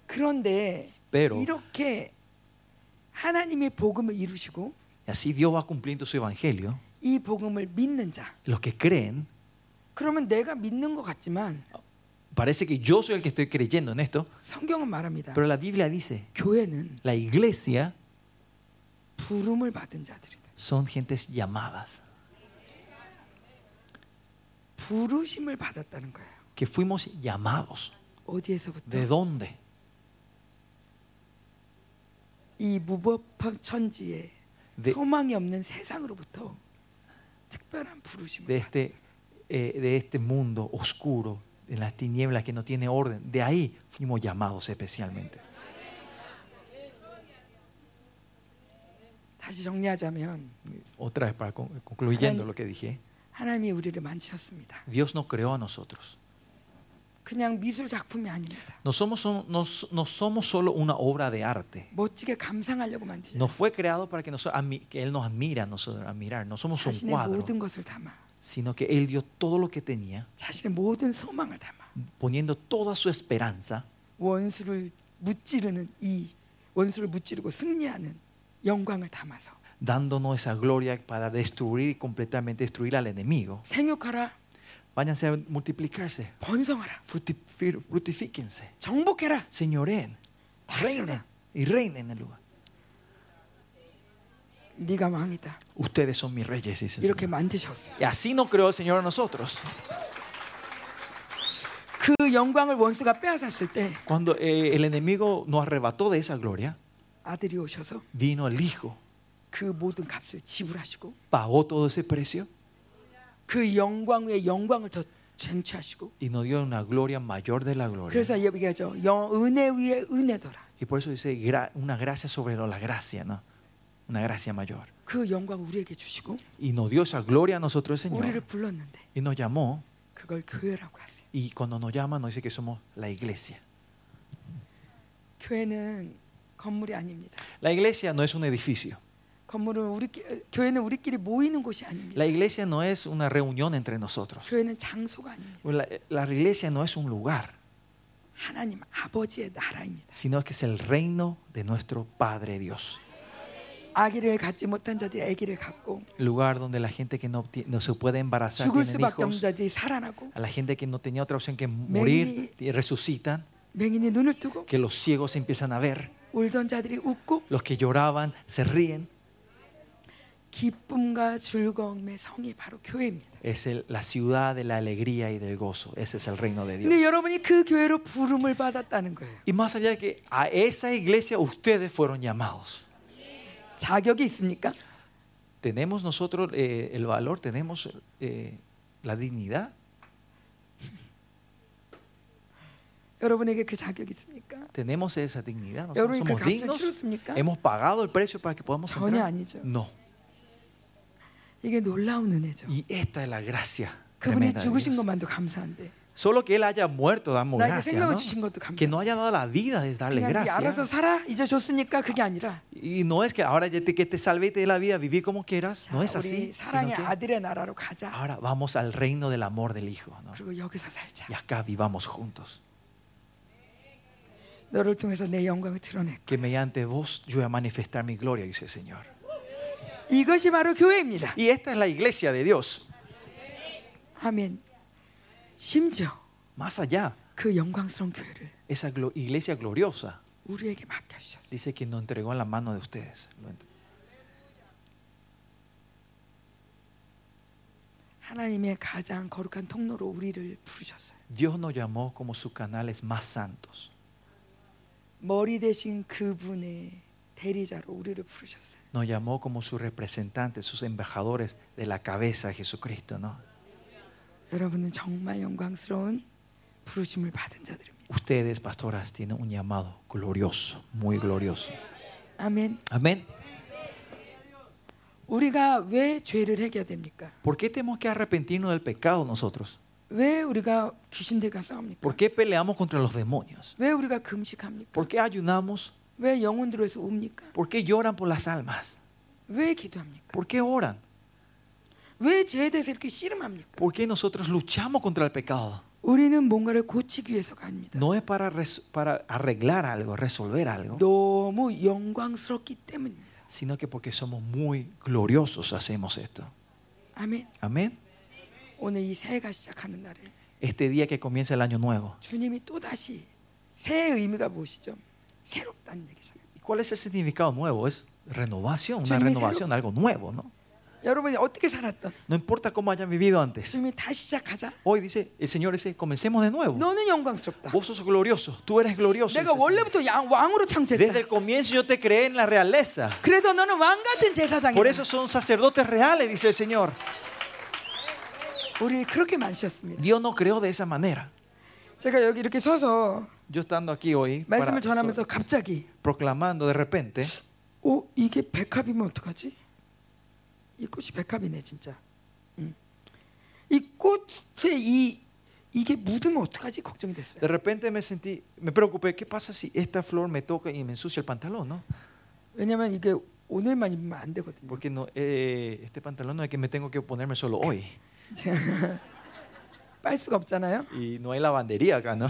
[SPEAKER 1] 그런데
[SPEAKER 2] Pero-
[SPEAKER 1] 이렇게 하나님의 복음을 이루시고
[SPEAKER 2] Y así Dios va cumpliendo su evangelio.
[SPEAKER 1] 이 복음을 믿는 자.
[SPEAKER 2] Los que creen,
[SPEAKER 1] 그러면 내가 믿는 것 같지만
[SPEAKER 2] parece que yo soy el que estoy creyendo en esto,
[SPEAKER 1] 성경은 말합니다.
[SPEAKER 2] pero la Biblia dice,
[SPEAKER 1] 교회는
[SPEAKER 2] la iglesia
[SPEAKER 1] 부름을 받은 자들이다.
[SPEAKER 2] son gentes llamadas,
[SPEAKER 1] 부르심을 받았다는 거예요.
[SPEAKER 2] que fuimos llamados.
[SPEAKER 1] 어디에서부터?
[SPEAKER 2] ¿De dónde?
[SPEAKER 1] 이 무법한 천지에
[SPEAKER 2] 네.
[SPEAKER 1] 소망이 없는 세상으로부터 특별한 부르심을
[SPEAKER 2] de
[SPEAKER 1] 받았다.
[SPEAKER 2] este, eh, de este mundo oscuro, en las tinieblas que no tiene orden. De ahí fuimos llamados especialmente.
[SPEAKER 1] 다시 정리하자면
[SPEAKER 2] Otra vez, para con- concluyendo lo que dije,
[SPEAKER 1] 하나님이 우리를 만지셨습니다.
[SPEAKER 2] Dios nos creó a nosotros.
[SPEAKER 1] 그냥 미술 작품이 아닙니다.
[SPEAKER 2] No somos, so- no, so- no somos solo una obra de arte.
[SPEAKER 1] 멋지게 감상하려고 만지셨어요.
[SPEAKER 2] No fue creado para que, noso- admi- que Él nos admira, nosotros admirar. No somos un
[SPEAKER 1] 자신의
[SPEAKER 2] cuadro,
[SPEAKER 1] 모든 것을 담아
[SPEAKER 2] sino que Él dio todo lo que tenía,
[SPEAKER 1] 자신의 모든 소망을 담아
[SPEAKER 2] poniendo toda su esperanza
[SPEAKER 1] 원수를 무찌르는 이 원수를 무찌르고 승리하는 영광을 담아서
[SPEAKER 2] dándonos esa gloria para destruir y completamente destruir al enemigo.
[SPEAKER 1] 생육하라
[SPEAKER 2] Váyanse a multiplicarse,
[SPEAKER 1] 번성하라
[SPEAKER 2] Fructifi- fructifíquense,
[SPEAKER 1] 정복해라
[SPEAKER 2] señoreen, reinen y reinen en el lugar.
[SPEAKER 1] 네가 왕이다
[SPEAKER 2] Ustedes son mis reyes, dice el
[SPEAKER 1] 이렇게
[SPEAKER 2] Señor.
[SPEAKER 1] 만드셨어
[SPEAKER 2] Y así nos creó el Señor a nosotros.
[SPEAKER 1] 그 영광을 원수가 빼앗았을 때
[SPEAKER 2] Cuando eh, el enemigo nos arrebató de esa gloria,
[SPEAKER 1] 아들이 오셔서
[SPEAKER 2] vino el Hijo,
[SPEAKER 1] 그 모든 값을 지불하시고
[SPEAKER 2] pagó todo ese precio
[SPEAKER 1] 그 영광 위에 영광을 더 쟁취하시고
[SPEAKER 2] y nos dio una gloria mayor de la gloria.
[SPEAKER 1] 그래서 얘기하죠 영, 은혜 위에 은혜더라
[SPEAKER 2] Y por eso dice gra- una gracia sobre la gracia, ¿no? Una gracia mayor.
[SPEAKER 1] 그 영광 우리에게 주시고
[SPEAKER 2] Y nos dio esa gloria a nosotros el
[SPEAKER 1] 우리를
[SPEAKER 2] Señor.
[SPEAKER 1] 불렀는데
[SPEAKER 2] Y nos llamó.
[SPEAKER 1] 그걸 교회라고 하세요
[SPEAKER 2] Y cuando nos llama, nos dice que somos la iglesia.
[SPEAKER 1] 교회는 건물이 아닙니다
[SPEAKER 2] La iglesia no es un edificio.
[SPEAKER 1] 건물은 우리 교회는 우리끼리 모이는 곳이 아닙니다.
[SPEAKER 2] La iglesia no es una reunión entre nosotros.
[SPEAKER 1] 교회는 장소가 아닙니다.
[SPEAKER 2] La, la iglesia no es un lugar,
[SPEAKER 1] 하나님 아버지의 나라입니다.
[SPEAKER 2] sino que es el reino de nuestro Padre Dios.
[SPEAKER 1] 아기를 갖지 못한 자들이 아기를 갖고
[SPEAKER 2] El lugar donde la gente que no, obti- no se puede embarazar
[SPEAKER 1] 죽을
[SPEAKER 2] tienen
[SPEAKER 1] 수밖에 없는
[SPEAKER 2] hijos.
[SPEAKER 1] 자들이 살아나고
[SPEAKER 2] A la gente que no tenía otra opción que morir y resucitan.
[SPEAKER 1] 맹인이 눈을 뜨고
[SPEAKER 2] Que los ciegos empiezan a ver.
[SPEAKER 1] 울던 자들이 웃고
[SPEAKER 2] Los que lloraban se ríen.
[SPEAKER 1] 기쁨과 즐거움의 성이 바로 교회입니다.
[SPEAKER 2] Es el- la ciudad de la alegría y del gozo. Ese es el reino de
[SPEAKER 1] 근데
[SPEAKER 2] Dios.
[SPEAKER 1] 여러분이 그 교회로 부름을 받았다는 거예요.
[SPEAKER 2] Y más allá de que a esa iglesia ustedes fueron llamados.
[SPEAKER 1] 자격이 있습니까?
[SPEAKER 2] ¿Tenemos nosotros eh, el valor? ¿Tenemos eh, la dignidad?
[SPEAKER 1] 여러분에게 그 자격이 있습니까?
[SPEAKER 2] ¿Tenemos esa dignidad? ¿Nosotros
[SPEAKER 1] 여러분이 그
[SPEAKER 2] somos
[SPEAKER 1] 값을
[SPEAKER 2] dignos?
[SPEAKER 1] 치렀습니까?
[SPEAKER 2] ¿Hemos pagado el precio para que podamos
[SPEAKER 1] 전혀
[SPEAKER 2] entrar?
[SPEAKER 1] 아니죠.
[SPEAKER 2] No.
[SPEAKER 1] 이게 놀라운 은혜죠.
[SPEAKER 2] Y esta es la gracia.
[SPEAKER 1] 그분이
[SPEAKER 2] tremenda de
[SPEAKER 1] 죽으신
[SPEAKER 2] Dios.
[SPEAKER 1] 것만도 감사한데
[SPEAKER 2] Solo que Él haya muerto, damos
[SPEAKER 1] 나에게
[SPEAKER 2] gracias.
[SPEAKER 1] 생명을
[SPEAKER 2] ¿no?
[SPEAKER 1] 주신 것도 감사해요.
[SPEAKER 2] Que no haya dado la vida es darle
[SPEAKER 1] 그냥 네 알아서
[SPEAKER 2] gracias.
[SPEAKER 1] 살아 이제 줬으니까 그게 아니라
[SPEAKER 2] Y no es que ahora ya te, que te salve y te dé la vida, viví como quieras.
[SPEAKER 1] 자,
[SPEAKER 2] No es
[SPEAKER 1] 우리
[SPEAKER 2] así. sino
[SPEAKER 1] 사랑의
[SPEAKER 2] que
[SPEAKER 1] 아들의 나라로 가자.
[SPEAKER 2] ahora vamos al reino del amor del Hijo. ¿no?
[SPEAKER 1] 그리고 여기서 살자.
[SPEAKER 2] Y acá vivamos juntos.
[SPEAKER 1] 너를 통해서 내 영광을 드러냈고
[SPEAKER 2] Que mediante vos yo voy a manifestar mi gloria, dice el Señor.
[SPEAKER 1] 이것이 바로 교회입니다.
[SPEAKER 2] Y esta es la iglesia de Dios.
[SPEAKER 1] 아멘. 심지어
[SPEAKER 2] Más allá,
[SPEAKER 1] 그 영광스러운 교회를
[SPEAKER 2] esa glo- iglesia gloriosa
[SPEAKER 1] 우리에게 맡겨주셨어요.
[SPEAKER 2] dice que nos entregó en la mano de ustedes. Lo ent-
[SPEAKER 1] 하나님의 가장 거룩한 통로로 우리를 부르셨어요.
[SPEAKER 2] Dios nos llamó como sus canales más santos.
[SPEAKER 1] 머리 대신 그분의 대리자로 우리를 부르셨어요.
[SPEAKER 2] Nos llamó como sus representantes, sus embajadores de la cabeza de Jesucristo. ¿no?
[SPEAKER 1] 여러분은 정말 영광스러운 부르심을 받은 자들입니다.
[SPEAKER 2] Ustedes, pastoras, tienen un llamado glorioso, muy glorioso.
[SPEAKER 1] 아멘.
[SPEAKER 2] Amén.
[SPEAKER 1] 우리가 왜 죄를 해결해야 됩니까?
[SPEAKER 2] ¿Por qué tenemos que arrepentirnos del pecado nosotros?
[SPEAKER 1] 왜 우리가 귀신들과 싸웁니까?
[SPEAKER 2] ¿Por qué peleamos contra los demonios?
[SPEAKER 1] 왜 우리가 금식합니까?
[SPEAKER 2] ¿Por qué ayunamos?
[SPEAKER 1] 왜 영혼들에서 웁니까?
[SPEAKER 2] ¿Por qué lloran por las almas?
[SPEAKER 1] 왜 기도합니까?
[SPEAKER 2] ¿Por qué oran?
[SPEAKER 1] 왜 죄에 대해서 이렇게 씨름합니까?
[SPEAKER 2] ¿Por qué nosotros luchamos contra el pecado?
[SPEAKER 1] 우리는 뭔가를 고치기 위해서가 아닙니다.
[SPEAKER 2] No es para, res- para arreglar algo, resolver algo,
[SPEAKER 1] 너무 영광스럽기 때문입니다.
[SPEAKER 2] sino que porque somos muy gloriosos hacemos esto.
[SPEAKER 1] 아멘.
[SPEAKER 2] Amén.
[SPEAKER 1] 오늘 이 새해가 시작하는 날에
[SPEAKER 2] Este día que comienza el año nuevo.
[SPEAKER 1] 주님이 또 다시 새해 의미가 무엇이죠? 새롭다는 얘기잖아요.
[SPEAKER 2] ¿Y cuál es el significado nuevo? Es renovación, una
[SPEAKER 1] Señor,
[SPEAKER 2] renovación, algo nuevo, ¿no?
[SPEAKER 1] 여러분이 어떻게 살았던
[SPEAKER 2] No importa cómo hayan vivido antes.
[SPEAKER 1] 주님이 다시 시작하자.
[SPEAKER 2] Hoy dice el Señor dice, comencemos de nuevo.
[SPEAKER 1] 너는 영광스럽다.
[SPEAKER 2] Vos sos glorioso, tú eres glorioso. dice
[SPEAKER 1] 내가
[SPEAKER 2] el Señor.
[SPEAKER 1] 원래부터 양- 왕으로
[SPEAKER 2] Desde el
[SPEAKER 1] 창조했다.
[SPEAKER 2] comienzo yo te creé en la realeza.
[SPEAKER 1] 그래서 너는 왕 같은
[SPEAKER 2] Por
[SPEAKER 1] 제사장이다.
[SPEAKER 2] eso son sacerdotes reales, dice el Señor.
[SPEAKER 1] 우리를 그렇게 만드셨습니다.
[SPEAKER 2] Dios no creó de esa manera.
[SPEAKER 1] 제가 여기 이렇게 서서
[SPEAKER 2] Yo estando aquí hoy para-
[SPEAKER 1] 말씀을 전하면서 갑자기
[SPEAKER 2] proclamando de repente,
[SPEAKER 1] 어 이게 백합이면 어떡하지? 이 꽃이 백합이네 진짜. 음. 이 꽃에 이 이게 묻으면 어떡하지 걱정이 됐어요.
[SPEAKER 2] de repente me sentí, me preocupé, ¿qué pasa si esta flor me toca y me ensucia el pantalón? ¿no?
[SPEAKER 1] 왜냐면 이게 오늘만 입으면 안 되거든요.
[SPEAKER 2] Porque no, eh, este pantalón no es que me tengo que ponerme solo hoy.
[SPEAKER 1] 제가 빨 수가 없잖아요.
[SPEAKER 2] Y no hay lavandería acá, ¿no?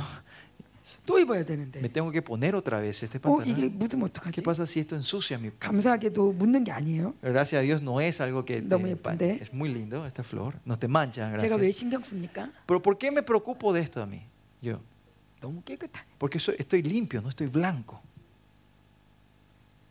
[SPEAKER 1] 또 입어야
[SPEAKER 2] Me
[SPEAKER 1] 되는데.
[SPEAKER 2] tengo que poner otra vez este
[SPEAKER 1] 어 이게
[SPEAKER 2] pantalón.
[SPEAKER 1] 묻으면
[SPEAKER 2] ¿Qué
[SPEAKER 1] 어떡하지?
[SPEAKER 2] pasa si esto ensucia mi
[SPEAKER 1] 감사하게도 묻는 게 아니에요.
[SPEAKER 2] Gracias a Dios no es algo que
[SPEAKER 1] No me
[SPEAKER 2] te, pa-
[SPEAKER 1] apunté.
[SPEAKER 2] es muy lindo esta flor, no te mancha,
[SPEAKER 1] 제가 왜
[SPEAKER 2] gracias.
[SPEAKER 1] 신경 씁니까?
[SPEAKER 2] Pero ¿por qué me preocupo de esto a mí? Yo,
[SPEAKER 1] 너무 깨끗하네.
[SPEAKER 2] porque soy- estoy limpio, no estoy blanco.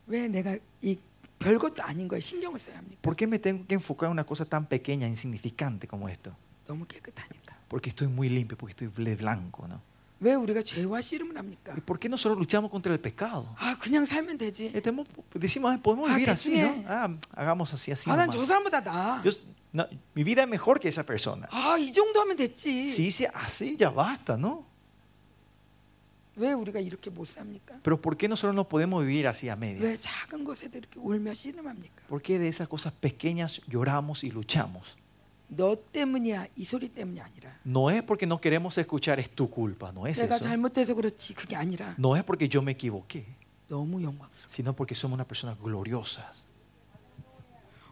[SPEAKER 1] 왜 내가 이 별것도 아닌 거에 신경을 써야 합니까?
[SPEAKER 2] ¿Por qué me tengo que enfocar en una cosa tan pequeña, insignificante como esto?
[SPEAKER 1] 너무 깨끗하니까.
[SPEAKER 2] Porque estoy muy limpio, porque estoy ble- blanco, ¿no?
[SPEAKER 1] 왜 우리가 죄와 씨름을 합니까?
[SPEAKER 2] ¿Y por qué nosotros luchamos contra el pecado?
[SPEAKER 1] 아 그냥 살면 되지.
[SPEAKER 2] Estamos- decimos, "Ay, podemos
[SPEAKER 1] Ah,
[SPEAKER 2] vivir
[SPEAKER 1] que
[SPEAKER 2] así,
[SPEAKER 1] sí,
[SPEAKER 2] ¿no?
[SPEAKER 1] eh.
[SPEAKER 2] Ah, hagamos así, así.
[SPEAKER 1] 아 난
[SPEAKER 2] nomás".
[SPEAKER 1] 저 사람보다 나.
[SPEAKER 2] Yo s- no, mi vida es mejor que esa persona.
[SPEAKER 1] 아 이 정도 하면 됐지.
[SPEAKER 2] Si hice así, ya basta, ¿no?
[SPEAKER 1] 왜 우리가 이렇게 못 삽니까?
[SPEAKER 2] Pero ¿por qué nosotros no podemos vivir así a medias?
[SPEAKER 1] 왜 작은 것에도 이렇게 울며 씨름합니까?
[SPEAKER 2] ¿Por qué de esas cosas pequeñas lloramos y luchamos?
[SPEAKER 1] 너 때문이야 이 소리 때문이 아니라.
[SPEAKER 2] No es porque no queremos escuchar, es tu culpa, no es
[SPEAKER 1] 내가
[SPEAKER 2] eso.
[SPEAKER 1] 잘못돼서 그렇지 그게 아니라
[SPEAKER 2] No es porque yo me equivoqué,
[SPEAKER 1] 너무 영광스러워.
[SPEAKER 2] sino porque somos unas personas gloriosas.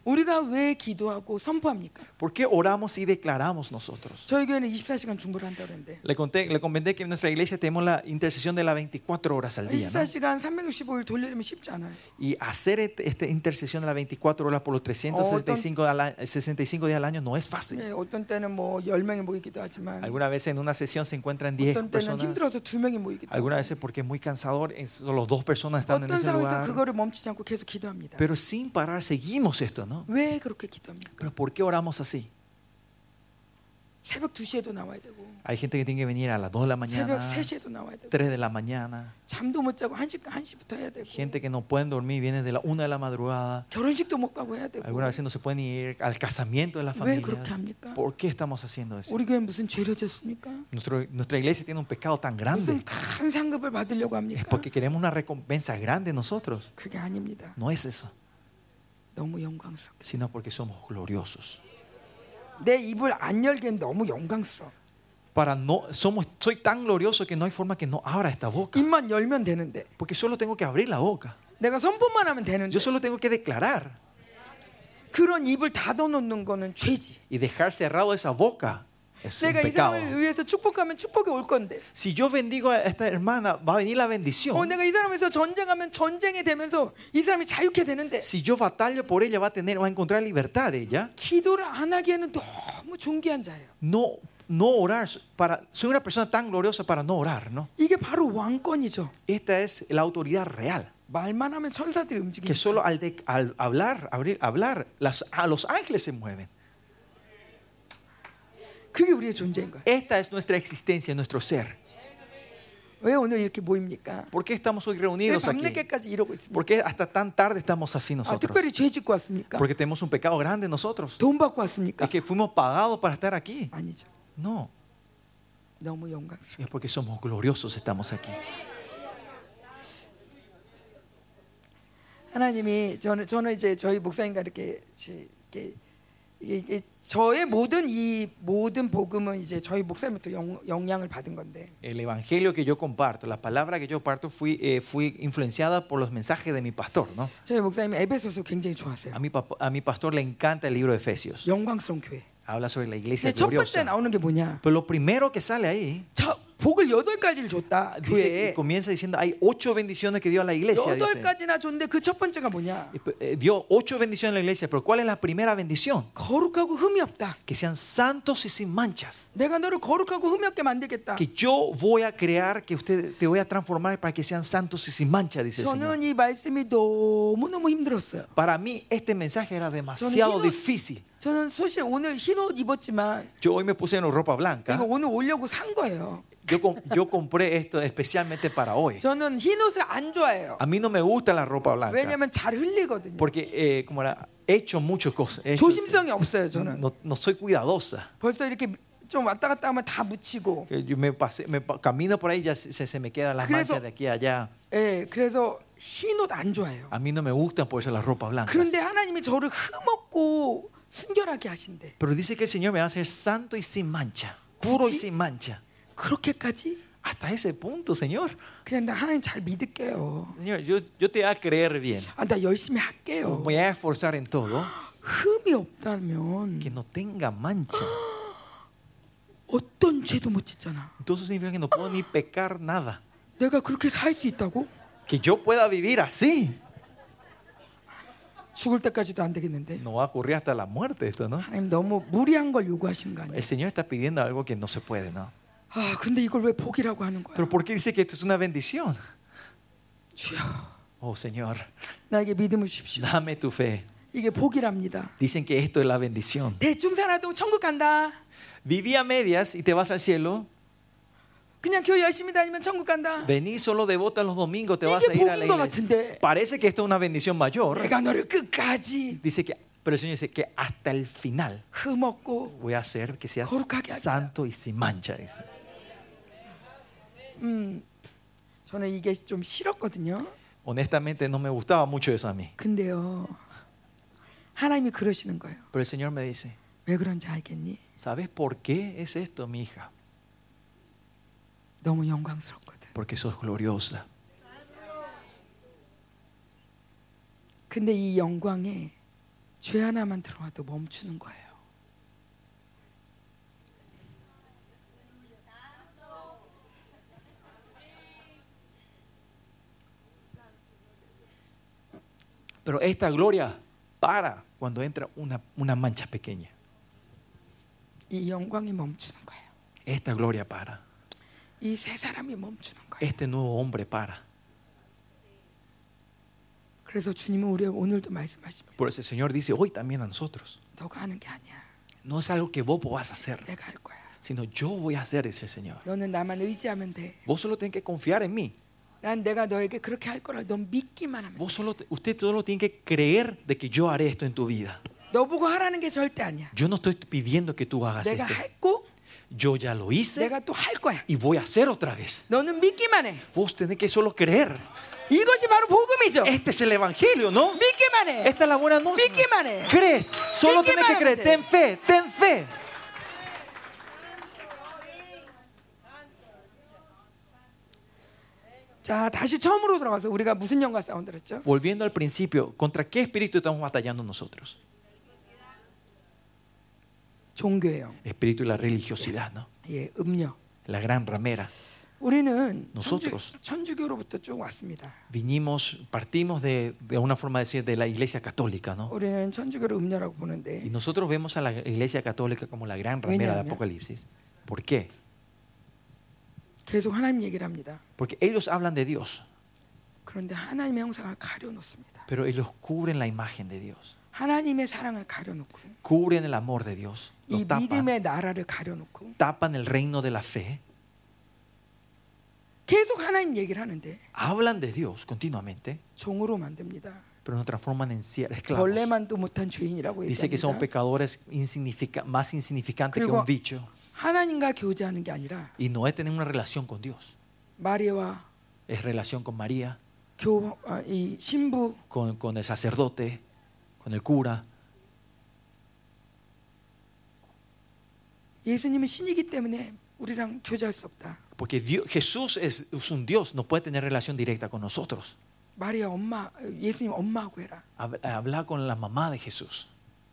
[SPEAKER 1] 우리가 왜 기도하고 선포합니까?
[SPEAKER 2] ¿Por qué oramos y declaramos nosotros?
[SPEAKER 1] 저희 교회는 24시간 중보를 한다고 그랬는데
[SPEAKER 2] Le, conté, le comenté que en nuestra iglesia tenemos la intercesión de las 24 horas al día. ¿no?
[SPEAKER 1] 24시간 365일 돌리려면 쉽지 않아요.
[SPEAKER 2] Y hacer et- esta intercesión de las 24 horas por los 365 al a- 65 días al año no es fácil.
[SPEAKER 1] 네, 어떤 때는 뭐 10명이 모이기도 하지만
[SPEAKER 2] Algunas veces en una sesión se encuentran 10
[SPEAKER 1] 어떤 때는
[SPEAKER 2] personas.
[SPEAKER 1] 힘들어서 2명이 모이기도 하고
[SPEAKER 2] Algunas veces porque es muy cansador, es- solo dos personas están en
[SPEAKER 1] 어떤
[SPEAKER 2] ese
[SPEAKER 1] 상황에서
[SPEAKER 2] lugar.
[SPEAKER 1] 그거를 멈추지 않고 계속 기도합니다.
[SPEAKER 2] Pero sin parar seguimos esto, ¿no?
[SPEAKER 1] 왜 그렇게 기도합니까?
[SPEAKER 2] Pero ¿por qué oramos así?
[SPEAKER 1] 새벽 2시에도 나와야 되고
[SPEAKER 2] Hay gente que tiene que venir a las 2 de la
[SPEAKER 1] 새벽
[SPEAKER 2] mañana,
[SPEAKER 1] 3시에도 나와야 되고
[SPEAKER 2] 3 de la mañana,
[SPEAKER 1] 잠도 못 자고 1시, 네. 1시부터 해야 되고
[SPEAKER 2] gente que no pueden dormir, viene de la 1 de la madrugada.
[SPEAKER 1] 결혼식도 못 가고 해야 되고
[SPEAKER 2] Algunas veces no se pueden ir al casamiento de las
[SPEAKER 1] 왜
[SPEAKER 2] familias.
[SPEAKER 1] 그렇게 합니까?
[SPEAKER 2] ¿Por qué estamos haciendo eso?
[SPEAKER 1] 우리 교회 무슨 죄를 졌습니까?
[SPEAKER 2] Nuestro- nuestra iglesia tiene un pecado tan grande.
[SPEAKER 1] 무슨 큰 상급을 받으려고
[SPEAKER 2] Es
[SPEAKER 1] 합니까?
[SPEAKER 2] porque queremos una recompensa grande nosotros.
[SPEAKER 1] 그게 아닙니다.
[SPEAKER 2] No es eso,
[SPEAKER 1] 너무 영광스럽게
[SPEAKER 2] sino porque somos gloriosos.
[SPEAKER 1] 내 입을 안 열기엔 너무 영광스러워.
[SPEAKER 2] Para no, somos, soy tan glorioso que no hay forma que no abra esta boca.
[SPEAKER 1] 입만 열면 되는데
[SPEAKER 2] Porque solo tengo que abrir la boca.
[SPEAKER 1] 내가 선포만 하면 되는데
[SPEAKER 2] Yo solo tengo que declarar.
[SPEAKER 1] 그런 입을 닫아놓는 거는 죄지.
[SPEAKER 2] y dejar cerrado esa boca es un
[SPEAKER 1] 내가 이
[SPEAKER 2] pecado.
[SPEAKER 1] 사람을 위해서 축복하면 축복이 올 건데.
[SPEAKER 2] Si yo bendigo a esta hermana, va a venir la
[SPEAKER 1] 어,
[SPEAKER 2] bendición.
[SPEAKER 1] 내가 이 사람에서 전쟁하면 전쟁이 되면서 이 사람이 자유케 되는데
[SPEAKER 2] Si yo batallo por ella, va a tener, va a encontrar libertad ella.
[SPEAKER 1] 기도를 안 하기에는 너무 존귀한 자예요.
[SPEAKER 2] No, no orar para, soy una persona tan gloriosa para no orar, ¿no?
[SPEAKER 1] 이게 바로 왕권이죠.
[SPEAKER 2] Esta es la autoridad real,
[SPEAKER 1] 말만 하면 천사들이 움직이는.
[SPEAKER 2] que solo al, de- al hablar, abrir, hablar, las- a los ángeles se mueven.
[SPEAKER 1] 그게 우리의 존재인 거예요.
[SPEAKER 2] Esta es nuestra existencia, nuestro ser.
[SPEAKER 1] 왜 오늘 이렇게 모입니까?
[SPEAKER 2] ¿Por qué estamos hoy
[SPEAKER 1] 왜
[SPEAKER 2] reunidos aquí?
[SPEAKER 1] 밤늦게까지 이러고 있습니까?
[SPEAKER 2] ¿Por qué hasta tan tarde estamos así
[SPEAKER 1] 아,
[SPEAKER 2] nosotros?
[SPEAKER 1] 특별히 죄 짓고 왔습니까?
[SPEAKER 2] Porque tenemos un pecado grande nosotros.
[SPEAKER 1] 돈 받고 왔습니까?
[SPEAKER 2] Es que fuimos pagados para estar aquí.
[SPEAKER 1] 아니죠.
[SPEAKER 2] No,
[SPEAKER 1] 너무 영광스러워.
[SPEAKER 2] es porque somos gloriosos estamos aquí.
[SPEAKER 1] 하나님이 저는 저는 이제 저희 목사님과 이렇게, 이제 이렇게 이- 이- 저의 모든 이 모든 복음은 이제 저희 목사님부터 영, 영향을 받은 건데
[SPEAKER 2] El evangelio que yo comparto, la palabra que yo comparto, fui, eh, fui influenciada por los mensajes de mi pastor. ¿no?
[SPEAKER 1] 저희 목사님이 에베소서 굉장히 좋았어요.
[SPEAKER 2] A, mi pap- a mi pastor le encanta el libro de Efesios.
[SPEAKER 1] 영광스러운 교회.
[SPEAKER 2] Habla sobre la iglesia
[SPEAKER 1] 근데 첫 번째
[SPEAKER 2] gloriosa.
[SPEAKER 1] 나오는 게 뭐냐?
[SPEAKER 2] Pero lo primero que sale ahí
[SPEAKER 1] 저 복을 여덟 가지를 줬다.
[SPEAKER 2] dice, y
[SPEAKER 1] 교회에
[SPEAKER 2] comienza diciendo: hay ocho bendiciones que dio a la iglesia.
[SPEAKER 1] 여덟
[SPEAKER 2] dice.
[SPEAKER 1] 네, 가지나 줬는데 그 첫 번째가 뭐냐?
[SPEAKER 2] Y, eh, Dio ocho bendiciones a la iglesia, pero ¿cuál es la primera bendición?
[SPEAKER 1] 거룩하고 흠이 없다.
[SPEAKER 2] Que sean santos y sin manchas.
[SPEAKER 1] 내가 너를 거룩하고 흠이 없게 만들겠다.
[SPEAKER 2] Que yo voy a crear, que usted te voy a transformar para que sean santos y sin mancha, dice el Señor.
[SPEAKER 1] 저는 이 말씀이 너무 너무 힘들었어요.
[SPEAKER 2] Para mí este mensaje era demasiado
[SPEAKER 1] Yo no-
[SPEAKER 2] difícil.
[SPEAKER 1] 저는 사실 오늘 흰 옷 입었지만
[SPEAKER 2] Yo hoy me puse en ropa
[SPEAKER 1] 이거
[SPEAKER 2] blanca.
[SPEAKER 1] 오늘 오려고 산 거예요.
[SPEAKER 2] Yo, com- yo compré esto especialmente para hoy.
[SPEAKER 1] 저는 흰 옷을 안 네. 좋아해요. 그러니까.
[SPEAKER 2] A mí no me gusta la ropa blanca
[SPEAKER 1] 왜냐면 잘 흘리거든요.
[SPEAKER 2] porque eh, como era, he hecho muchas cosas. he hecho-
[SPEAKER 1] 조심성이 음, 없어요, 저는.
[SPEAKER 2] no, no soy cuidadosa.
[SPEAKER 1] 벌써 이렇게 좀 왔다 갔다 하면 다 묻히고.
[SPEAKER 2] Que Yo me, pasé, me pa- camino por ahí ya se, se me quedan las
[SPEAKER 1] Creo-
[SPEAKER 2] manchas de aquí a allá.
[SPEAKER 1] 예, 그래서 흰 옷 안 좋아해요.
[SPEAKER 2] A mí no me gustan por eso las ropas blancas.
[SPEAKER 1] 그런데 하나님이 저를 흠없고 순결하게 하신대.
[SPEAKER 2] Pero dice que el Señor me va a hacer santo y sin mancha, puro y
[SPEAKER 1] ¿Sí?
[SPEAKER 2] sin mancha.
[SPEAKER 1] 그렇게까지?
[SPEAKER 2] Hasta ese punto, Señor.
[SPEAKER 1] 그냥 나 하나님 잘 믿을게요.
[SPEAKER 2] Señor, yo, yo te voy a creer bien.
[SPEAKER 1] 아, 나 열심히
[SPEAKER 2] Me
[SPEAKER 1] 할게요.
[SPEAKER 2] voy a esforzar en todo.
[SPEAKER 1] 어, 뭐 흠이 없다면
[SPEAKER 2] Que no tenga mancha.
[SPEAKER 1] 어떤 죄도 못 짓잖아.
[SPEAKER 2] Entonces significa que no puedo ni pecar nada.
[SPEAKER 1] 내가 그렇게 살 수 있다고?
[SPEAKER 2] Que yo pueda vivir así.
[SPEAKER 1] 죽을 때까지도 안 되겠는데.
[SPEAKER 2] No va a ocurrir hasta la muerte esto, ¿no?
[SPEAKER 1] 하나님 너무 무리한 걸 요구하시는 거 아니에요?
[SPEAKER 2] El Señor está pidiendo algo que no se puede, ¿no?
[SPEAKER 1] 아, 근데 이걸 왜 복이라고 하는 거야?
[SPEAKER 2] Pero ¿por qué dice que esto es una bendición?
[SPEAKER 1] 주여,
[SPEAKER 2] Oh, Señor,
[SPEAKER 1] 나에게 믿음을 주십시오.
[SPEAKER 2] dame tu fe.
[SPEAKER 1] 이게 복이랍니다.
[SPEAKER 2] Dicen que esto es la bendición.
[SPEAKER 1] 대충 살아도 천국 간다.
[SPEAKER 2] Viví a medias y te vas al cielo.
[SPEAKER 1] 그냥 교회 열심히 da니면 천국 간다.
[SPEAKER 2] Vení solo devota los domingos, te
[SPEAKER 1] Dije,
[SPEAKER 2] vas a ir a la
[SPEAKER 1] "Poquito
[SPEAKER 2] iglesia.
[SPEAKER 1] bastante".
[SPEAKER 2] Parece que esto es una bendición mayor.
[SPEAKER 1] 내가 너를 끝까지
[SPEAKER 2] Dice que, pero el Señor dice que hasta el final
[SPEAKER 1] 흠없고
[SPEAKER 2] voy a hacer que seas
[SPEAKER 1] Correcto.
[SPEAKER 2] santo y sin mancha. dice.
[SPEAKER 1] 음, 저는 이게 좀 싫었거든요.
[SPEAKER 2] Honestamente no me gustaba mucho eso a mí.
[SPEAKER 1] 근데요. 하나님이 그러시는 거예요.
[SPEAKER 2] Pero el Señor me dice,
[SPEAKER 1] 왜 그런지 알겠니?
[SPEAKER 2] ¿sabes por qué es esto, mi hija?
[SPEAKER 1] 너무 영광스럽거든.
[SPEAKER 2] Porque sos gloriosa.
[SPEAKER 1] 근데 이 영광에 죄 하나만 들어와도 멈추는 거예요.
[SPEAKER 2] Pero esta gloria para cuando entra una, una mancha pequeña.
[SPEAKER 1] 이 영광이 멈추는 거예요.
[SPEAKER 2] Esta gloria para.
[SPEAKER 1] 이 세 사람이 멈추는 거예요.
[SPEAKER 2] Este nuevo hombre para.
[SPEAKER 1] 그래서 주님은 우리 오늘도 말씀하십니다.
[SPEAKER 2] Por eso el Señor dice hoy también a nosotros.
[SPEAKER 1] 너가 하는 게 아니야.
[SPEAKER 2] No es algo que vos vas a hacer.
[SPEAKER 1] 내가 할 거야.
[SPEAKER 2] sino yo voy a hacer, dice el Señor.
[SPEAKER 1] 너는 나만 의지하면 돼.
[SPEAKER 2] Vos solo tenés que confiar en mí.
[SPEAKER 1] 난 내가 너에게 그렇게 할 거라. 넌 믿기만 하면 돼.
[SPEAKER 2] Vos solo, usted solo tiene que creer de que yo haré esto en tu vida.
[SPEAKER 1] 너 보고 하라는 게 절대 아니야.
[SPEAKER 2] Yo no estoy pidiendo que tú hagas
[SPEAKER 1] 내가
[SPEAKER 2] esto.
[SPEAKER 1] 했고
[SPEAKER 2] Yo ya lo hice
[SPEAKER 1] 내가 또 할 거야.
[SPEAKER 2] y voy a hacer otra vez.
[SPEAKER 1] 너는 믿기만 해.
[SPEAKER 2] Vos tenés que solo creer.
[SPEAKER 1] 이것이 바로 복음이죠.
[SPEAKER 2] Este es el evangelio, ¿no?
[SPEAKER 1] 믿기만 해.
[SPEAKER 2] Esta es la buena noticia.
[SPEAKER 1] 믿기만 해.
[SPEAKER 2] Crees. Solo
[SPEAKER 1] 믿기만
[SPEAKER 2] tenés que creer.
[SPEAKER 1] 하면 돼.
[SPEAKER 2] Ten fe. Ten fe.
[SPEAKER 1] 자, 다시 처음으로 돌아가서 우리가 무슨 영과 싸운다랬죠?
[SPEAKER 2] Volviendo al principio, ¿contra qué espíritu estamos batallando nosotros?
[SPEAKER 1] 종교의 영,
[SPEAKER 2] Espíritu de la religiosidad, ¿no?
[SPEAKER 1] 예, 음녀.
[SPEAKER 2] La gran ramera.
[SPEAKER 1] 우리는
[SPEAKER 2] Nosotros.
[SPEAKER 1] 천주, 천주교로부터 쭉 왔습니다.
[SPEAKER 2] Vinimos, partimos de, de una forma de decir, de la iglesia católica, ¿no?
[SPEAKER 1] 우리는 천주교를 음녀라고
[SPEAKER 2] Y
[SPEAKER 1] 보는데
[SPEAKER 2] nosotros vemos a la iglesia católica como la gran ramera de
[SPEAKER 1] Veñame.
[SPEAKER 2] Apocalipsis. ¿Por qué?
[SPEAKER 1] 계속 하나님 얘기를 합니다.
[SPEAKER 2] Porque ellos hablan de Dios,
[SPEAKER 1] 그런데 하나님의 형상을 가려놓습니다.
[SPEAKER 2] pero ellos cubren la imagen de Dios,
[SPEAKER 1] 하나님의 사랑을 가려놓고
[SPEAKER 2] cubren el amor de Dios, lo
[SPEAKER 1] 이
[SPEAKER 2] tapan,
[SPEAKER 1] 믿음의 나라를 가려놓고
[SPEAKER 2] tapan el reino de la fe,
[SPEAKER 1] 계속 하나님 얘기를 하는데
[SPEAKER 2] hablan de Dios continuamente,
[SPEAKER 1] 종으로 만듭니다.
[SPEAKER 2] pero nos transforman en cier- esclavos.
[SPEAKER 1] 벌레만도 못한 죄인이라고
[SPEAKER 2] Dice que somos
[SPEAKER 1] 얘기합니다.
[SPEAKER 2] pecadores insignifica- más insignificantes que
[SPEAKER 1] Creo-
[SPEAKER 2] un bicho
[SPEAKER 1] 하나님과 교제하는 게 아니라
[SPEAKER 2] y no es tener una relación con Dios,
[SPEAKER 1] 마리아와
[SPEAKER 2] es relación con María,
[SPEAKER 1] 교, 아, 이 신부
[SPEAKER 2] con, con el sacerdote, con el cura.
[SPEAKER 1] 예수님은 신이기 때문에 우리랑 교제할 수 없다.
[SPEAKER 2] Porque Dios- Jesús es, es un Dios, no puede tener relación directa con nosotros.
[SPEAKER 1] 마리아 엄마, 예수님 엄마하고 해라.
[SPEAKER 2] Hab- Habla con la mamá de Jesús,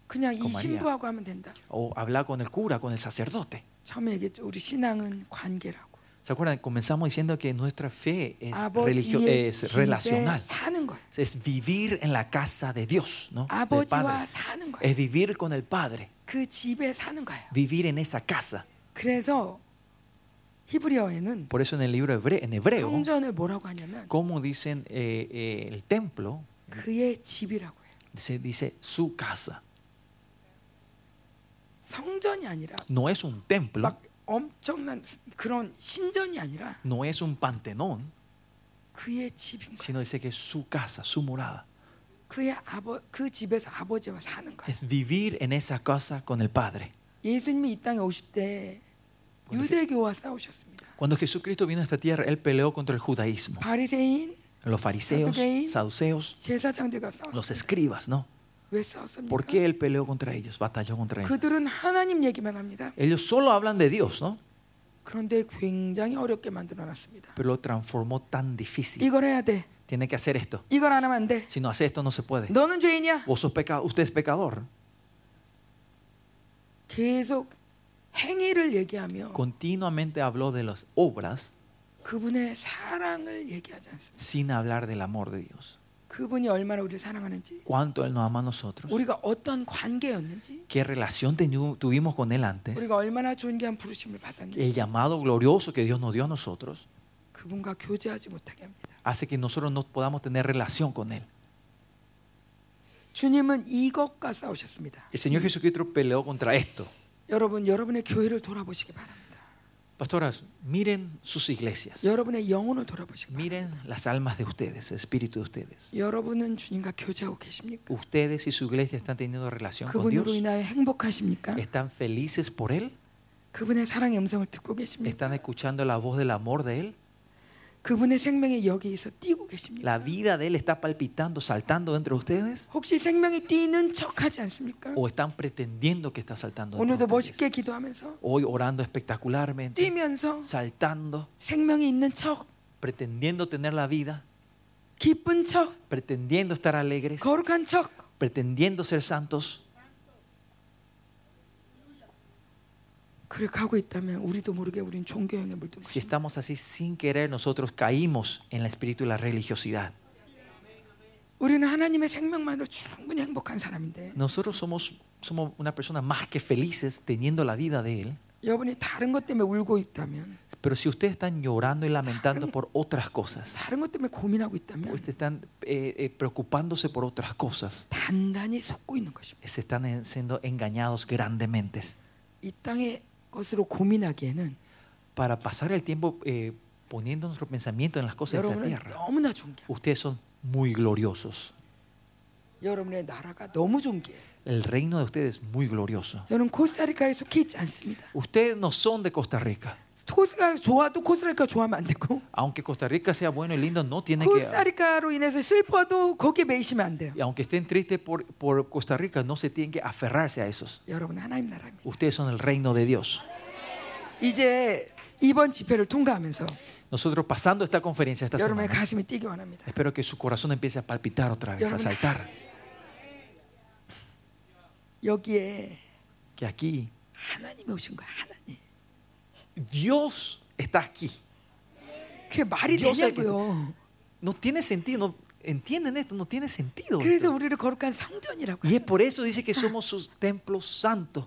[SPEAKER 1] 그냥 이
[SPEAKER 2] 그 말이야.
[SPEAKER 1] 신부하고 하면 된다.
[SPEAKER 2] o habla con el cura, con el sacerdote.
[SPEAKER 1] 처음에 얘기했죠. 우리 신앙은 관계라고.
[SPEAKER 2] ¿Se acuerdan? Comenzamos diciendo que nuestra fe es, 예, religio-
[SPEAKER 1] 아버지의
[SPEAKER 2] es
[SPEAKER 1] 집에
[SPEAKER 2] relacional.
[SPEAKER 1] 사는 거야.
[SPEAKER 2] Es vivir en la casa de Dios, ¿no? Del
[SPEAKER 1] 아버지와
[SPEAKER 2] Padre. 예.
[SPEAKER 1] 사는 거야.
[SPEAKER 2] Es vivir con el Padre,
[SPEAKER 1] 그 집에 사는 거야.
[SPEAKER 2] vivir en esa casa.
[SPEAKER 1] 그래서 히브리어에는
[SPEAKER 2] Por eso en el libro hebre- en hebreo,
[SPEAKER 1] 성전을 뭐라고 하냐면
[SPEAKER 2] como dicen eh, eh, el templo,
[SPEAKER 1] 그의 집이라고 해요.
[SPEAKER 2] se dice su casa.
[SPEAKER 1] 성전이 아니라
[SPEAKER 2] No es un templo,
[SPEAKER 1] 막 엄청난 그런 신전이 아니라
[SPEAKER 2] no es un pantenón,
[SPEAKER 1] 그의 집인 거야.
[SPEAKER 2] sino dice que es su casa, su morada.
[SPEAKER 1] 그의 아버 그 집에서 아버지와 사는 거야.
[SPEAKER 2] Es vivir en esa casa con el Padre.
[SPEAKER 1] 예수님이 이 땅에 오실 때 유대교와 싸우셨습니다.
[SPEAKER 2] Cuando Jesucristo vino a esta tierra, él peleó contra el judaísmo,
[SPEAKER 1] 바리새인
[SPEAKER 2] los fariseos,
[SPEAKER 1] Saduceín.
[SPEAKER 2] saduceos,
[SPEAKER 1] 제사장들과 싸웠어요.
[SPEAKER 2] los escribas, ¿no?
[SPEAKER 1] 왜 싸웠습니까?
[SPEAKER 2] ¿Por qué él peleó contra ellos? Batalló contra ellos.
[SPEAKER 1] 그들은 하나님 얘기만 합니다.
[SPEAKER 2] Ellos solo hablan de Dios, ¿no?
[SPEAKER 1] 그런데 굉장히 어렵게 만들어 놨습니다.
[SPEAKER 2] Pero lo transformó tan difícil.
[SPEAKER 1] 이걸 해야 돼.
[SPEAKER 2] Tiene que hacer esto.
[SPEAKER 1] 이걸 안 하면 안 돼.
[SPEAKER 2] Si no hace esto, no se puede.
[SPEAKER 1] 너는 죄인이야.
[SPEAKER 2] Vos sos peca- usted es pecador.
[SPEAKER 1] 계속 행위를 얘기하며
[SPEAKER 2] Continuamente habló de las obras
[SPEAKER 1] 그분의 사랑을 얘기하지 않습니다.
[SPEAKER 2] sin hablar del amor de Dios.
[SPEAKER 1] 그분이 얼마나 우리를 사랑하는지,
[SPEAKER 2] Cuánto Él nos ama a nosotros.
[SPEAKER 1] 우리가 어떤 관계였는지,
[SPEAKER 2] Qué relación teni- tuvimos con Él antes.
[SPEAKER 1] 우리가 얼마나 존귀한 부르심을 받았는지
[SPEAKER 2] El llamado glorioso que Dios nos dio a nosotros
[SPEAKER 1] 그분과 교제하지 못하게 합니다.
[SPEAKER 2] hace que nosotros no podamos tener relación con Él.
[SPEAKER 1] 주님은 이것과 싸우셨습니다.
[SPEAKER 2] El Señor Jesucristo peleó contra esto.
[SPEAKER 1] 여러분, 여러분의 교회를 돌아보시기 바랍니다.
[SPEAKER 2] Pastoras, miren sus iglesias.
[SPEAKER 1] 여러분의 영혼을 돌아보시기 바랍니다.
[SPEAKER 2] Miren las almas de ustedes, el espíritu de ustedes.
[SPEAKER 1] 여러분은 주님과 교제하고 계십니까?
[SPEAKER 2] ustedes y su iglesia están teniendo relación con
[SPEAKER 1] 그분으로
[SPEAKER 2] Dios,
[SPEAKER 1] 인하여 행복하십니까?
[SPEAKER 2] están felices por Él,
[SPEAKER 1] 그분의 사랑의 음성을 듣고 계십니까?
[SPEAKER 2] están escuchando la voz del amor de Él,
[SPEAKER 1] 그분의 생명이 여기에서 뛰고
[SPEAKER 2] la
[SPEAKER 1] 계십니까?
[SPEAKER 2] vida de Él está palpitando, saltando entre ustedes,
[SPEAKER 1] 혹시 생명이 뛰는 척하지 않습니까?
[SPEAKER 2] o están pretendiendo que está saltando entre
[SPEAKER 1] 오늘도
[SPEAKER 2] ustedes.
[SPEAKER 1] 멋있게 기도하면서
[SPEAKER 2] Hoy orando espectacularmente,
[SPEAKER 1] 뛰면서
[SPEAKER 2] saltando,
[SPEAKER 1] 생명이 있는 척,
[SPEAKER 2] pretendiendo tener la vida,
[SPEAKER 1] 기쁜 척,
[SPEAKER 2] pretendiendo estar alegres,
[SPEAKER 1] 거룩한 척.
[SPEAKER 2] pretendiendo ser santos.
[SPEAKER 1] 그렇게 가고 있다면 우리도 모르게 우린 종교형에 물든
[SPEAKER 2] Si
[SPEAKER 1] 것입니다.
[SPEAKER 2] estamos así sin querer, nosotros caímos en el espíritu de la religiosidad.
[SPEAKER 1] 우리는 하나님의 생명만으로 충분히 행복한 사람인데
[SPEAKER 2] Nosotros somos, somos una persona más que felices teniendo la vida de Él.
[SPEAKER 1] 여러분이 다른 것 때문에 울고 있다면
[SPEAKER 2] Pero si ustedes están llorando y lamentando por otras cosas,
[SPEAKER 1] 다른 것 때문에 고민하고
[SPEAKER 2] o
[SPEAKER 1] 있다면
[SPEAKER 2] ustedes están eh, eh, preocupándose por otras cosas,
[SPEAKER 1] 단단히 속고 있는 것입니다.
[SPEAKER 2] se están en- siendo engañados grandemente.
[SPEAKER 1] 이 땅의 것으로 고민하기에는
[SPEAKER 2] Para pasar el tiempo eh, poniendo nuestro pensamiento en las cosas de esta
[SPEAKER 1] 여러분은
[SPEAKER 2] tierra,
[SPEAKER 1] 너무나 존귀해요.
[SPEAKER 2] ustedes son muy gloriosos.
[SPEAKER 1] 여러분의 나라가 너무 존귀해요.
[SPEAKER 2] El reino de ustedes es muy glorioso.
[SPEAKER 1] 여러분 코스타리카에 속해 있지 않습니다.
[SPEAKER 2] Ustedes no son de Costa Rica.
[SPEAKER 1] 코스가 좋아도 코스타리카 좋아하면 안 되고
[SPEAKER 2] Aunque Costa Rica sea bueno y lindo, no tienen que...
[SPEAKER 1] 코스타리카로 인해서 슬퍼도 거기에 매이시면 안 돼요.
[SPEAKER 2] y Aunque estén tristes por, por Costa Rica, no se tienen que aferrarse a esos.
[SPEAKER 1] 여러분 하나님 나라입니다.
[SPEAKER 2] Ustedes son el reino de Dios.
[SPEAKER 1] 이제 이번 집회를 통과하면서
[SPEAKER 2] Nosotros pasando esta conferencia esta
[SPEAKER 1] 여러분의
[SPEAKER 2] semana,
[SPEAKER 1] 가슴이 뛰기 원합니다.
[SPEAKER 2] espero que su corazón empiece a palpitar otra vez, a
[SPEAKER 1] Yorumuna.
[SPEAKER 2] saltar.
[SPEAKER 1] 여기에
[SPEAKER 2] Que aquí
[SPEAKER 1] 하나님이 오신 거야 하나님.
[SPEAKER 2] Dios está aquí.
[SPEAKER 1] 그게 말이 되냐고요.
[SPEAKER 2] No tiene sentido, no entienden esto, no tiene sentido.
[SPEAKER 1] 그래서
[SPEAKER 2] esto.
[SPEAKER 1] 우리를 거룩한 성전이라고
[SPEAKER 2] Y es
[SPEAKER 1] 해요.
[SPEAKER 2] por eso dice que somos sus templos santos.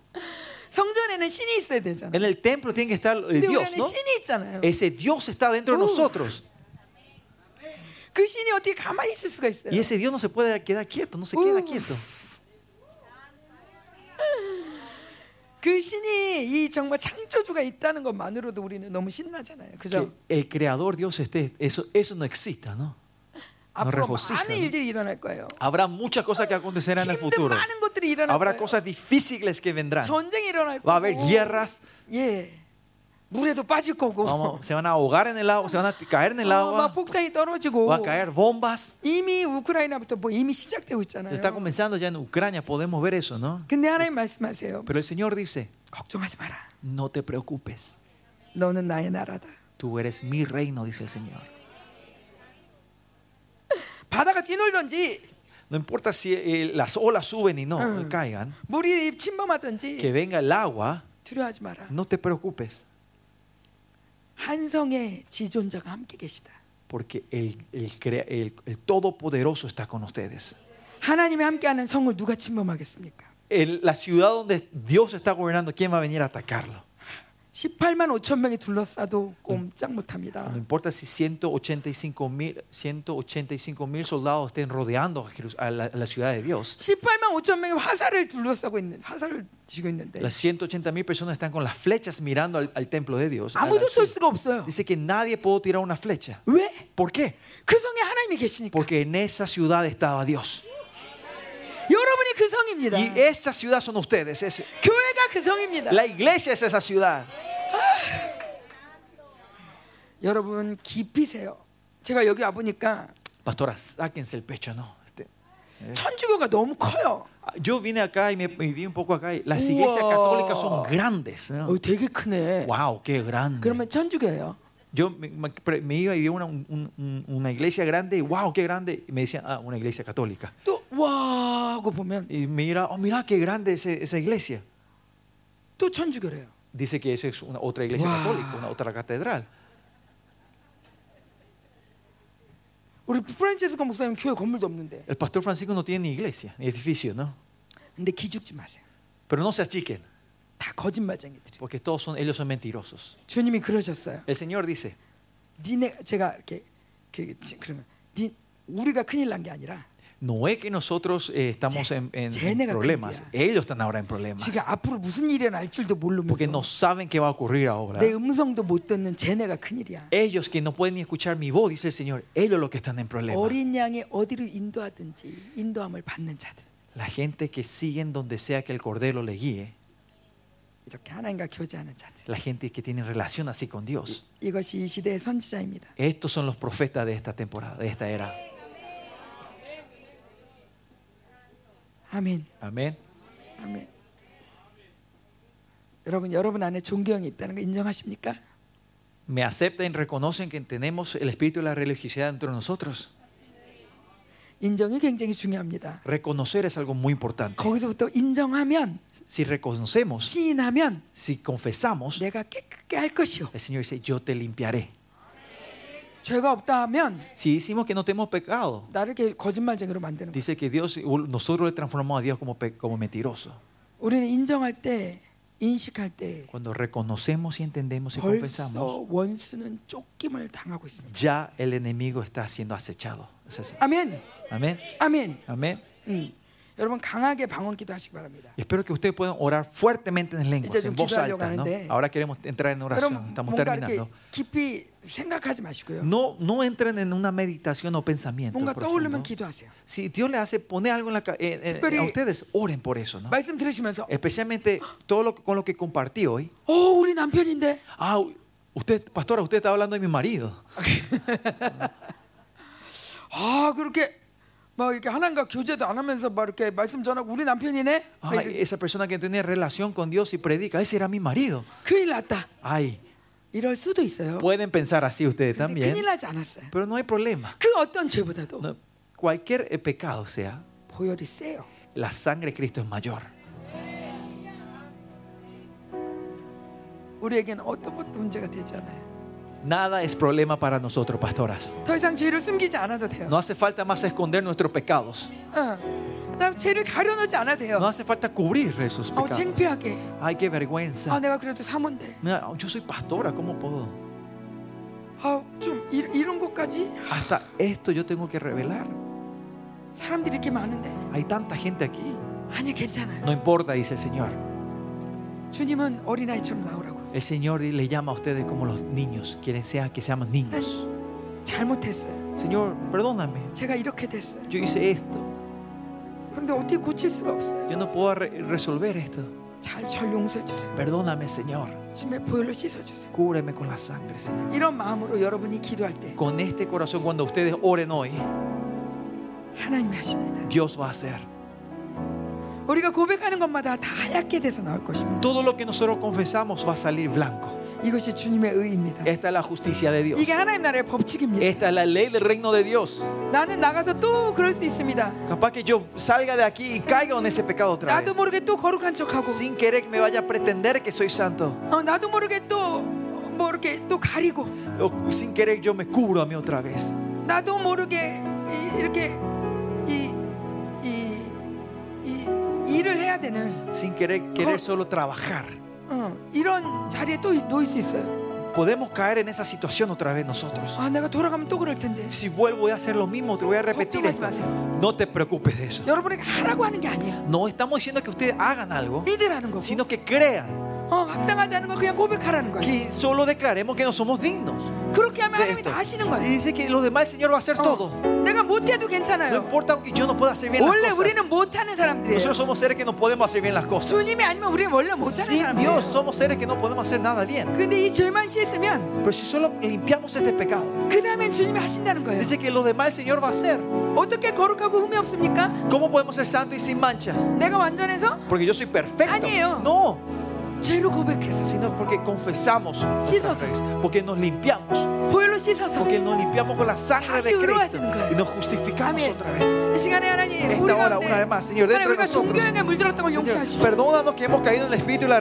[SPEAKER 1] 성전에는 신이 있어야 되잖아요.
[SPEAKER 2] En el templo tiene que estar el
[SPEAKER 1] 근데
[SPEAKER 2] Dios,
[SPEAKER 1] 우리는
[SPEAKER 2] ¿no?
[SPEAKER 1] 신이 있잖아요.
[SPEAKER 2] Ese Dios está dentro de
[SPEAKER 1] Uh.
[SPEAKER 2] nosotros.
[SPEAKER 1] 그 신이 어떻게 가만히 있을 수가 있어요?
[SPEAKER 2] Y ese Dios no se puede quedar quieto, no se
[SPEAKER 1] Uh.
[SPEAKER 2] queda quieto.
[SPEAKER 1] 그 신이 이 정말 창조주가 있다는 것만으로도 우리는 너무 신나잖아요.
[SPEAKER 2] Que
[SPEAKER 1] 그죠?
[SPEAKER 2] el creador Dios esté, eso, eso no exista, ¿no?
[SPEAKER 1] 앞으로
[SPEAKER 2] regocija,
[SPEAKER 1] 많은
[SPEAKER 2] ¿no?
[SPEAKER 1] 일들이 일어날 거예요.
[SPEAKER 2] Habrá muchas cosas que acontecerán en el
[SPEAKER 1] 힘든
[SPEAKER 2] futuro.
[SPEAKER 1] 많은 것들이 일어날
[SPEAKER 2] Habrá
[SPEAKER 1] 거예요.
[SPEAKER 2] cosas difíciles que
[SPEAKER 1] 아.
[SPEAKER 2] vendrán.
[SPEAKER 1] 전쟁이 일어날 거고.
[SPEAKER 2] Va a haber guerras.
[SPEAKER 1] 예. 물에도 빠질 거고.
[SPEAKER 2] Vamos, se van a ahogar en el agua, se van a caer en el
[SPEAKER 1] 어, 막
[SPEAKER 2] agua,
[SPEAKER 1] 폭탄이 떨어지고.
[SPEAKER 2] va a caer bombas.
[SPEAKER 1] 이미 우크라이나부터 뭐 이미 시작되고 있잖아요.
[SPEAKER 2] Está comenzando ya en Ucrania, podemos ver eso, ¿no?
[SPEAKER 1] 근데 하나님 말씀하세요.
[SPEAKER 2] Pero el Señor dice,
[SPEAKER 1] 걱정하지 마라.
[SPEAKER 2] No te preocupes,
[SPEAKER 1] 너는 나의 나라다.
[SPEAKER 2] tú eres mi reino, dice el Señor.
[SPEAKER 1] 바다가 뛰놀던지
[SPEAKER 2] No importa si eh, las olas suben y no caigan,
[SPEAKER 1] 물이 침범하던지
[SPEAKER 2] que venga el agua,
[SPEAKER 1] 두려워하지 마라.
[SPEAKER 2] no te preocupes,
[SPEAKER 1] 한성의 지존자가 함께 계시다.
[SPEAKER 2] porque el, el crea- el- el Todopoderoso está con ustedes.
[SPEAKER 1] 하나님이 함께하는 성을 누가 침범하겠습니까?
[SPEAKER 2] El- la ciudad donde Dios está gobernando, ¿quién va a venir a atacarlo?
[SPEAKER 1] 18만 5천 명이 둘러싸도 꼼짝 못합니다.
[SPEAKER 2] No importa si 185 mil soldados estén rodeando a Jerus- a la, a la ciudad de Dios.
[SPEAKER 1] 18만 5천 명이 화살을 둘러싸고 있는 화살을 쥐고 있는데
[SPEAKER 2] Las 180 mil personas están con las flechas mirando al, al templo de Dios. a la
[SPEAKER 1] 아무도 쏠
[SPEAKER 2] ciudad.
[SPEAKER 1] 수가 없어요.
[SPEAKER 2] Dice que nadie pudo tirar una flecha.
[SPEAKER 1] 왜?
[SPEAKER 2] ¿Por qué?
[SPEAKER 1] 그 성에 하나님이 계시니까.
[SPEAKER 2] Porque en esa ciudad estaba Dios.
[SPEAKER 1] 여러분이 그 성입니다.
[SPEAKER 2] Y esa ciudad son ustedes. ese-
[SPEAKER 1] 교회가 그 성입니다.
[SPEAKER 2] La iglesia es esa ciudad.
[SPEAKER 1] 여러분 깊이세요. 제가 여기 와 보니까
[SPEAKER 2] Pastora, sáquense el pecho, ¿no? Este,
[SPEAKER 1] 네. 천주교가 너무 커요.
[SPEAKER 2] Yo vine acá y me y vi un poco acá. y Las
[SPEAKER 1] Wow.
[SPEAKER 2] iglesias católicas son grandes. ¿no?
[SPEAKER 1] 어, 되게 크네.
[SPEAKER 2] Wow, qué grande.
[SPEAKER 1] 그러면 천주교예요.
[SPEAKER 2] Yo me, me- pre- me iba y vi una, un- un- una iglesia grande y wow, qué grande. Y me decían, ah, una iglesia católica.
[SPEAKER 1] 또와 하고 보면
[SPEAKER 2] Y mira, oh, mira qué grande ese- esa iglesia.
[SPEAKER 1] 또 천주교래요.
[SPEAKER 2] Dice que esa es una, otra iglesia
[SPEAKER 1] Wow.
[SPEAKER 2] católica, una otra catedral.
[SPEAKER 1] 우리 프란치스코 목사님 교회 건물도 없는데.
[SPEAKER 2] El pastor Francisco no tiene ni iglesia, ni edificio, ¿no?
[SPEAKER 1] 근데 기죽지 마세요.
[SPEAKER 2] Pero no se achiquen,
[SPEAKER 1] 다 거짓말쟁이들이.
[SPEAKER 2] porque todos son, ellos son mentirosos.
[SPEAKER 1] 주님이 그러셨어요.
[SPEAKER 2] El Señor dice,
[SPEAKER 1] 니네 제가 이렇게 그, 지- 그러면 니 우리가 큰일 난 게 아니라
[SPEAKER 2] no es que nosotros eh, estamos
[SPEAKER 1] Che-
[SPEAKER 2] en, en- en
[SPEAKER 1] Chenega
[SPEAKER 2] problemas,
[SPEAKER 1] cambia.
[SPEAKER 2] ellos están ahora en problemas,
[SPEAKER 1] 지가 앞으로 무슨 일이 날 줄도
[SPEAKER 2] porque
[SPEAKER 1] 모르면서
[SPEAKER 2] no saben qué va a ocurrir ahora.
[SPEAKER 1] 내 음성도 못 듣는 쟤네가 큰일이야.
[SPEAKER 2] Ellos que no pueden ni escuchar mi voz, dice el Señor, ellos los que están en problemas.
[SPEAKER 1] 어린 양이 어디로 인도하든지 인도함을 받는 자들
[SPEAKER 2] La gente que siguen donde sea que el Cordero le guíe,
[SPEAKER 1] 이렇게 하나님과 교제하는 자들
[SPEAKER 2] la gente que tiene relación así con Dios.
[SPEAKER 1] 이것이 이 시대의 선지자입니다.
[SPEAKER 2] Estos son los profetas de esta temporada, de esta era.
[SPEAKER 1] 아멘.
[SPEAKER 2] Amén.
[SPEAKER 1] 아멘. 여러분 여러분 안에 존경이 있다는 거 인정하십니까?
[SPEAKER 2] Me aceptan y reconocen que tenemos el espíritu de la religiosidad entre nosotros.
[SPEAKER 1] 인정이 굉장히 중요합니다.
[SPEAKER 2] Reconocer es algo muy importante.
[SPEAKER 1] 거기서부터 인정하면
[SPEAKER 2] Si reconocemos,
[SPEAKER 1] 시인하면
[SPEAKER 2] si confesamos,
[SPEAKER 1] 내가 깨끗게 할 것이요.
[SPEAKER 2] el Señor dice, yo te limpiaré.
[SPEAKER 1] 죄가 없다 하면
[SPEAKER 2] Si decimos que no tenemos pecado,
[SPEAKER 1] 나를 이렇게 거짓말쟁이로 만드는 거예요.
[SPEAKER 2] dice que Dios, nosotros le transformamos a Dios como, pe- como mentiroso.
[SPEAKER 1] 우리는 인정할 때 인식할 때
[SPEAKER 2] Cuando reconocemos y entendemos y
[SPEAKER 1] 벌써
[SPEAKER 2] confesamos,
[SPEAKER 1] 원수는 쫓김을 당하고 있습니다.
[SPEAKER 2] ya el enemigo está siendo acechado. Es así.
[SPEAKER 1] 아멘.
[SPEAKER 2] Amén.
[SPEAKER 1] 아멘.
[SPEAKER 2] Amén.
[SPEAKER 1] 음. 여러분 강하게 방언 기도하시기 바랍니다.
[SPEAKER 2] Y Espero que ustedes puedan orar fuertemente en lenguas,
[SPEAKER 1] Este es
[SPEAKER 2] en
[SPEAKER 1] un
[SPEAKER 2] voz
[SPEAKER 1] quitarlo,
[SPEAKER 2] alta. ¿no?
[SPEAKER 1] grande.
[SPEAKER 2] Ahora queremos entrar en oración.
[SPEAKER 1] 여러분
[SPEAKER 2] Estamos
[SPEAKER 1] 뭔가
[SPEAKER 2] terminando.
[SPEAKER 1] 이렇게 깊이 생각하지 마시고요.
[SPEAKER 2] No, no entren en una meditación o pensamiento.
[SPEAKER 1] 뭔가 떠오르면
[SPEAKER 2] profundo.
[SPEAKER 1] 기도하세요.
[SPEAKER 2] Si Dios le hace poner algo en la, ca- en- en-
[SPEAKER 1] Pero-
[SPEAKER 2] a ustedes, oren por eso. ¿no?
[SPEAKER 1] 말씀 들으시면서
[SPEAKER 2] Especialmente todo lo que- con lo que compartí hoy.
[SPEAKER 1] 어 우리 남편인데
[SPEAKER 2] Ah, usted, pastora, usted está hablando de mi marido.
[SPEAKER 1] 아 그렇게 막 이렇게 하나님과 교제도 안 하면서 막 이렇게 말씀 전하고 우리 남편이네. 막
[SPEAKER 2] Ah,
[SPEAKER 1] 이렇게
[SPEAKER 2] esa persona que tiene relación con Dios y predica, ese era mi marido.
[SPEAKER 1] 큰일 났다.
[SPEAKER 2] Ay,
[SPEAKER 1] 이럴 수도 있어요.
[SPEAKER 2] pueden pensar así ustedes
[SPEAKER 1] 근데
[SPEAKER 2] también,
[SPEAKER 1] 큰일 나지 않았어요.
[SPEAKER 2] pero no hay problema.
[SPEAKER 1] 그 어떤 죄보다도
[SPEAKER 2] No, cualquier eh, pecado sea,
[SPEAKER 1] 보혈이 세요.
[SPEAKER 2] la sangre de Cristo es mayor.
[SPEAKER 1] 우리에게는 어떤 것도 문제가 되지 않아요.
[SPEAKER 2] Nada es problema para nosotros, pastoras.
[SPEAKER 1] 더 이상 죄를 숨기지 않아도 돼요.
[SPEAKER 2] No hace falta más esconder nuestros pecados.
[SPEAKER 1] 어. 나 죄를 가려놓지 않아도 돼요.
[SPEAKER 2] No hace falta cubrir esos
[SPEAKER 1] 어,
[SPEAKER 2] pecados.
[SPEAKER 1] 창피하게.
[SPEAKER 2] Ay, qué
[SPEAKER 1] 아,
[SPEAKER 2] vergüenza.
[SPEAKER 1] 내가 그래도 사모인데.
[SPEAKER 2] Mira, yo soy pastora, ¿cómo puedo?
[SPEAKER 1] 아, 좀 이, 이런 것까지
[SPEAKER 2] Hasta esto yo tengo que revelar.
[SPEAKER 1] 사람들이 이렇게 많은데.
[SPEAKER 2] Hay tanta gente aquí.
[SPEAKER 1] 아니, 괜찮아요.
[SPEAKER 2] No importa, dice el Señor.
[SPEAKER 1] 주님은 어린아이처럼 나오라고.
[SPEAKER 2] El Señor le llama a ustedes como los niños, quieren sea que seamos niños.
[SPEAKER 1] 잘못했어요.
[SPEAKER 2] Señor, perdóname.
[SPEAKER 1] 제가 이렇게 됐어요.
[SPEAKER 2] Yo hice esto.
[SPEAKER 1] 그런데 어떻게 고칠 수가 없어요.
[SPEAKER 2] Yo no puedo re- resolver esto.
[SPEAKER 1] 잘 절 용서해 주세요.
[SPEAKER 2] Perdóname, Señor.
[SPEAKER 1] 침에 보혈로 씻어 주세요.
[SPEAKER 2] Cúbreme con la sangre, Señor.
[SPEAKER 1] 이런 마음으로 여러분이 기도할 때
[SPEAKER 2] Con este corazón, cuando ustedes oren hoy,
[SPEAKER 1] 하나님이 하십니다.
[SPEAKER 2] Dios va a hacer.
[SPEAKER 1] 우리가 고백하는 것마다 다 하얗게 돼서 나올 것입니다.
[SPEAKER 2] Todo lo que nosotros confesamos va a salir blanco.
[SPEAKER 1] 이것이 주님의 의입니다.
[SPEAKER 2] Esta es la justicia de Dios.
[SPEAKER 1] 예, 이게 예. 하나님 나라의 법칙입니다.
[SPEAKER 2] Esta es la ley del reino de Dios.
[SPEAKER 1] 나는 나가서 또 그럴 수 있습니다.
[SPEAKER 2] Capaz que yo salga de aquí y caiga en ese pecado otra
[SPEAKER 1] 나도
[SPEAKER 2] vez.
[SPEAKER 1] 모르게 또 거룩한 척하고,
[SPEAKER 2] Sin querer que me vaya a pretender que soy santo.
[SPEAKER 1] 어, 나도 모르게 또 뭐 이렇게 또 가리고,
[SPEAKER 2] O sin querer yo me cubro a mí otra vez.
[SPEAKER 1] 나도 모르게 이, 이렇게 이, 이, 이 일을 해야 되는
[SPEAKER 2] Sin querer querer solo trabajar.
[SPEAKER 1] 어, 이런 자리에 또 놓일 수 있어요.
[SPEAKER 2] Podemos caer en esa situación otra vez nosotros.
[SPEAKER 1] 아, 내가 돌아가면 또 그럴 텐데.
[SPEAKER 2] Si vuelvo voy a hacer lo mismo, te voy a repetir
[SPEAKER 1] 걱정하지
[SPEAKER 2] esto.
[SPEAKER 1] 마세요.
[SPEAKER 2] No te preocupes de eso.
[SPEAKER 1] 여러분에게 하라고 하는 게 아니야.
[SPEAKER 2] No estamos diciendo que ustedes hagan algo,
[SPEAKER 1] 믿으라는 거고.
[SPEAKER 2] sino que crean.
[SPEAKER 1] 어, 합당하지 않은 걸 그냥 고백하라는 거야.
[SPEAKER 2] Que solo declaremos que no somos dignos.
[SPEAKER 1] 그렇게 하면
[SPEAKER 2] de
[SPEAKER 1] 네, 하나님이
[SPEAKER 2] esto.
[SPEAKER 1] 다 하시는 거야.
[SPEAKER 2] Y dice que lo demás el Señor va a hacer
[SPEAKER 1] 어,
[SPEAKER 2] todo.
[SPEAKER 1] 내가 못해도
[SPEAKER 2] No
[SPEAKER 1] 괜찮아요.
[SPEAKER 2] importa aunque yo no pueda hacer bien
[SPEAKER 1] 원래
[SPEAKER 2] las cosas.
[SPEAKER 1] 우리는 못하는 사람들이에요.
[SPEAKER 2] Nosotros somos seres que no podemos hacer bien las cosas.
[SPEAKER 1] 주님이 아니면 우리는 원래 못하는
[SPEAKER 2] Sin
[SPEAKER 1] 사람이에요.
[SPEAKER 2] Dios somos seres que no podemos hacer nada bien.
[SPEAKER 1] 근데 이 죄만 씻으면
[SPEAKER 2] Pero si solo limpiamos este pecado,
[SPEAKER 1] 그 다음엔 주님이 하신다는 거예요.
[SPEAKER 2] dice que lo demás el Señor va a hacer.
[SPEAKER 1] 어떻게 거룩하고 흠이 없습니까?
[SPEAKER 2] ¿Cómo podemos ser santos y sin manchas?
[SPEAKER 1] 내가 완전해서
[SPEAKER 2] Porque yo soy perfecto.
[SPEAKER 1] Añeo.
[SPEAKER 2] No,
[SPEAKER 1] 죄로 고백해서
[SPEAKER 2] sino porque confesamos,
[SPEAKER 1] 씻어서
[SPEAKER 2] porque nos limpiamos,
[SPEAKER 1] 보혈로 씻어서
[SPEAKER 2] porque nos limpiamos con la sangre de
[SPEAKER 1] 다시
[SPEAKER 2] Cristo
[SPEAKER 1] 의로워지는 거예요.
[SPEAKER 2] y nos justificamos
[SPEAKER 1] Amén.
[SPEAKER 2] otra vez.
[SPEAKER 1] 이 시간에 하나님
[SPEAKER 2] Esta
[SPEAKER 1] 우리
[SPEAKER 2] hora, una vez más, Señor,
[SPEAKER 1] 가운데 하나님
[SPEAKER 2] dentro de
[SPEAKER 1] 우리가
[SPEAKER 2] nosotros.
[SPEAKER 1] 종교형에 물들었던 걸
[SPEAKER 2] Señor,
[SPEAKER 1] 용서하시고
[SPEAKER 2] perdónanos que hemos caído en el espíritu de la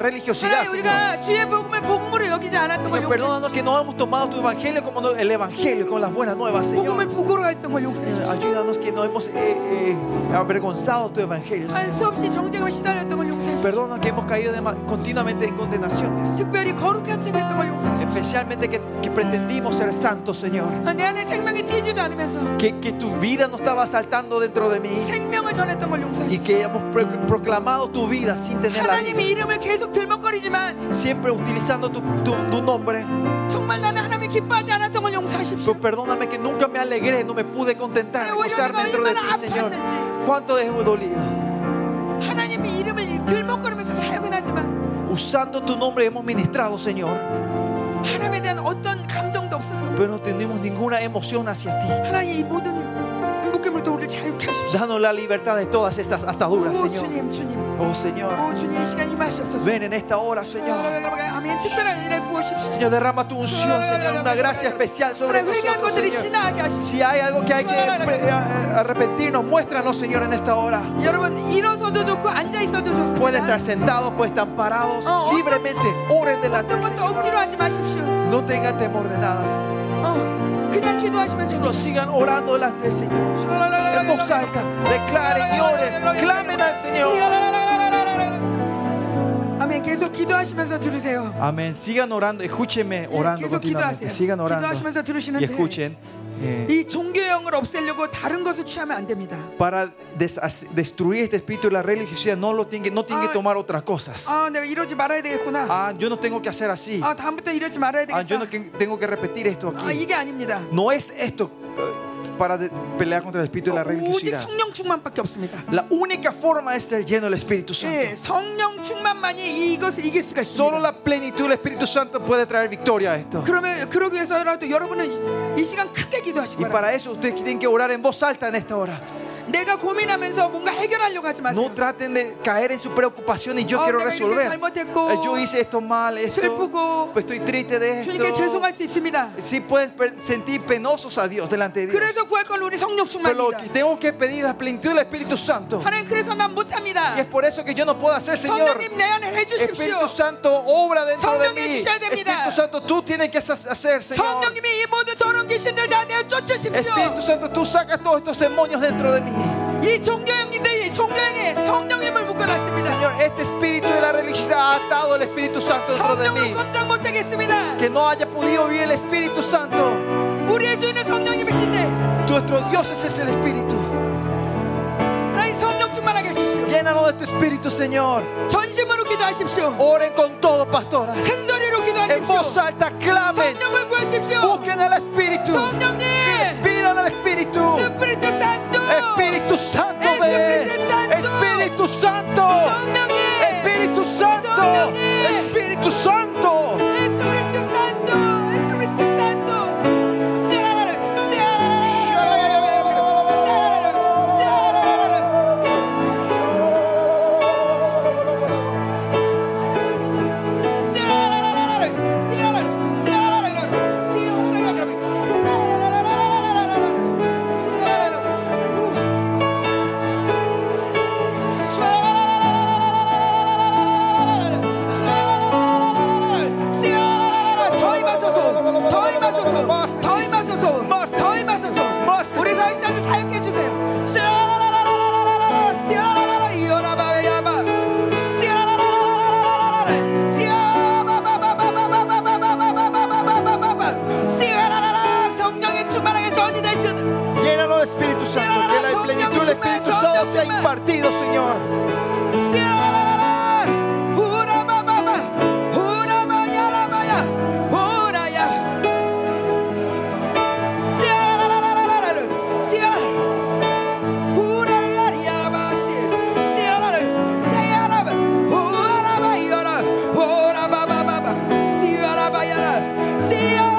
[SPEAKER 1] 하나님
[SPEAKER 2] religiosidad, Señor.
[SPEAKER 1] 우리가 주의 복음을 복음으로 여기지 않았던 걸
[SPEAKER 2] Señor,
[SPEAKER 1] 용서하시고
[SPEAKER 2] perdónanos que no hemos tomado tu evangelio como no- el evangelio, como las buenas nuevas,
[SPEAKER 1] 복음을
[SPEAKER 2] Señor.
[SPEAKER 1] 복음으로 했던 걸
[SPEAKER 2] Señor,
[SPEAKER 1] 용서하시고
[SPEAKER 2] ayúdanos que no hemos eh, eh, avergonzado tu evangelio. Señor.
[SPEAKER 1] 수없이 정쟁을 시달렸던 걸 용서하시고
[SPEAKER 2] Perdónanos que hemos caído de ma- continuamente en condenaciones,
[SPEAKER 1] 특별히 거룩한 척 했던 걸 용서하시고
[SPEAKER 2] especialmente que, que pretendimos ser santos, Señor.
[SPEAKER 1] 아, 내 안에 생명이 뛰지도 않으면서
[SPEAKER 2] Que, que tu vida no estaba saltando dentro de mí
[SPEAKER 1] 생명을 전했던 걸
[SPEAKER 2] y
[SPEAKER 1] 용서하시고
[SPEAKER 2] que hemos pro- proclamado tu vida sin tener la vida.
[SPEAKER 1] 하나님의 이름을 계속 들먹거리지만
[SPEAKER 2] Siempre utilizando tu, tu- tu nombre.
[SPEAKER 1] 정말 나는 하나님이 기뻐하지 않았던 걸 용서하십시오
[SPEAKER 2] Pero perdóname que nunca me alegré, no me pude contentar,
[SPEAKER 1] 내
[SPEAKER 2] gozar
[SPEAKER 1] 원수가
[SPEAKER 2] dentro de ti,
[SPEAKER 1] 얼마나
[SPEAKER 2] Señor.
[SPEAKER 1] 아팠는지
[SPEAKER 2] ¿Cuánto hemos dolido?
[SPEAKER 1] 하나님의 이름을 들먹거리면서 사역은 하지만
[SPEAKER 2] Usando tu nombre hemos ministrado, Señor,
[SPEAKER 1] 하나님에 대한 어떤 감정도 없었던
[SPEAKER 2] pero no tenemos ninguna emoción hacia ti.
[SPEAKER 1] 하나님의 이 모든 묶임으로부터 우리를 자유케 하십시오
[SPEAKER 2] Danos la libertad de todas estas ataduras,
[SPEAKER 1] 오
[SPEAKER 2] Señor.
[SPEAKER 1] 주님 주님
[SPEAKER 2] Oh, Señor,
[SPEAKER 1] 오 주님 이 시간 임하시옵소서
[SPEAKER 2] ven en esta hora, Señor.
[SPEAKER 1] 아멘 특별한 은혜를 부어주십시오
[SPEAKER 2] Señor, derrama tu unción, Señor, una gracia especial sobre
[SPEAKER 1] 하나님 회개한
[SPEAKER 2] nosotros,
[SPEAKER 1] 것들이
[SPEAKER 2] Señor.
[SPEAKER 1] 지나가게 하십시오
[SPEAKER 2] Si hay algo que hay que eh, arrepentirnos, muéstranos, Señor, en esta hora.
[SPEAKER 1] 여러분 일어서도 좋고 앉아있어도
[SPEAKER 2] Pueden estar
[SPEAKER 1] 좋습니다
[SPEAKER 2] sentados, pueden estar parados
[SPEAKER 1] Oh, oh,
[SPEAKER 2] libremente. Oren delante
[SPEAKER 1] 어떤
[SPEAKER 2] del
[SPEAKER 1] 것도
[SPEAKER 2] Señor.
[SPEAKER 1] 억지로 하지 마십시오
[SPEAKER 2] No tengan temor de nada.
[SPEAKER 1] 어, 그냥 기도하시면
[SPEAKER 2] Lo
[SPEAKER 1] 됩니다.
[SPEAKER 2] sigan orando delante del Señor. En voz alta, declaren y oren. Clamen al Señor.
[SPEAKER 1] 아멘. 계속 기도하시면서 들으세요.
[SPEAKER 2] Amén. Sigan orando, escúchenme
[SPEAKER 1] 예,
[SPEAKER 2] orando
[SPEAKER 1] 계속
[SPEAKER 2] continuamente.
[SPEAKER 1] 기도하세요.
[SPEAKER 2] Sigan orando
[SPEAKER 1] 기도하시면서
[SPEAKER 2] y
[SPEAKER 1] 들으시는데
[SPEAKER 2] escuchen eh,
[SPEAKER 1] 이 종교형을 없애려고 다른 것을 취하면 안 됩니다.
[SPEAKER 2] para deshac- destruir este espíritu de la religiosidad. No lo tienen que, no tienen que
[SPEAKER 1] Ah.
[SPEAKER 2] tomar otras cosas.
[SPEAKER 1] 아, 내가 이러지 말아야 되겠구나.
[SPEAKER 2] Ah, yo no tengo que hacer así.
[SPEAKER 1] 아, 다음부터 이러지 말아야
[SPEAKER 2] Ah, yo no
[SPEAKER 1] 되겠다.
[SPEAKER 2] que- tengo que repetir esto
[SPEAKER 1] 아,
[SPEAKER 2] aquí.
[SPEAKER 1] 이게 아닙니다.
[SPEAKER 2] No es esto eh, para de- pelear contra el espíritu de la
[SPEAKER 1] 오직
[SPEAKER 2] religiosidad.
[SPEAKER 1] 성령 충만밖에 없습니다.
[SPEAKER 2] La única forma es ser lleno del Espíritu
[SPEAKER 1] 예,
[SPEAKER 2] Santo.
[SPEAKER 1] 성령 충만만이 이것을 이길 수가
[SPEAKER 2] Solo
[SPEAKER 1] 있습니다.
[SPEAKER 2] la plenitud del Espíritu Santo puede traer victoria a esto.
[SPEAKER 1] 그러면 그러기 위해서라도 여러분은 이 시간 크게 기도하시기
[SPEAKER 2] Y
[SPEAKER 1] 바랍니다.
[SPEAKER 2] para eso ustedes tienen que orar en voz alta en esta hora.
[SPEAKER 1] 내가 고민하면서 뭔가 해결하려고 하지 마세요.
[SPEAKER 2] No traten de caer en su preocupación y yo
[SPEAKER 1] Oh,
[SPEAKER 2] quiero
[SPEAKER 1] 내가 이렇게
[SPEAKER 2] resolver.
[SPEAKER 1] 잘못했고,
[SPEAKER 2] Eh, Yo hice esto mal, esto.
[SPEAKER 1] 슬프고,
[SPEAKER 2] pues estoy triste de
[SPEAKER 1] 주님께
[SPEAKER 2] esto.
[SPEAKER 1] 죄송할 수 있습니다.
[SPEAKER 2] Si pueden per- sentir penosos a Dios delante de Dios.
[SPEAKER 1] 그래서 구할 건 우리 성령
[SPEAKER 2] Pero lo
[SPEAKER 1] 충만입니다.
[SPEAKER 2] que tengo que pedir es la plenitud del Espíritu Santo.
[SPEAKER 1] 하나님 그래서 난 못합니다.
[SPEAKER 2] Y es por eso que yo no puedo hacer, Señor.
[SPEAKER 1] 성령님 내 안에 해주십시오.
[SPEAKER 2] Espíritu Santo, obra dentro de
[SPEAKER 1] 성령이
[SPEAKER 2] mí.
[SPEAKER 1] 해주셔야 됩니다.
[SPEAKER 2] Espíritu Santo, tú tienes que sa- hacer,
[SPEAKER 1] 네.
[SPEAKER 2] Señor.
[SPEAKER 1] 성령님이 이 모든 더러운 귀신들 다 내어 쫓으십시오.
[SPEAKER 2] Espíritu Santo, tú sacas todos estos demonios dentro de mí.
[SPEAKER 1] 이 종교형인데 이 종교형에 성령님을 묶어놨습니다.
[SPEAKER 2] Señor, este espíritu de la religiosidad ha atado al Espíritu Santo dentro de
[SPEAKER 1] 성령을
[SPEAKER 2] mí.
[SPEAKER 1] 꼼짝 못하겠습니다.
[SPEAKER 2] Que no haya podido vivir el Espíritu Santo.
[SPEAKER 1] 우리의 주인은 성령님이신데
[SPEAKER 2] Nuestro Dios ese es el Espíritu.
[SPEAKER 1] 하나님 성령 충만하게 해주십시오.
[SPEAKER 2] Llénanos de tu Espíritu, Señor.
[SPEAKER 1] 전심으로 기도하십시오.
[SPEAKER 2] Oren con todo, pastoras.
[SPEAKER 1] 큰 소리로
[SPEAKER 2] En
[SPEAKER 1] 기도하십시오.
[SPEAKER 2] voz alta, clamen.
[SPEAKER 1] 성령을 구하십시오. 그-
[SPEAKER 2] Busquen al Espíritu.
[SPEAKER 1] 성령님!
[SPEAKER 2] Pidan al Espíritu.
[SPEAKER 1] 스프리트 산도!
[SPEAKER 2] Espíritu Santo, ven. Espíritu Santo.
[SPEAKER 1] 성령님!
[SPEAKER 2] Espíritu Santo. Espíritu
[SPEAKER 1] 스프리트 산도!
[SPEAKER 2] Santo.
[SPEAKER 1] 스프리트 산도! 우리를 사역해 주세요. 시아라라라라라라라, 시아라라라, 이어라바야바, 시아라라라라라라, 시아바바바바바바바바바바바바바바바바바바, 시아라라라, 성령의 충만하게 전이 될 줄.
[SPEAKER 3] Llénalo de Espíritu Santo, que la plenitud del Espíritu Santo sea impartido, Señor.
[SPEAKER 1] 시아라라라, 우라바바바, 우라바야라바야, 우라야. 시아라라라라라라, 시아라, 우라야리야바시, 시아라라, 시아라바, 우라바야라, 우라바바바바, 시아라바야라, 시아라라요.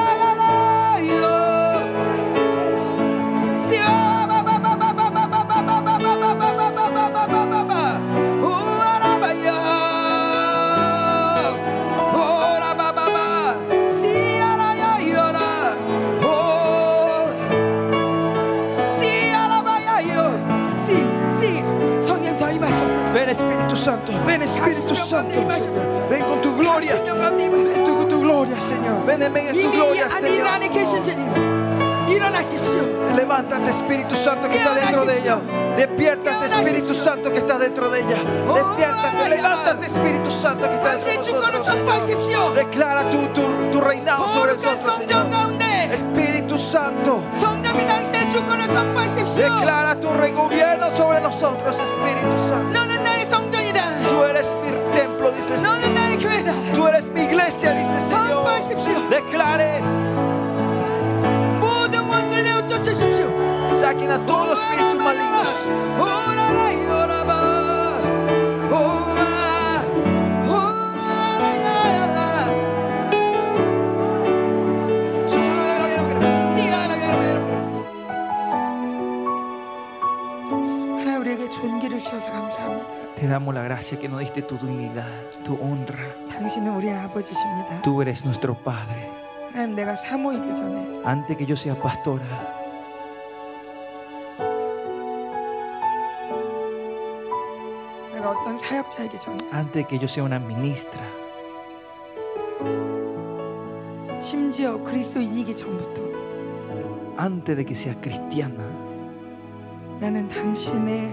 [SPEAKER 3] Ven Espíritu Santo, ven Espíritu Santo. Señor. Ven con tu gloria. Ven tu- con tu gloria, Señor. Ven en medio de tu gloria, Señor.
[SPEAKER 1] 일어나십시오.
[SPEAKER 3] Levántate, este Espíritu Santo, que está dentro de ella. Despiértate, Espíritu Santo, que está dentro de ella. Despiértate, levántate, Espíritu Santo, que está dentro de
[SPEAKER 1] 당신의 주권을
[SPEAKER 3] nosotros. Señor.
[SPEAKER 1] 선포하십시오.
[SPEAKER 3] Declara tu, tu, tu
[SPEAKER 2] 아,
[SPEAKER 3] reinado sobre
[SPEAKER 1] 거룩한
[SPEAKER 3] nosotros,
[SPEAKER 1] 성령
[SPEAKER 3] Señor.
[SPEAKER 1] 가운데
[SPEAKER 3] Espíritu Santo,
[SPEAKER 1] 성령이 당신의 주권을 선포하십시오.
[SPEAKER 3] declara tu regobierno sobre nosotros, Espíritu Santo.
[SPEAKER 1] 너는 나의 성전이다.
[SPEAKER 3] Tú eres mi templo, dice el Señor.
[SPEAKER 1] 너는 나의 교회다.
[SPEAKER 3] Tú eres mi iglesia, dice el
[SPEAKER 1] Santo.
[SPEAKER 3] Señor. Declare,
[SPEAKER 1] 모든 원수를 내어 쫓으십시오.
[SPEAKER 3] saquen a todos los espíritus malignos.
[SPEAKER 1] 오라라 이오라바 오아 오아라야 하나님 우리에게 존귀를 주셔서 감사합니다.
[SPEAKER 2] Te damos la gracia que nos diste tu dignidad, tu honra.
[SPEAKER 1] 당신은 우리의 아버지십니다.
[SPEAKER 2] Tú eres nuestro Padre.
[SPEAKER 1] 하나님 내가 사모이기 전에
[SPEAKER 2] Antes que yo sea pastora,
[SPEAKER 1] 내가 어떤 사역자이기 전에
[SPEAKER 2] antes que yo sea una ministra,
[SPEAKER 1] 심지어 그리스도인이기 전부터
[SPEAKER 2] antes de que sea cristiana,
[SPEAKER 1] 나는 당신의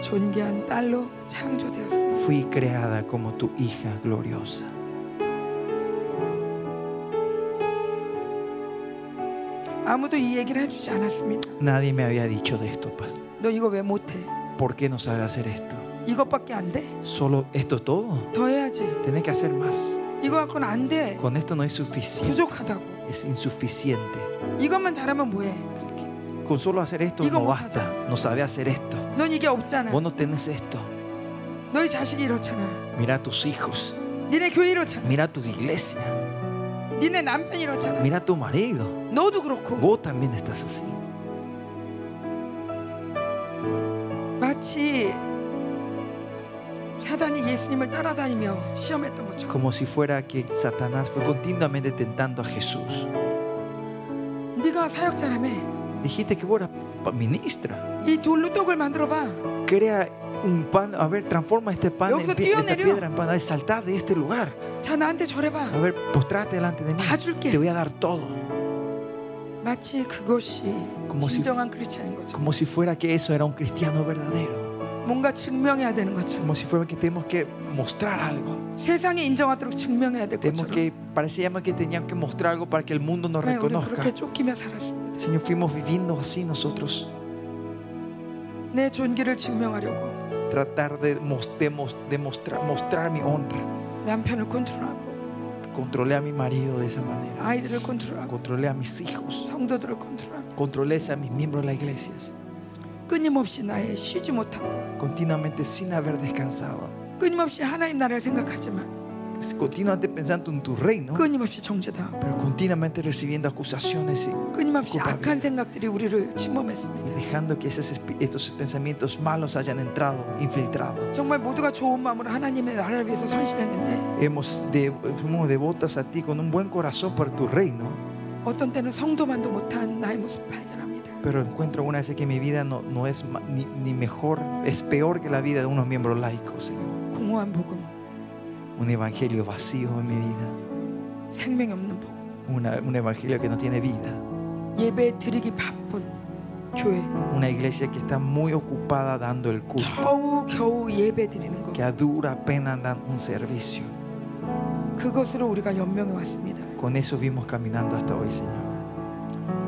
[SPEAKER 1] 존귀한 딸로 창조되었습니다.
[SPEAKER 2] fui creada como tu hija gloriosa.
[SPEAKER 1] 아무도 이 얘기를 해주지 않았습니다.
[SPEAKER 2] Nadie me había dicho de esto, pas-
[SPEAKER 1] 너 이거 왜 못해?
[SPEAKER 2] ¿Por qué no sabe hacer esto?
[SPEAKER 1] 이것밖에 안 돼?
[SPEAKER 2] ¿Solo esto es todo?
[SPEAKER 1] 더 해야지.
[SPEAKER 2] Tenés que hacer más.
[SPEAKER 1] 이거 갖고는 안 돼.
[SPEAKER 2] Con esto no es suficiente.
[SPEAKER 1] 부족하다고.
[SPEAKER 2] Es insuficiente.
[SPEAKER 1] 이것만 잘하면 뭐해?
[SPEAKER 2] Con solo hacer esto
[SPEAKER 1] Digo,
[SPEAKER 2] no basta. No sabe hacer esto.
[SPEAKER 1] 넌 이게 없잖아.
[SPEAKER 2] Vos no tenés esto.
[SPEAKER 1] 너희 자식이 이렇잖아.
[SPEAKER 2] Mira a tus hijos.
[SPEAKER 1] 니네 교회 이렇잖아.
[SPEAKER 2] Mira a tu iglesia.
[SPEAKER 1] 니네 남편 이렇잖아.
[SPEAKER 2] Mira a tu marido.
[SPEAKER 1] 너도 그렇고
[SPEAKER 2] Vos también estás así.
[SPEAKER 1] 마치 사단이 예수님을 따라다니며 시험했던 것처럼.
[SPEAKER 2] Como si fuera que Satanás fue continuamente tentando a Jesús.
[SPEAKER 1] 네가 사역자라며
[SPEAKER 2] Dijiste que vos eras pa- ministra.
[SPEAKER 1] 이 돌로 떡을 만들어 봐.
[SPEAKER 2] Crea un pan. A ver, transforma este pan en
[SPEAKER 1] Yo
[SPEAKER 2] pie-
[SPEAKER 1] tío
[SPEAKER 2] esta
[SPEAKER 1] Nereo.
[SPEAKER 2] piedra en pan. Ay, Saltá de este lugar.
[SPEAKER 1] 자 나한테 절해
[SPEAKER 2] A
[SPEAKER 1] 봐.
[SPEAKER 2] ver, postrate delante de mí.
[SPEAKER 1] 다 줄게.
[SPEAKER 2] Te voy a dar todo.
[SPEAKER 1] 마치 그것이
[SPEAKER 2] como si-
[SPEAKER 1] 진정한 크리스찬인 거죠.
[SPEAKER 2] Como si fuera que eso era un cristiano
[SPEAKER 1] 그
[SPEAKER 2] verdadero.
[SPEAKER 1] 뭔가 증명해야 되는 것처럼.
[SPEAKER 2] Como si fuera que tenemos que mostrar algo.
[SPEAKER 1] 세상에 인정하도록 증명해야 될
[SPEAKER 2] Tenemos
[SPEAKER 1] 것처럼.
[SPEAKER 2] que, parecíamos que teníamos que mostrar algo para que el mundo nos
[SPEAKER 1] 네, 오늘
[SPEAKER 2] reconozca.
[SPEAKER 1] 그렇게 쫓기며 살았습니다.
[SPEAKER 2] Señor, fuimos viviendo así nosotros.
[SPEAKER 1] 내 존귀를 증명하려고
[SPEAKER 2] Tratar de, mos- de mos- de mostrar, mostrar mi honra.
[SPEAKER 1] 남편을 컨트롤하고
[SPEAKER 2] Controlé a mi marido de esa manera.
[SPEAKER 1] 아이들을 컨트롤하고
[SPEAKER 2] Controlé a mis hijos.
[SPEAKER 1] 성도들을 컨트롤하고
[SPEAKER 2] Controlé a mis miembros de las iglesias.
[SPEAKER 1] 끊임없이 나의 쉬지 못하고
[SPEAKER 2] Continuamente sin haber descansado.
[SPEAKER 1] 끊임없이 하나님 나라를 생각하지만
[SPEAKER 2] Continuamente pensando en tu reino.
[SPEAKER 1] 끊임없이 정죄당하고
[SPEAKER 2] Pero continuamente recibiendo acusaciones y
[SPEAKER 1] 끊임없이
[SPEAKER 2] Culpable.
[SPEAKER 1] 악한 생각들이 우리를 침범했습니다.
[SPEAKER 2] y dejando que esos espi- estos pensamientos malos hayan entrado, infiltrado.
[SPEAKER 1] 정말 모두가 좋은 마음으로 하나님의 나라를 위해서 선신했는데
[SPEAKER 2] Hemos de, fuimos devotas a ti con un buen corazón por tu reino,
[SPEAKER 1] 어떤 때는 성도만도 못한 나의 모습을 발견합니다.
[SPEAKER 2] pero encuentro una vez que mi vida no, no es ma- ni, ni mejor, es peor que la vida de unos miembros laicos, Señor.
[SPEAKER 1] 공허한 복음,
[SPEAKER 2] Un evangelio vacío en mi vida,
[SPEAKER 1] 생명이 없는 복음,
[SPEAKER 2] una- un evangelio que no tiene vida,
[SPEAKER 1] 예배 드리기 바쁜 교회
[SPEAKER 2] Una iglesia que está muy ocupada dando el culto,
[SPEAKER 1] 겨우 겨우 예배 드리는 것
[SPEAKER 2] que a dura pena dan un servicio.
[SPEAKER 1] 그것으로 우리가 연명해 왔습니다.
[SPEAKER 2] Con eso vimos caminando hasta hoy, Señor.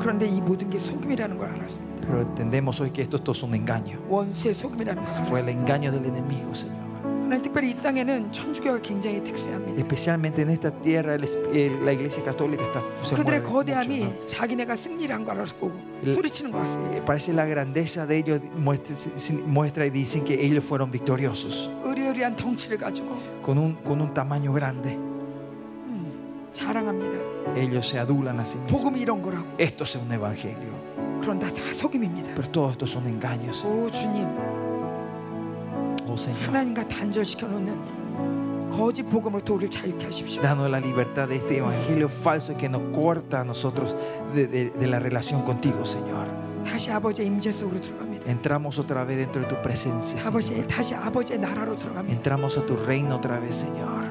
[SPEAKER 1] 그런데 이 모든 게 속임이라는 걸 알았습니다.
[SPEAKER 2] Pero entendemos hoy que esto es todo un engaño.
[SPEAKER 1] 원수의 속임이라는 걸
[SPEAKER 2] Ese fue el
[SPEAKER 1] 알았습니다.
[SPEAKER 2] engaño del enemigo, Señor.
[SPEAKER 1] 하나님 특별히 이 땅에는 천주교가 굉장히 특세합니다.
[SPEAKER 2] Especialmente en esta tierra, el es- el- la iglesia católica está se
[SPEAKER 1] 그들의
[SPEAKER 2] mueve mucho,
[SPEAKER 1] 거대함이 자기네가 승리를 한 걸 알았고 소리치는 것
[SPEAKER 2] ¿no? Eh,
[SPEAKER 1] 같습니다.
[SPEAKER 2] Parece la grandeza de ellos muestra, si- muestra y dicen que ellos fueron victoriosos
[SPEAKER 1] 의리의리한 덩치를 가지고
[SPEAKER 2] con un, con un tamaño grande.
[SPEAKER 1] 자랑합니다.
[SPEAKER 2] Ellos se adulan a sí mismos.
[SPEAKER 1] 복음이 이런 거라고.
[SPEAKER 2] Esto es un evangelio,
[SPEAKER 1] 그런데 다 속임입니다.
[SPEAKER 2] pero todo esto son engaños. ¿eh?
[SPEAKER 1] 오 주님,
[SPEAKER 2] Oh Señor,
[SPEAKER 1] 하나님과 단절시켜 놓는 거짓 복음으로부터 우리를 자유케 하십시오.
[SPEAKER 2] danos la libertad de este evangelio falso que nos corta a nosotros de, de- de la relación contigo, Señor.
[SPEAKER 1] 다시 아버지의 임재 속으로 들어갑니다.
[SPEAKER 2] Entramos otra vez dentro de tu presencia.
[SPEAKER 1] 아버지
[SPEAKER 2] Señor.
[SPEAKER 1] 다시 아버지의 나라로 들어갑니다.
[SPEAKER 2] Entramos a tu reino otra vez, Señor.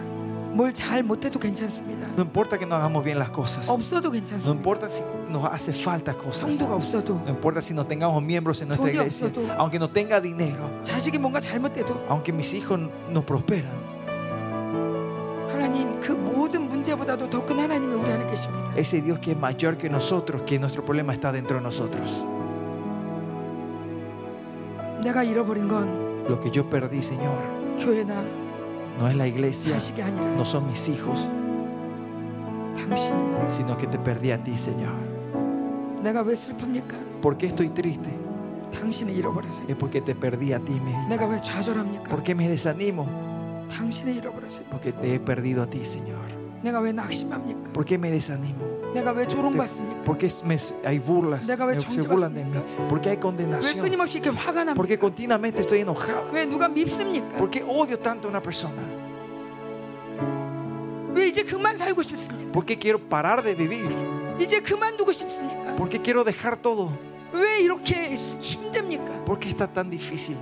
[SPEAKER 1] 뭘 잘 못해도 괜찮습니다.
[SPEAKER 2] No importa que no hagamos bien las cosas.
[SPEAKER 1] 없어도
[SPEAKER 2] No
[SPEAKER 1] 괜찮습니다.
[SPEAKER 2] importa si nos hace falta cosas.
[SPEAKER 1] 성도가 없어도
[SPEAKER 2] No importa si no tengamos miembros en nuestra
[SPEAKER 1] Todo
[SPEAKER 2] iglesia.
[SPEAKER 1] todo.
[SPEAKER 2] Aunque no tenga dinero.
[SPEAKER 1] 자식이 뭔가 잘못돼도
[SPEAKER 2] Aunque mis hijos no prosperan.
[SPEAKER 1] 하나님 그 모든 문제보다도 더 큰 하나님이 우리 안에 계십니다.
[SPEAKER 2] Ese Dios que es mayor que nosotros, que nuestro problema está dentro de nosotros.
[SPEAKER 1] 내가 잃어버린 건
[SPEAKER 2] Lo que yo perdí, Señor,
[SPEAKER 1] 교회나
[SPEAKER 2] no es la iglesia,
[SPEAKER 1] 자식이 아니라
[SPEAKER 2] no son mis hijos,
[SPEAKER 1] 당신입니다.
[SPEAKER 2] sino que te perdí a ti, Señor.
[SPEAKER 1] 내가 왜 슬픕니까?
[SPEAKER 2] ¿Por qué estoy triste?
[SPEAKER 1] 당신을 잃어버려서요.
[SPEAKER 2] Es porque te perdí a ti, mi vida.
[SPEAKER 1] 내가 왜 좌절합니까?
[SPEAKER 2] ¿Por qué me desanimo?
[SPEAKER 1] 당신을 잃어버려서요.
[SPEAKER 2] Porque te he perdido a ti, Señor.
[SPEAKER 1] 내가 왜 낙심합니까?
[SPEAKER 2] ¿Por qué me desanimo?
[SPEAKER 1] 내가 왜 조롱받습니까?
[SPEAKER 2] ¿Por qué me- hay burlas?
[SPEAKER 1] 내가 왜
[SPEAKER 2] Se burlan de mí.
[SPEAKER 1] 정죄받습니까?
[SPEAKER 2] ¿Por qué hay
[SPEAKER 1] 왜
[SPEAKER 2] condenación?
[SPEAKER 1] 끊임없이 이렇게 화가 납니까?
[SPEAKER 2] Porque continuamente estoy enojado.
[SPEAKER 1] 왜 누가 밉습니까?
[SPEAKER 2] ¿Por qué odio tanto a una persona?
[SPEAKER 1] 왜 이제 그만 살고 싶습니까?
[SPEAKER 2] ¿Por qué quiero parar de vivir?
[SPEAKER 1] 이제 그만두고 싶습니까?
[SPEAKER 2] ¿Por qué quiero dejar todo?
[SPEAKER 1] 왜 이렇게 힘듭니까?
[SPEAKER 2] ¿Por qué está tan difícil?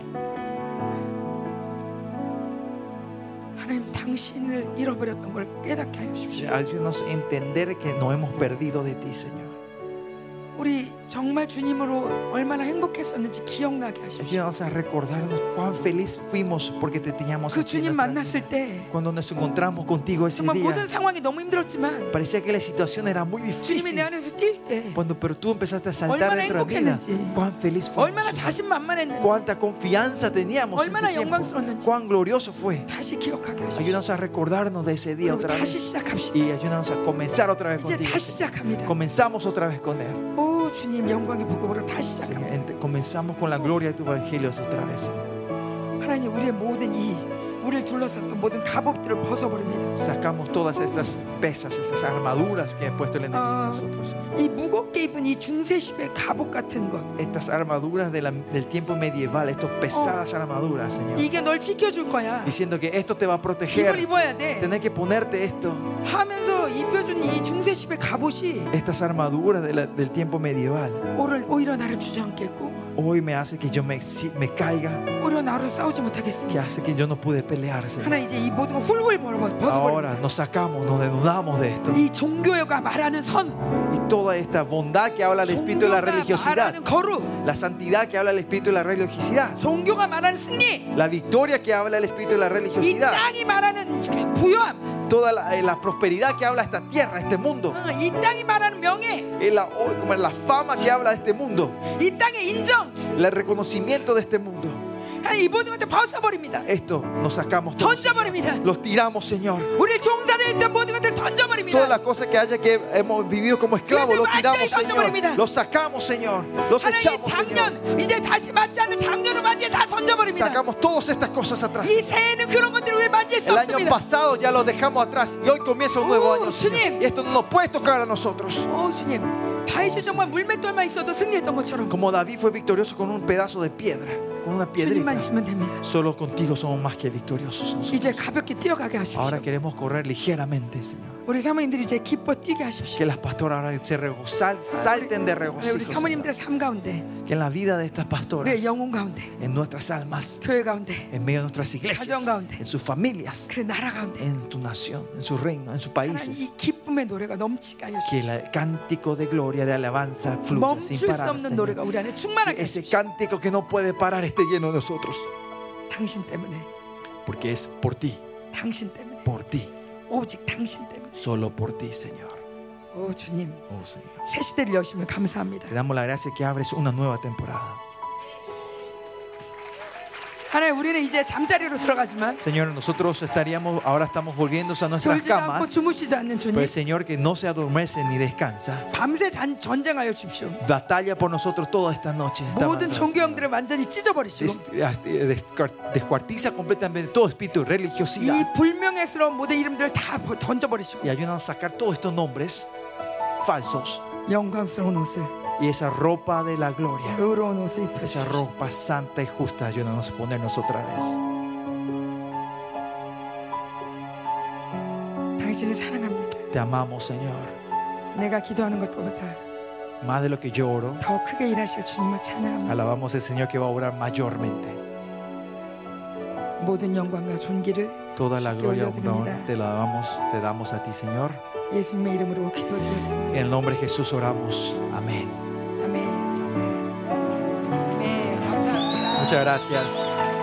[SPEAKER 1] 하나님 당신을 잃어버렸던 걸 깨닫게 하여 주십시오.
[SPEAKER 2] Ayúdanos a entender que no hemos perdido de ti, Señor.
[SPEAKER 1] 우리 정말 주님으로 얼마나 행복했었는지 기억나게 하십시오.
[SPEAKER 2] Ayúdanos a recordarnos cuán feliz fuimos porque te teníamos
[SPEAKER 1] 그
[SPEAKER 2] a ti en
[SPEAKER 1] 주님
[SPEAKER 2] nuestra
[SPEAKER 1] 만났을
[SPEAKER 2] vida.
[SPEAKER 1] 때
[SPEAKER 2] Cuando nos encontramos contigo ese
[SPEAKER 1] 정말 모든
[SPEAKER 2] día,
[SPEAKER 1] 상황이 너무 힘들었지만
[SPEAKER 2] parecía que la situación era muy
[SPEAKER 1] 주님이
[SPEAKER 2] difícil.
[SPEAKER 1] 내 안에서 뛸 때
[SPEAKER 2] Cuando pero tú empezaste a saltar
[SPEAKER 1] 얼마나
[SPEAKER 2] dentro de la vida,
[SPEAKER 1] 행복했는지,
[SPEAKER 2] cuán feliz fuimos.
[SPEAKER 1] 얼마나
[SPEAKER 2] Señor.
[SPEAKER 1] 자신만만했는지
[SPEAKER 2] cuánta confianza teníamos en
[SPEAKER 1] 얼마나
[SPEAKER 2] ese tiempo,
[SPEAKER 1] 영광스러웠는지.
[SPEAKER 2] cuán glorioso fue.
[SPEAKER 1] 다시 기억하게 하십시오.
[SPEAKER 2] Ayúdanos a recordarnos de ese día
[SPEAKER 1] 그리고
[SPEAKER 2] otra
[SPEAKER 1] 다시
[SPEAKER 2] vez
[SPEAKER 1] 시작합시다.
[SPEAKER 2] y ayúdanos a comenzar otra vez
[SPEAKER 1] 이제
[SPEAKER 2] contigo.
[SPEAKER 1] 다시
[SPEAKER 2] Señor.
[SPEAKER 1] 시작합니다.
[SPEAKER 2] Comenzamos otra vez con Él.
[SPEAKER 1] 오 주님 영광의 복음으로 다시 시작합니다.
[SPEAKER 2] Señor. Ent- Comenzamos con la gloria de tu evangelio otra vez. Señor.
[SPEAKER 1] 하나님 우리의 모든 이 우리를 둘러쌌던 모든 갑옷들을 벗어버립니다.
[SPEAKER 2] Sacamos todas estas pesas, estas armaduras que ha puesto el enemigo en
[SPEAKER 1] Ah.
[SPEAKER 2] nosotros. Señor.
[SPEAKER 1] 이 무겁게 입은 이 중세십의 갑옷 같은 것
[SPEAKER 2] Estas armaduras de la- del tiempo medieval, estas pesadas armaduras, Señor.
[SPEAKER 1] 이게 널 지켜줄 거야.
[SPEAKER 2] Diciendo que esto te va a
[SPEAKER 1] 이걸
[SPEAKER 2] proteger.
[SPEAKER 1] 입어야 돼.
[SPEAKER 2] Tener que ponerte esto,
[SPEAKER 1] 하면서 입혀준 이 중세십의 갑옷이
[SPEAKER 2] estas armaduras de la- del tiempo medieval.
[SPEAKER 1] 오를 오히려 나를 주저앉겠고
[SPEAKER 2] hoy me hace que yo me, si- me caiga,
[SPEAKER 1] 오히려 나로 싸우지
[SPEAKER 2] que
[SPEAKER 1] 못하겠습니다.
[SPEAKER 2] hace que yo no pude pelear, Señor.
[SPEAKER 1] 하나 이제 이 모든 걸 훌훌 벌어버-
[SPEAKER 2] Ahora
[SPEAKER 1] 벗어버립니다.
[SPEAKER 2] nos sacamos, nos desnudamos de esto.
[SPEAKER 1] 이 종교가 말하는 선,
[SPEAKER 2] Y toda esta bondad que habla el espíritu de la
[SPEAKER 1] 종교가
[SPEAKER 2] religiosidad,
[SPEAKER 1] 말하는 거룩,
[SPEAKER 2] la santidad que habla el espíritu de la religiosidad,
[SPEAKER 1] 종교가 말하는 승리,
[SPEAKER 2] la victoria que habla el espíritu de la
[SPEAKER 1] 이
[SPEAKER 2] religiosidad,
[SPEAKER 1] 땅이 말하는 주- 부여함,
[SPEAKER 2] toda la, eh, la prosperidad que habla esta tierra, este mundo,
[SPEAKER 1] 어, 이 땅이 말하는 명예,
[SPEAKER 2] eh, la, oh, como es la fama que habla este mundo,
[SPEAKER 1] 이 땅의 인정,
[SPEAKER 2] el reconocimiento de este mundo.
[SPEAKER 1] 하나 이 모든 것들 벗어버립니다.
[SPEAKER 2] Esto nos sacamos todos.
[SPEAKER 1] 던져버립니다.
[SPEAKER 2] Los tiramos, Señor.
[SPEAKER 1] 우리 종사를 했던 모든 것들
[SPEAKER 2] Todas las
[SPEAKER 1] 던져버립니다.
[SPEAKER 2] cosas que haya que hemos vivido como esclavos, lo tiramos, Señor. Lo sacamos, Señor. Los
[SPEAKER 1] 하나 이
[SPEAKER 2] echamos, Señor.
[SPEAKER 1] 작년 이제 다시 맞지 않을 작년을 맞지 다 던져버립니다.
[SPEAKER 2] Sacamos todas estas cosas atrás.
[SPEAKER 1] 이 새해는 그런 것들을 왜 만질 수
[SPEAKER 2] El año
[SPEAKER 1] 없습니다.
[SPEAKER 2] pasado ya lo dejamos atrás y hoy comienza un nuevo
[SPEAKER 1] Uh,
[SPEAKER 2] año. Señor.
[SPEAKER 1] Señor.
[SPEAKER 2] Y esto no nos puede tocar a nosotros.
[SPEAKER 1] 오 어, 주님, 다윗이 정말 물맷돌만 있어도 승리했던 것처럼 그
[SPEAKER 2] Como David fue victorioso con un pedazo de piedra. con una piedrita.
[SPEAKER 1] 주님만 있으면 됩니다.
[SPEAKER 2] Solo contigo somos más que victoriosos. nosotros.
[SPEAKER 1] 이제 가볍게 뛰어가게
[SPEAKER 2] Ahora
[SPEAKER 1] 하십시오.
[SPEAKER 2] queremos correr ligeramente, Señor.
[SPEAKER 1] 우리 사모님들이 이제 기뻐 뛰게 하십시오.
[SPEAKER 2] Que las pastoras ahora se regozal, salten de regocijo.
[SPEAKER 1] 우리
[SPEAKER 2] Señor.
[SPEAKER 1] 사모님들의 삶 가운데,
[SPEAKER 2] Que en la vida de estas pastoras,
[SPEAKER 1] 우리의 영혼 가운de,
[SPEAKER 2] en nuestras almas,
[SPEAKER 1] 교회 가운de,
[SPEAKER 2] en medio de nuestras iglesias, en sus familias,
[SPEAKER 1] 그 나라 가운데
[SPEAKER 2] en tu nación, en su reino, en sus
[SPEAKER 1] 하나님
[SPEAKER 2] países.
[SPEAKER 1] 이 기쁨의 노래가 넘치게 하십시오.
[SPEAKER 2] Que el cántico de gloria, de alabanza fluya sin
[SPEAKER 1] 멈출 수
[SPEAKER 2] parar.
[SPEAKER 1] 없는
[SPEAKER 2] Señor.
[SPEAKER 1] 노래가 우리 안에
[SPEAKER 2] Que
[SPEAKER 1] 충만하게
[SPEAKER 2] ese
[SPEAKER 1] 하십시오.
[SPEAKER 2] cántico que no puede parar esté lleno de nosotros.
[SPEAKER 1] 당신 때문에,
[SPEAKER 2] Porque es por ti,
[SPEAKER 1] 당신 때문에,
[SPEAKER 2] por ti,
[SPEAKER 1] 오직 당신 때문에.
[SPEAKER 2] solo por ti, Señor.
[SPEAKER 1] 오 주님,
[SPEAKER 2] Oh, Señor.
[SPEAKER 1] 새 시대를 여시면 감사합니다.
[SPEAKER 2] Te damos la gracia que abres una nueva temporada.
[SPEAKER 1] 하나님, 우리는 이제 잠자리로 들어가지만
[SPEAKER 2] Señor, nosotros estaríamos, ahora estamos volviéndose a nuestras
[SPEAKER 1] 졸지도 않고
[SPEAKER 2] camas.
[SPEAKER 1] 주무시도 않는
[SPEAKER 2] Pero
[SPEAKER 1] 주님,
[SPEAKER 2] el Señor que no se adormece ni descansa,
[SPEAKER 1] 밤새 잔- 전쟁하여 주십시오.
[SPEAKER 2] batalla por nosotros toda esta noche. esta
[SPEAKER 1] 모든
[SPEAKER 2] madrugada,
[SPEAKER 1] 존경들을 완전히 찢어버리시고
[SPEAKER 2] Señor. Des- des- descuart- descuartiza completamente todo espíritu
[SPEAKER 1] 이
[SPEAKER 2] de religiosidad
[SPEAKER 1] 불명예스러운 모든 이름들을 다 버- 던져버리시고
[SPEAKER 2] y ayúdanos a sacar todos estos nombres falsos
[SPEAKER 1] 영광스러운 옷을
[SPEAKER 2] y esa ropa de la gloria,
[SPEAKER 1] 의로운 옷을
[SPEAKER 2] esa
[SPEAKER 1] 입혀주시고
[SPEAKER 2] ropa santa y justa, ayúdanos a ponernos otra vez.
[SPEAKER 1] 당신을 사랑합니다.
[SPEAKER 2] Te amamos, Señor,
[SPEAKER 1] 내가 gido하는 것보다
[SPEAKER 2] más de lo que yo oro.
[SPEAKER 1] 더 크게 일하실 주님을 찬양합니다.
[SPEAKER 2] Alabamos al Señor que va a obrar mayormente.
[SPEAKER 1] 모든 영광과 존귀를
[SPEAKER 2] Toda la
[SPEAKER 1] 주께
[SPEAKER 2] gloria, honor, te
[SPEAKER 1] 올려드립니다.
[SPEAKER 2] la damos, te damos a ti, Señor.
[SPEAKER 1] 예수님의 이름으로 기도드렸습니다.
[SPEAKER 2] En el nombre de Jesús oramos. Amén.
[SPEAKER 1] 아멘. 아멘. 감사합니다.
[SPEAKER 2] Muchas gracias.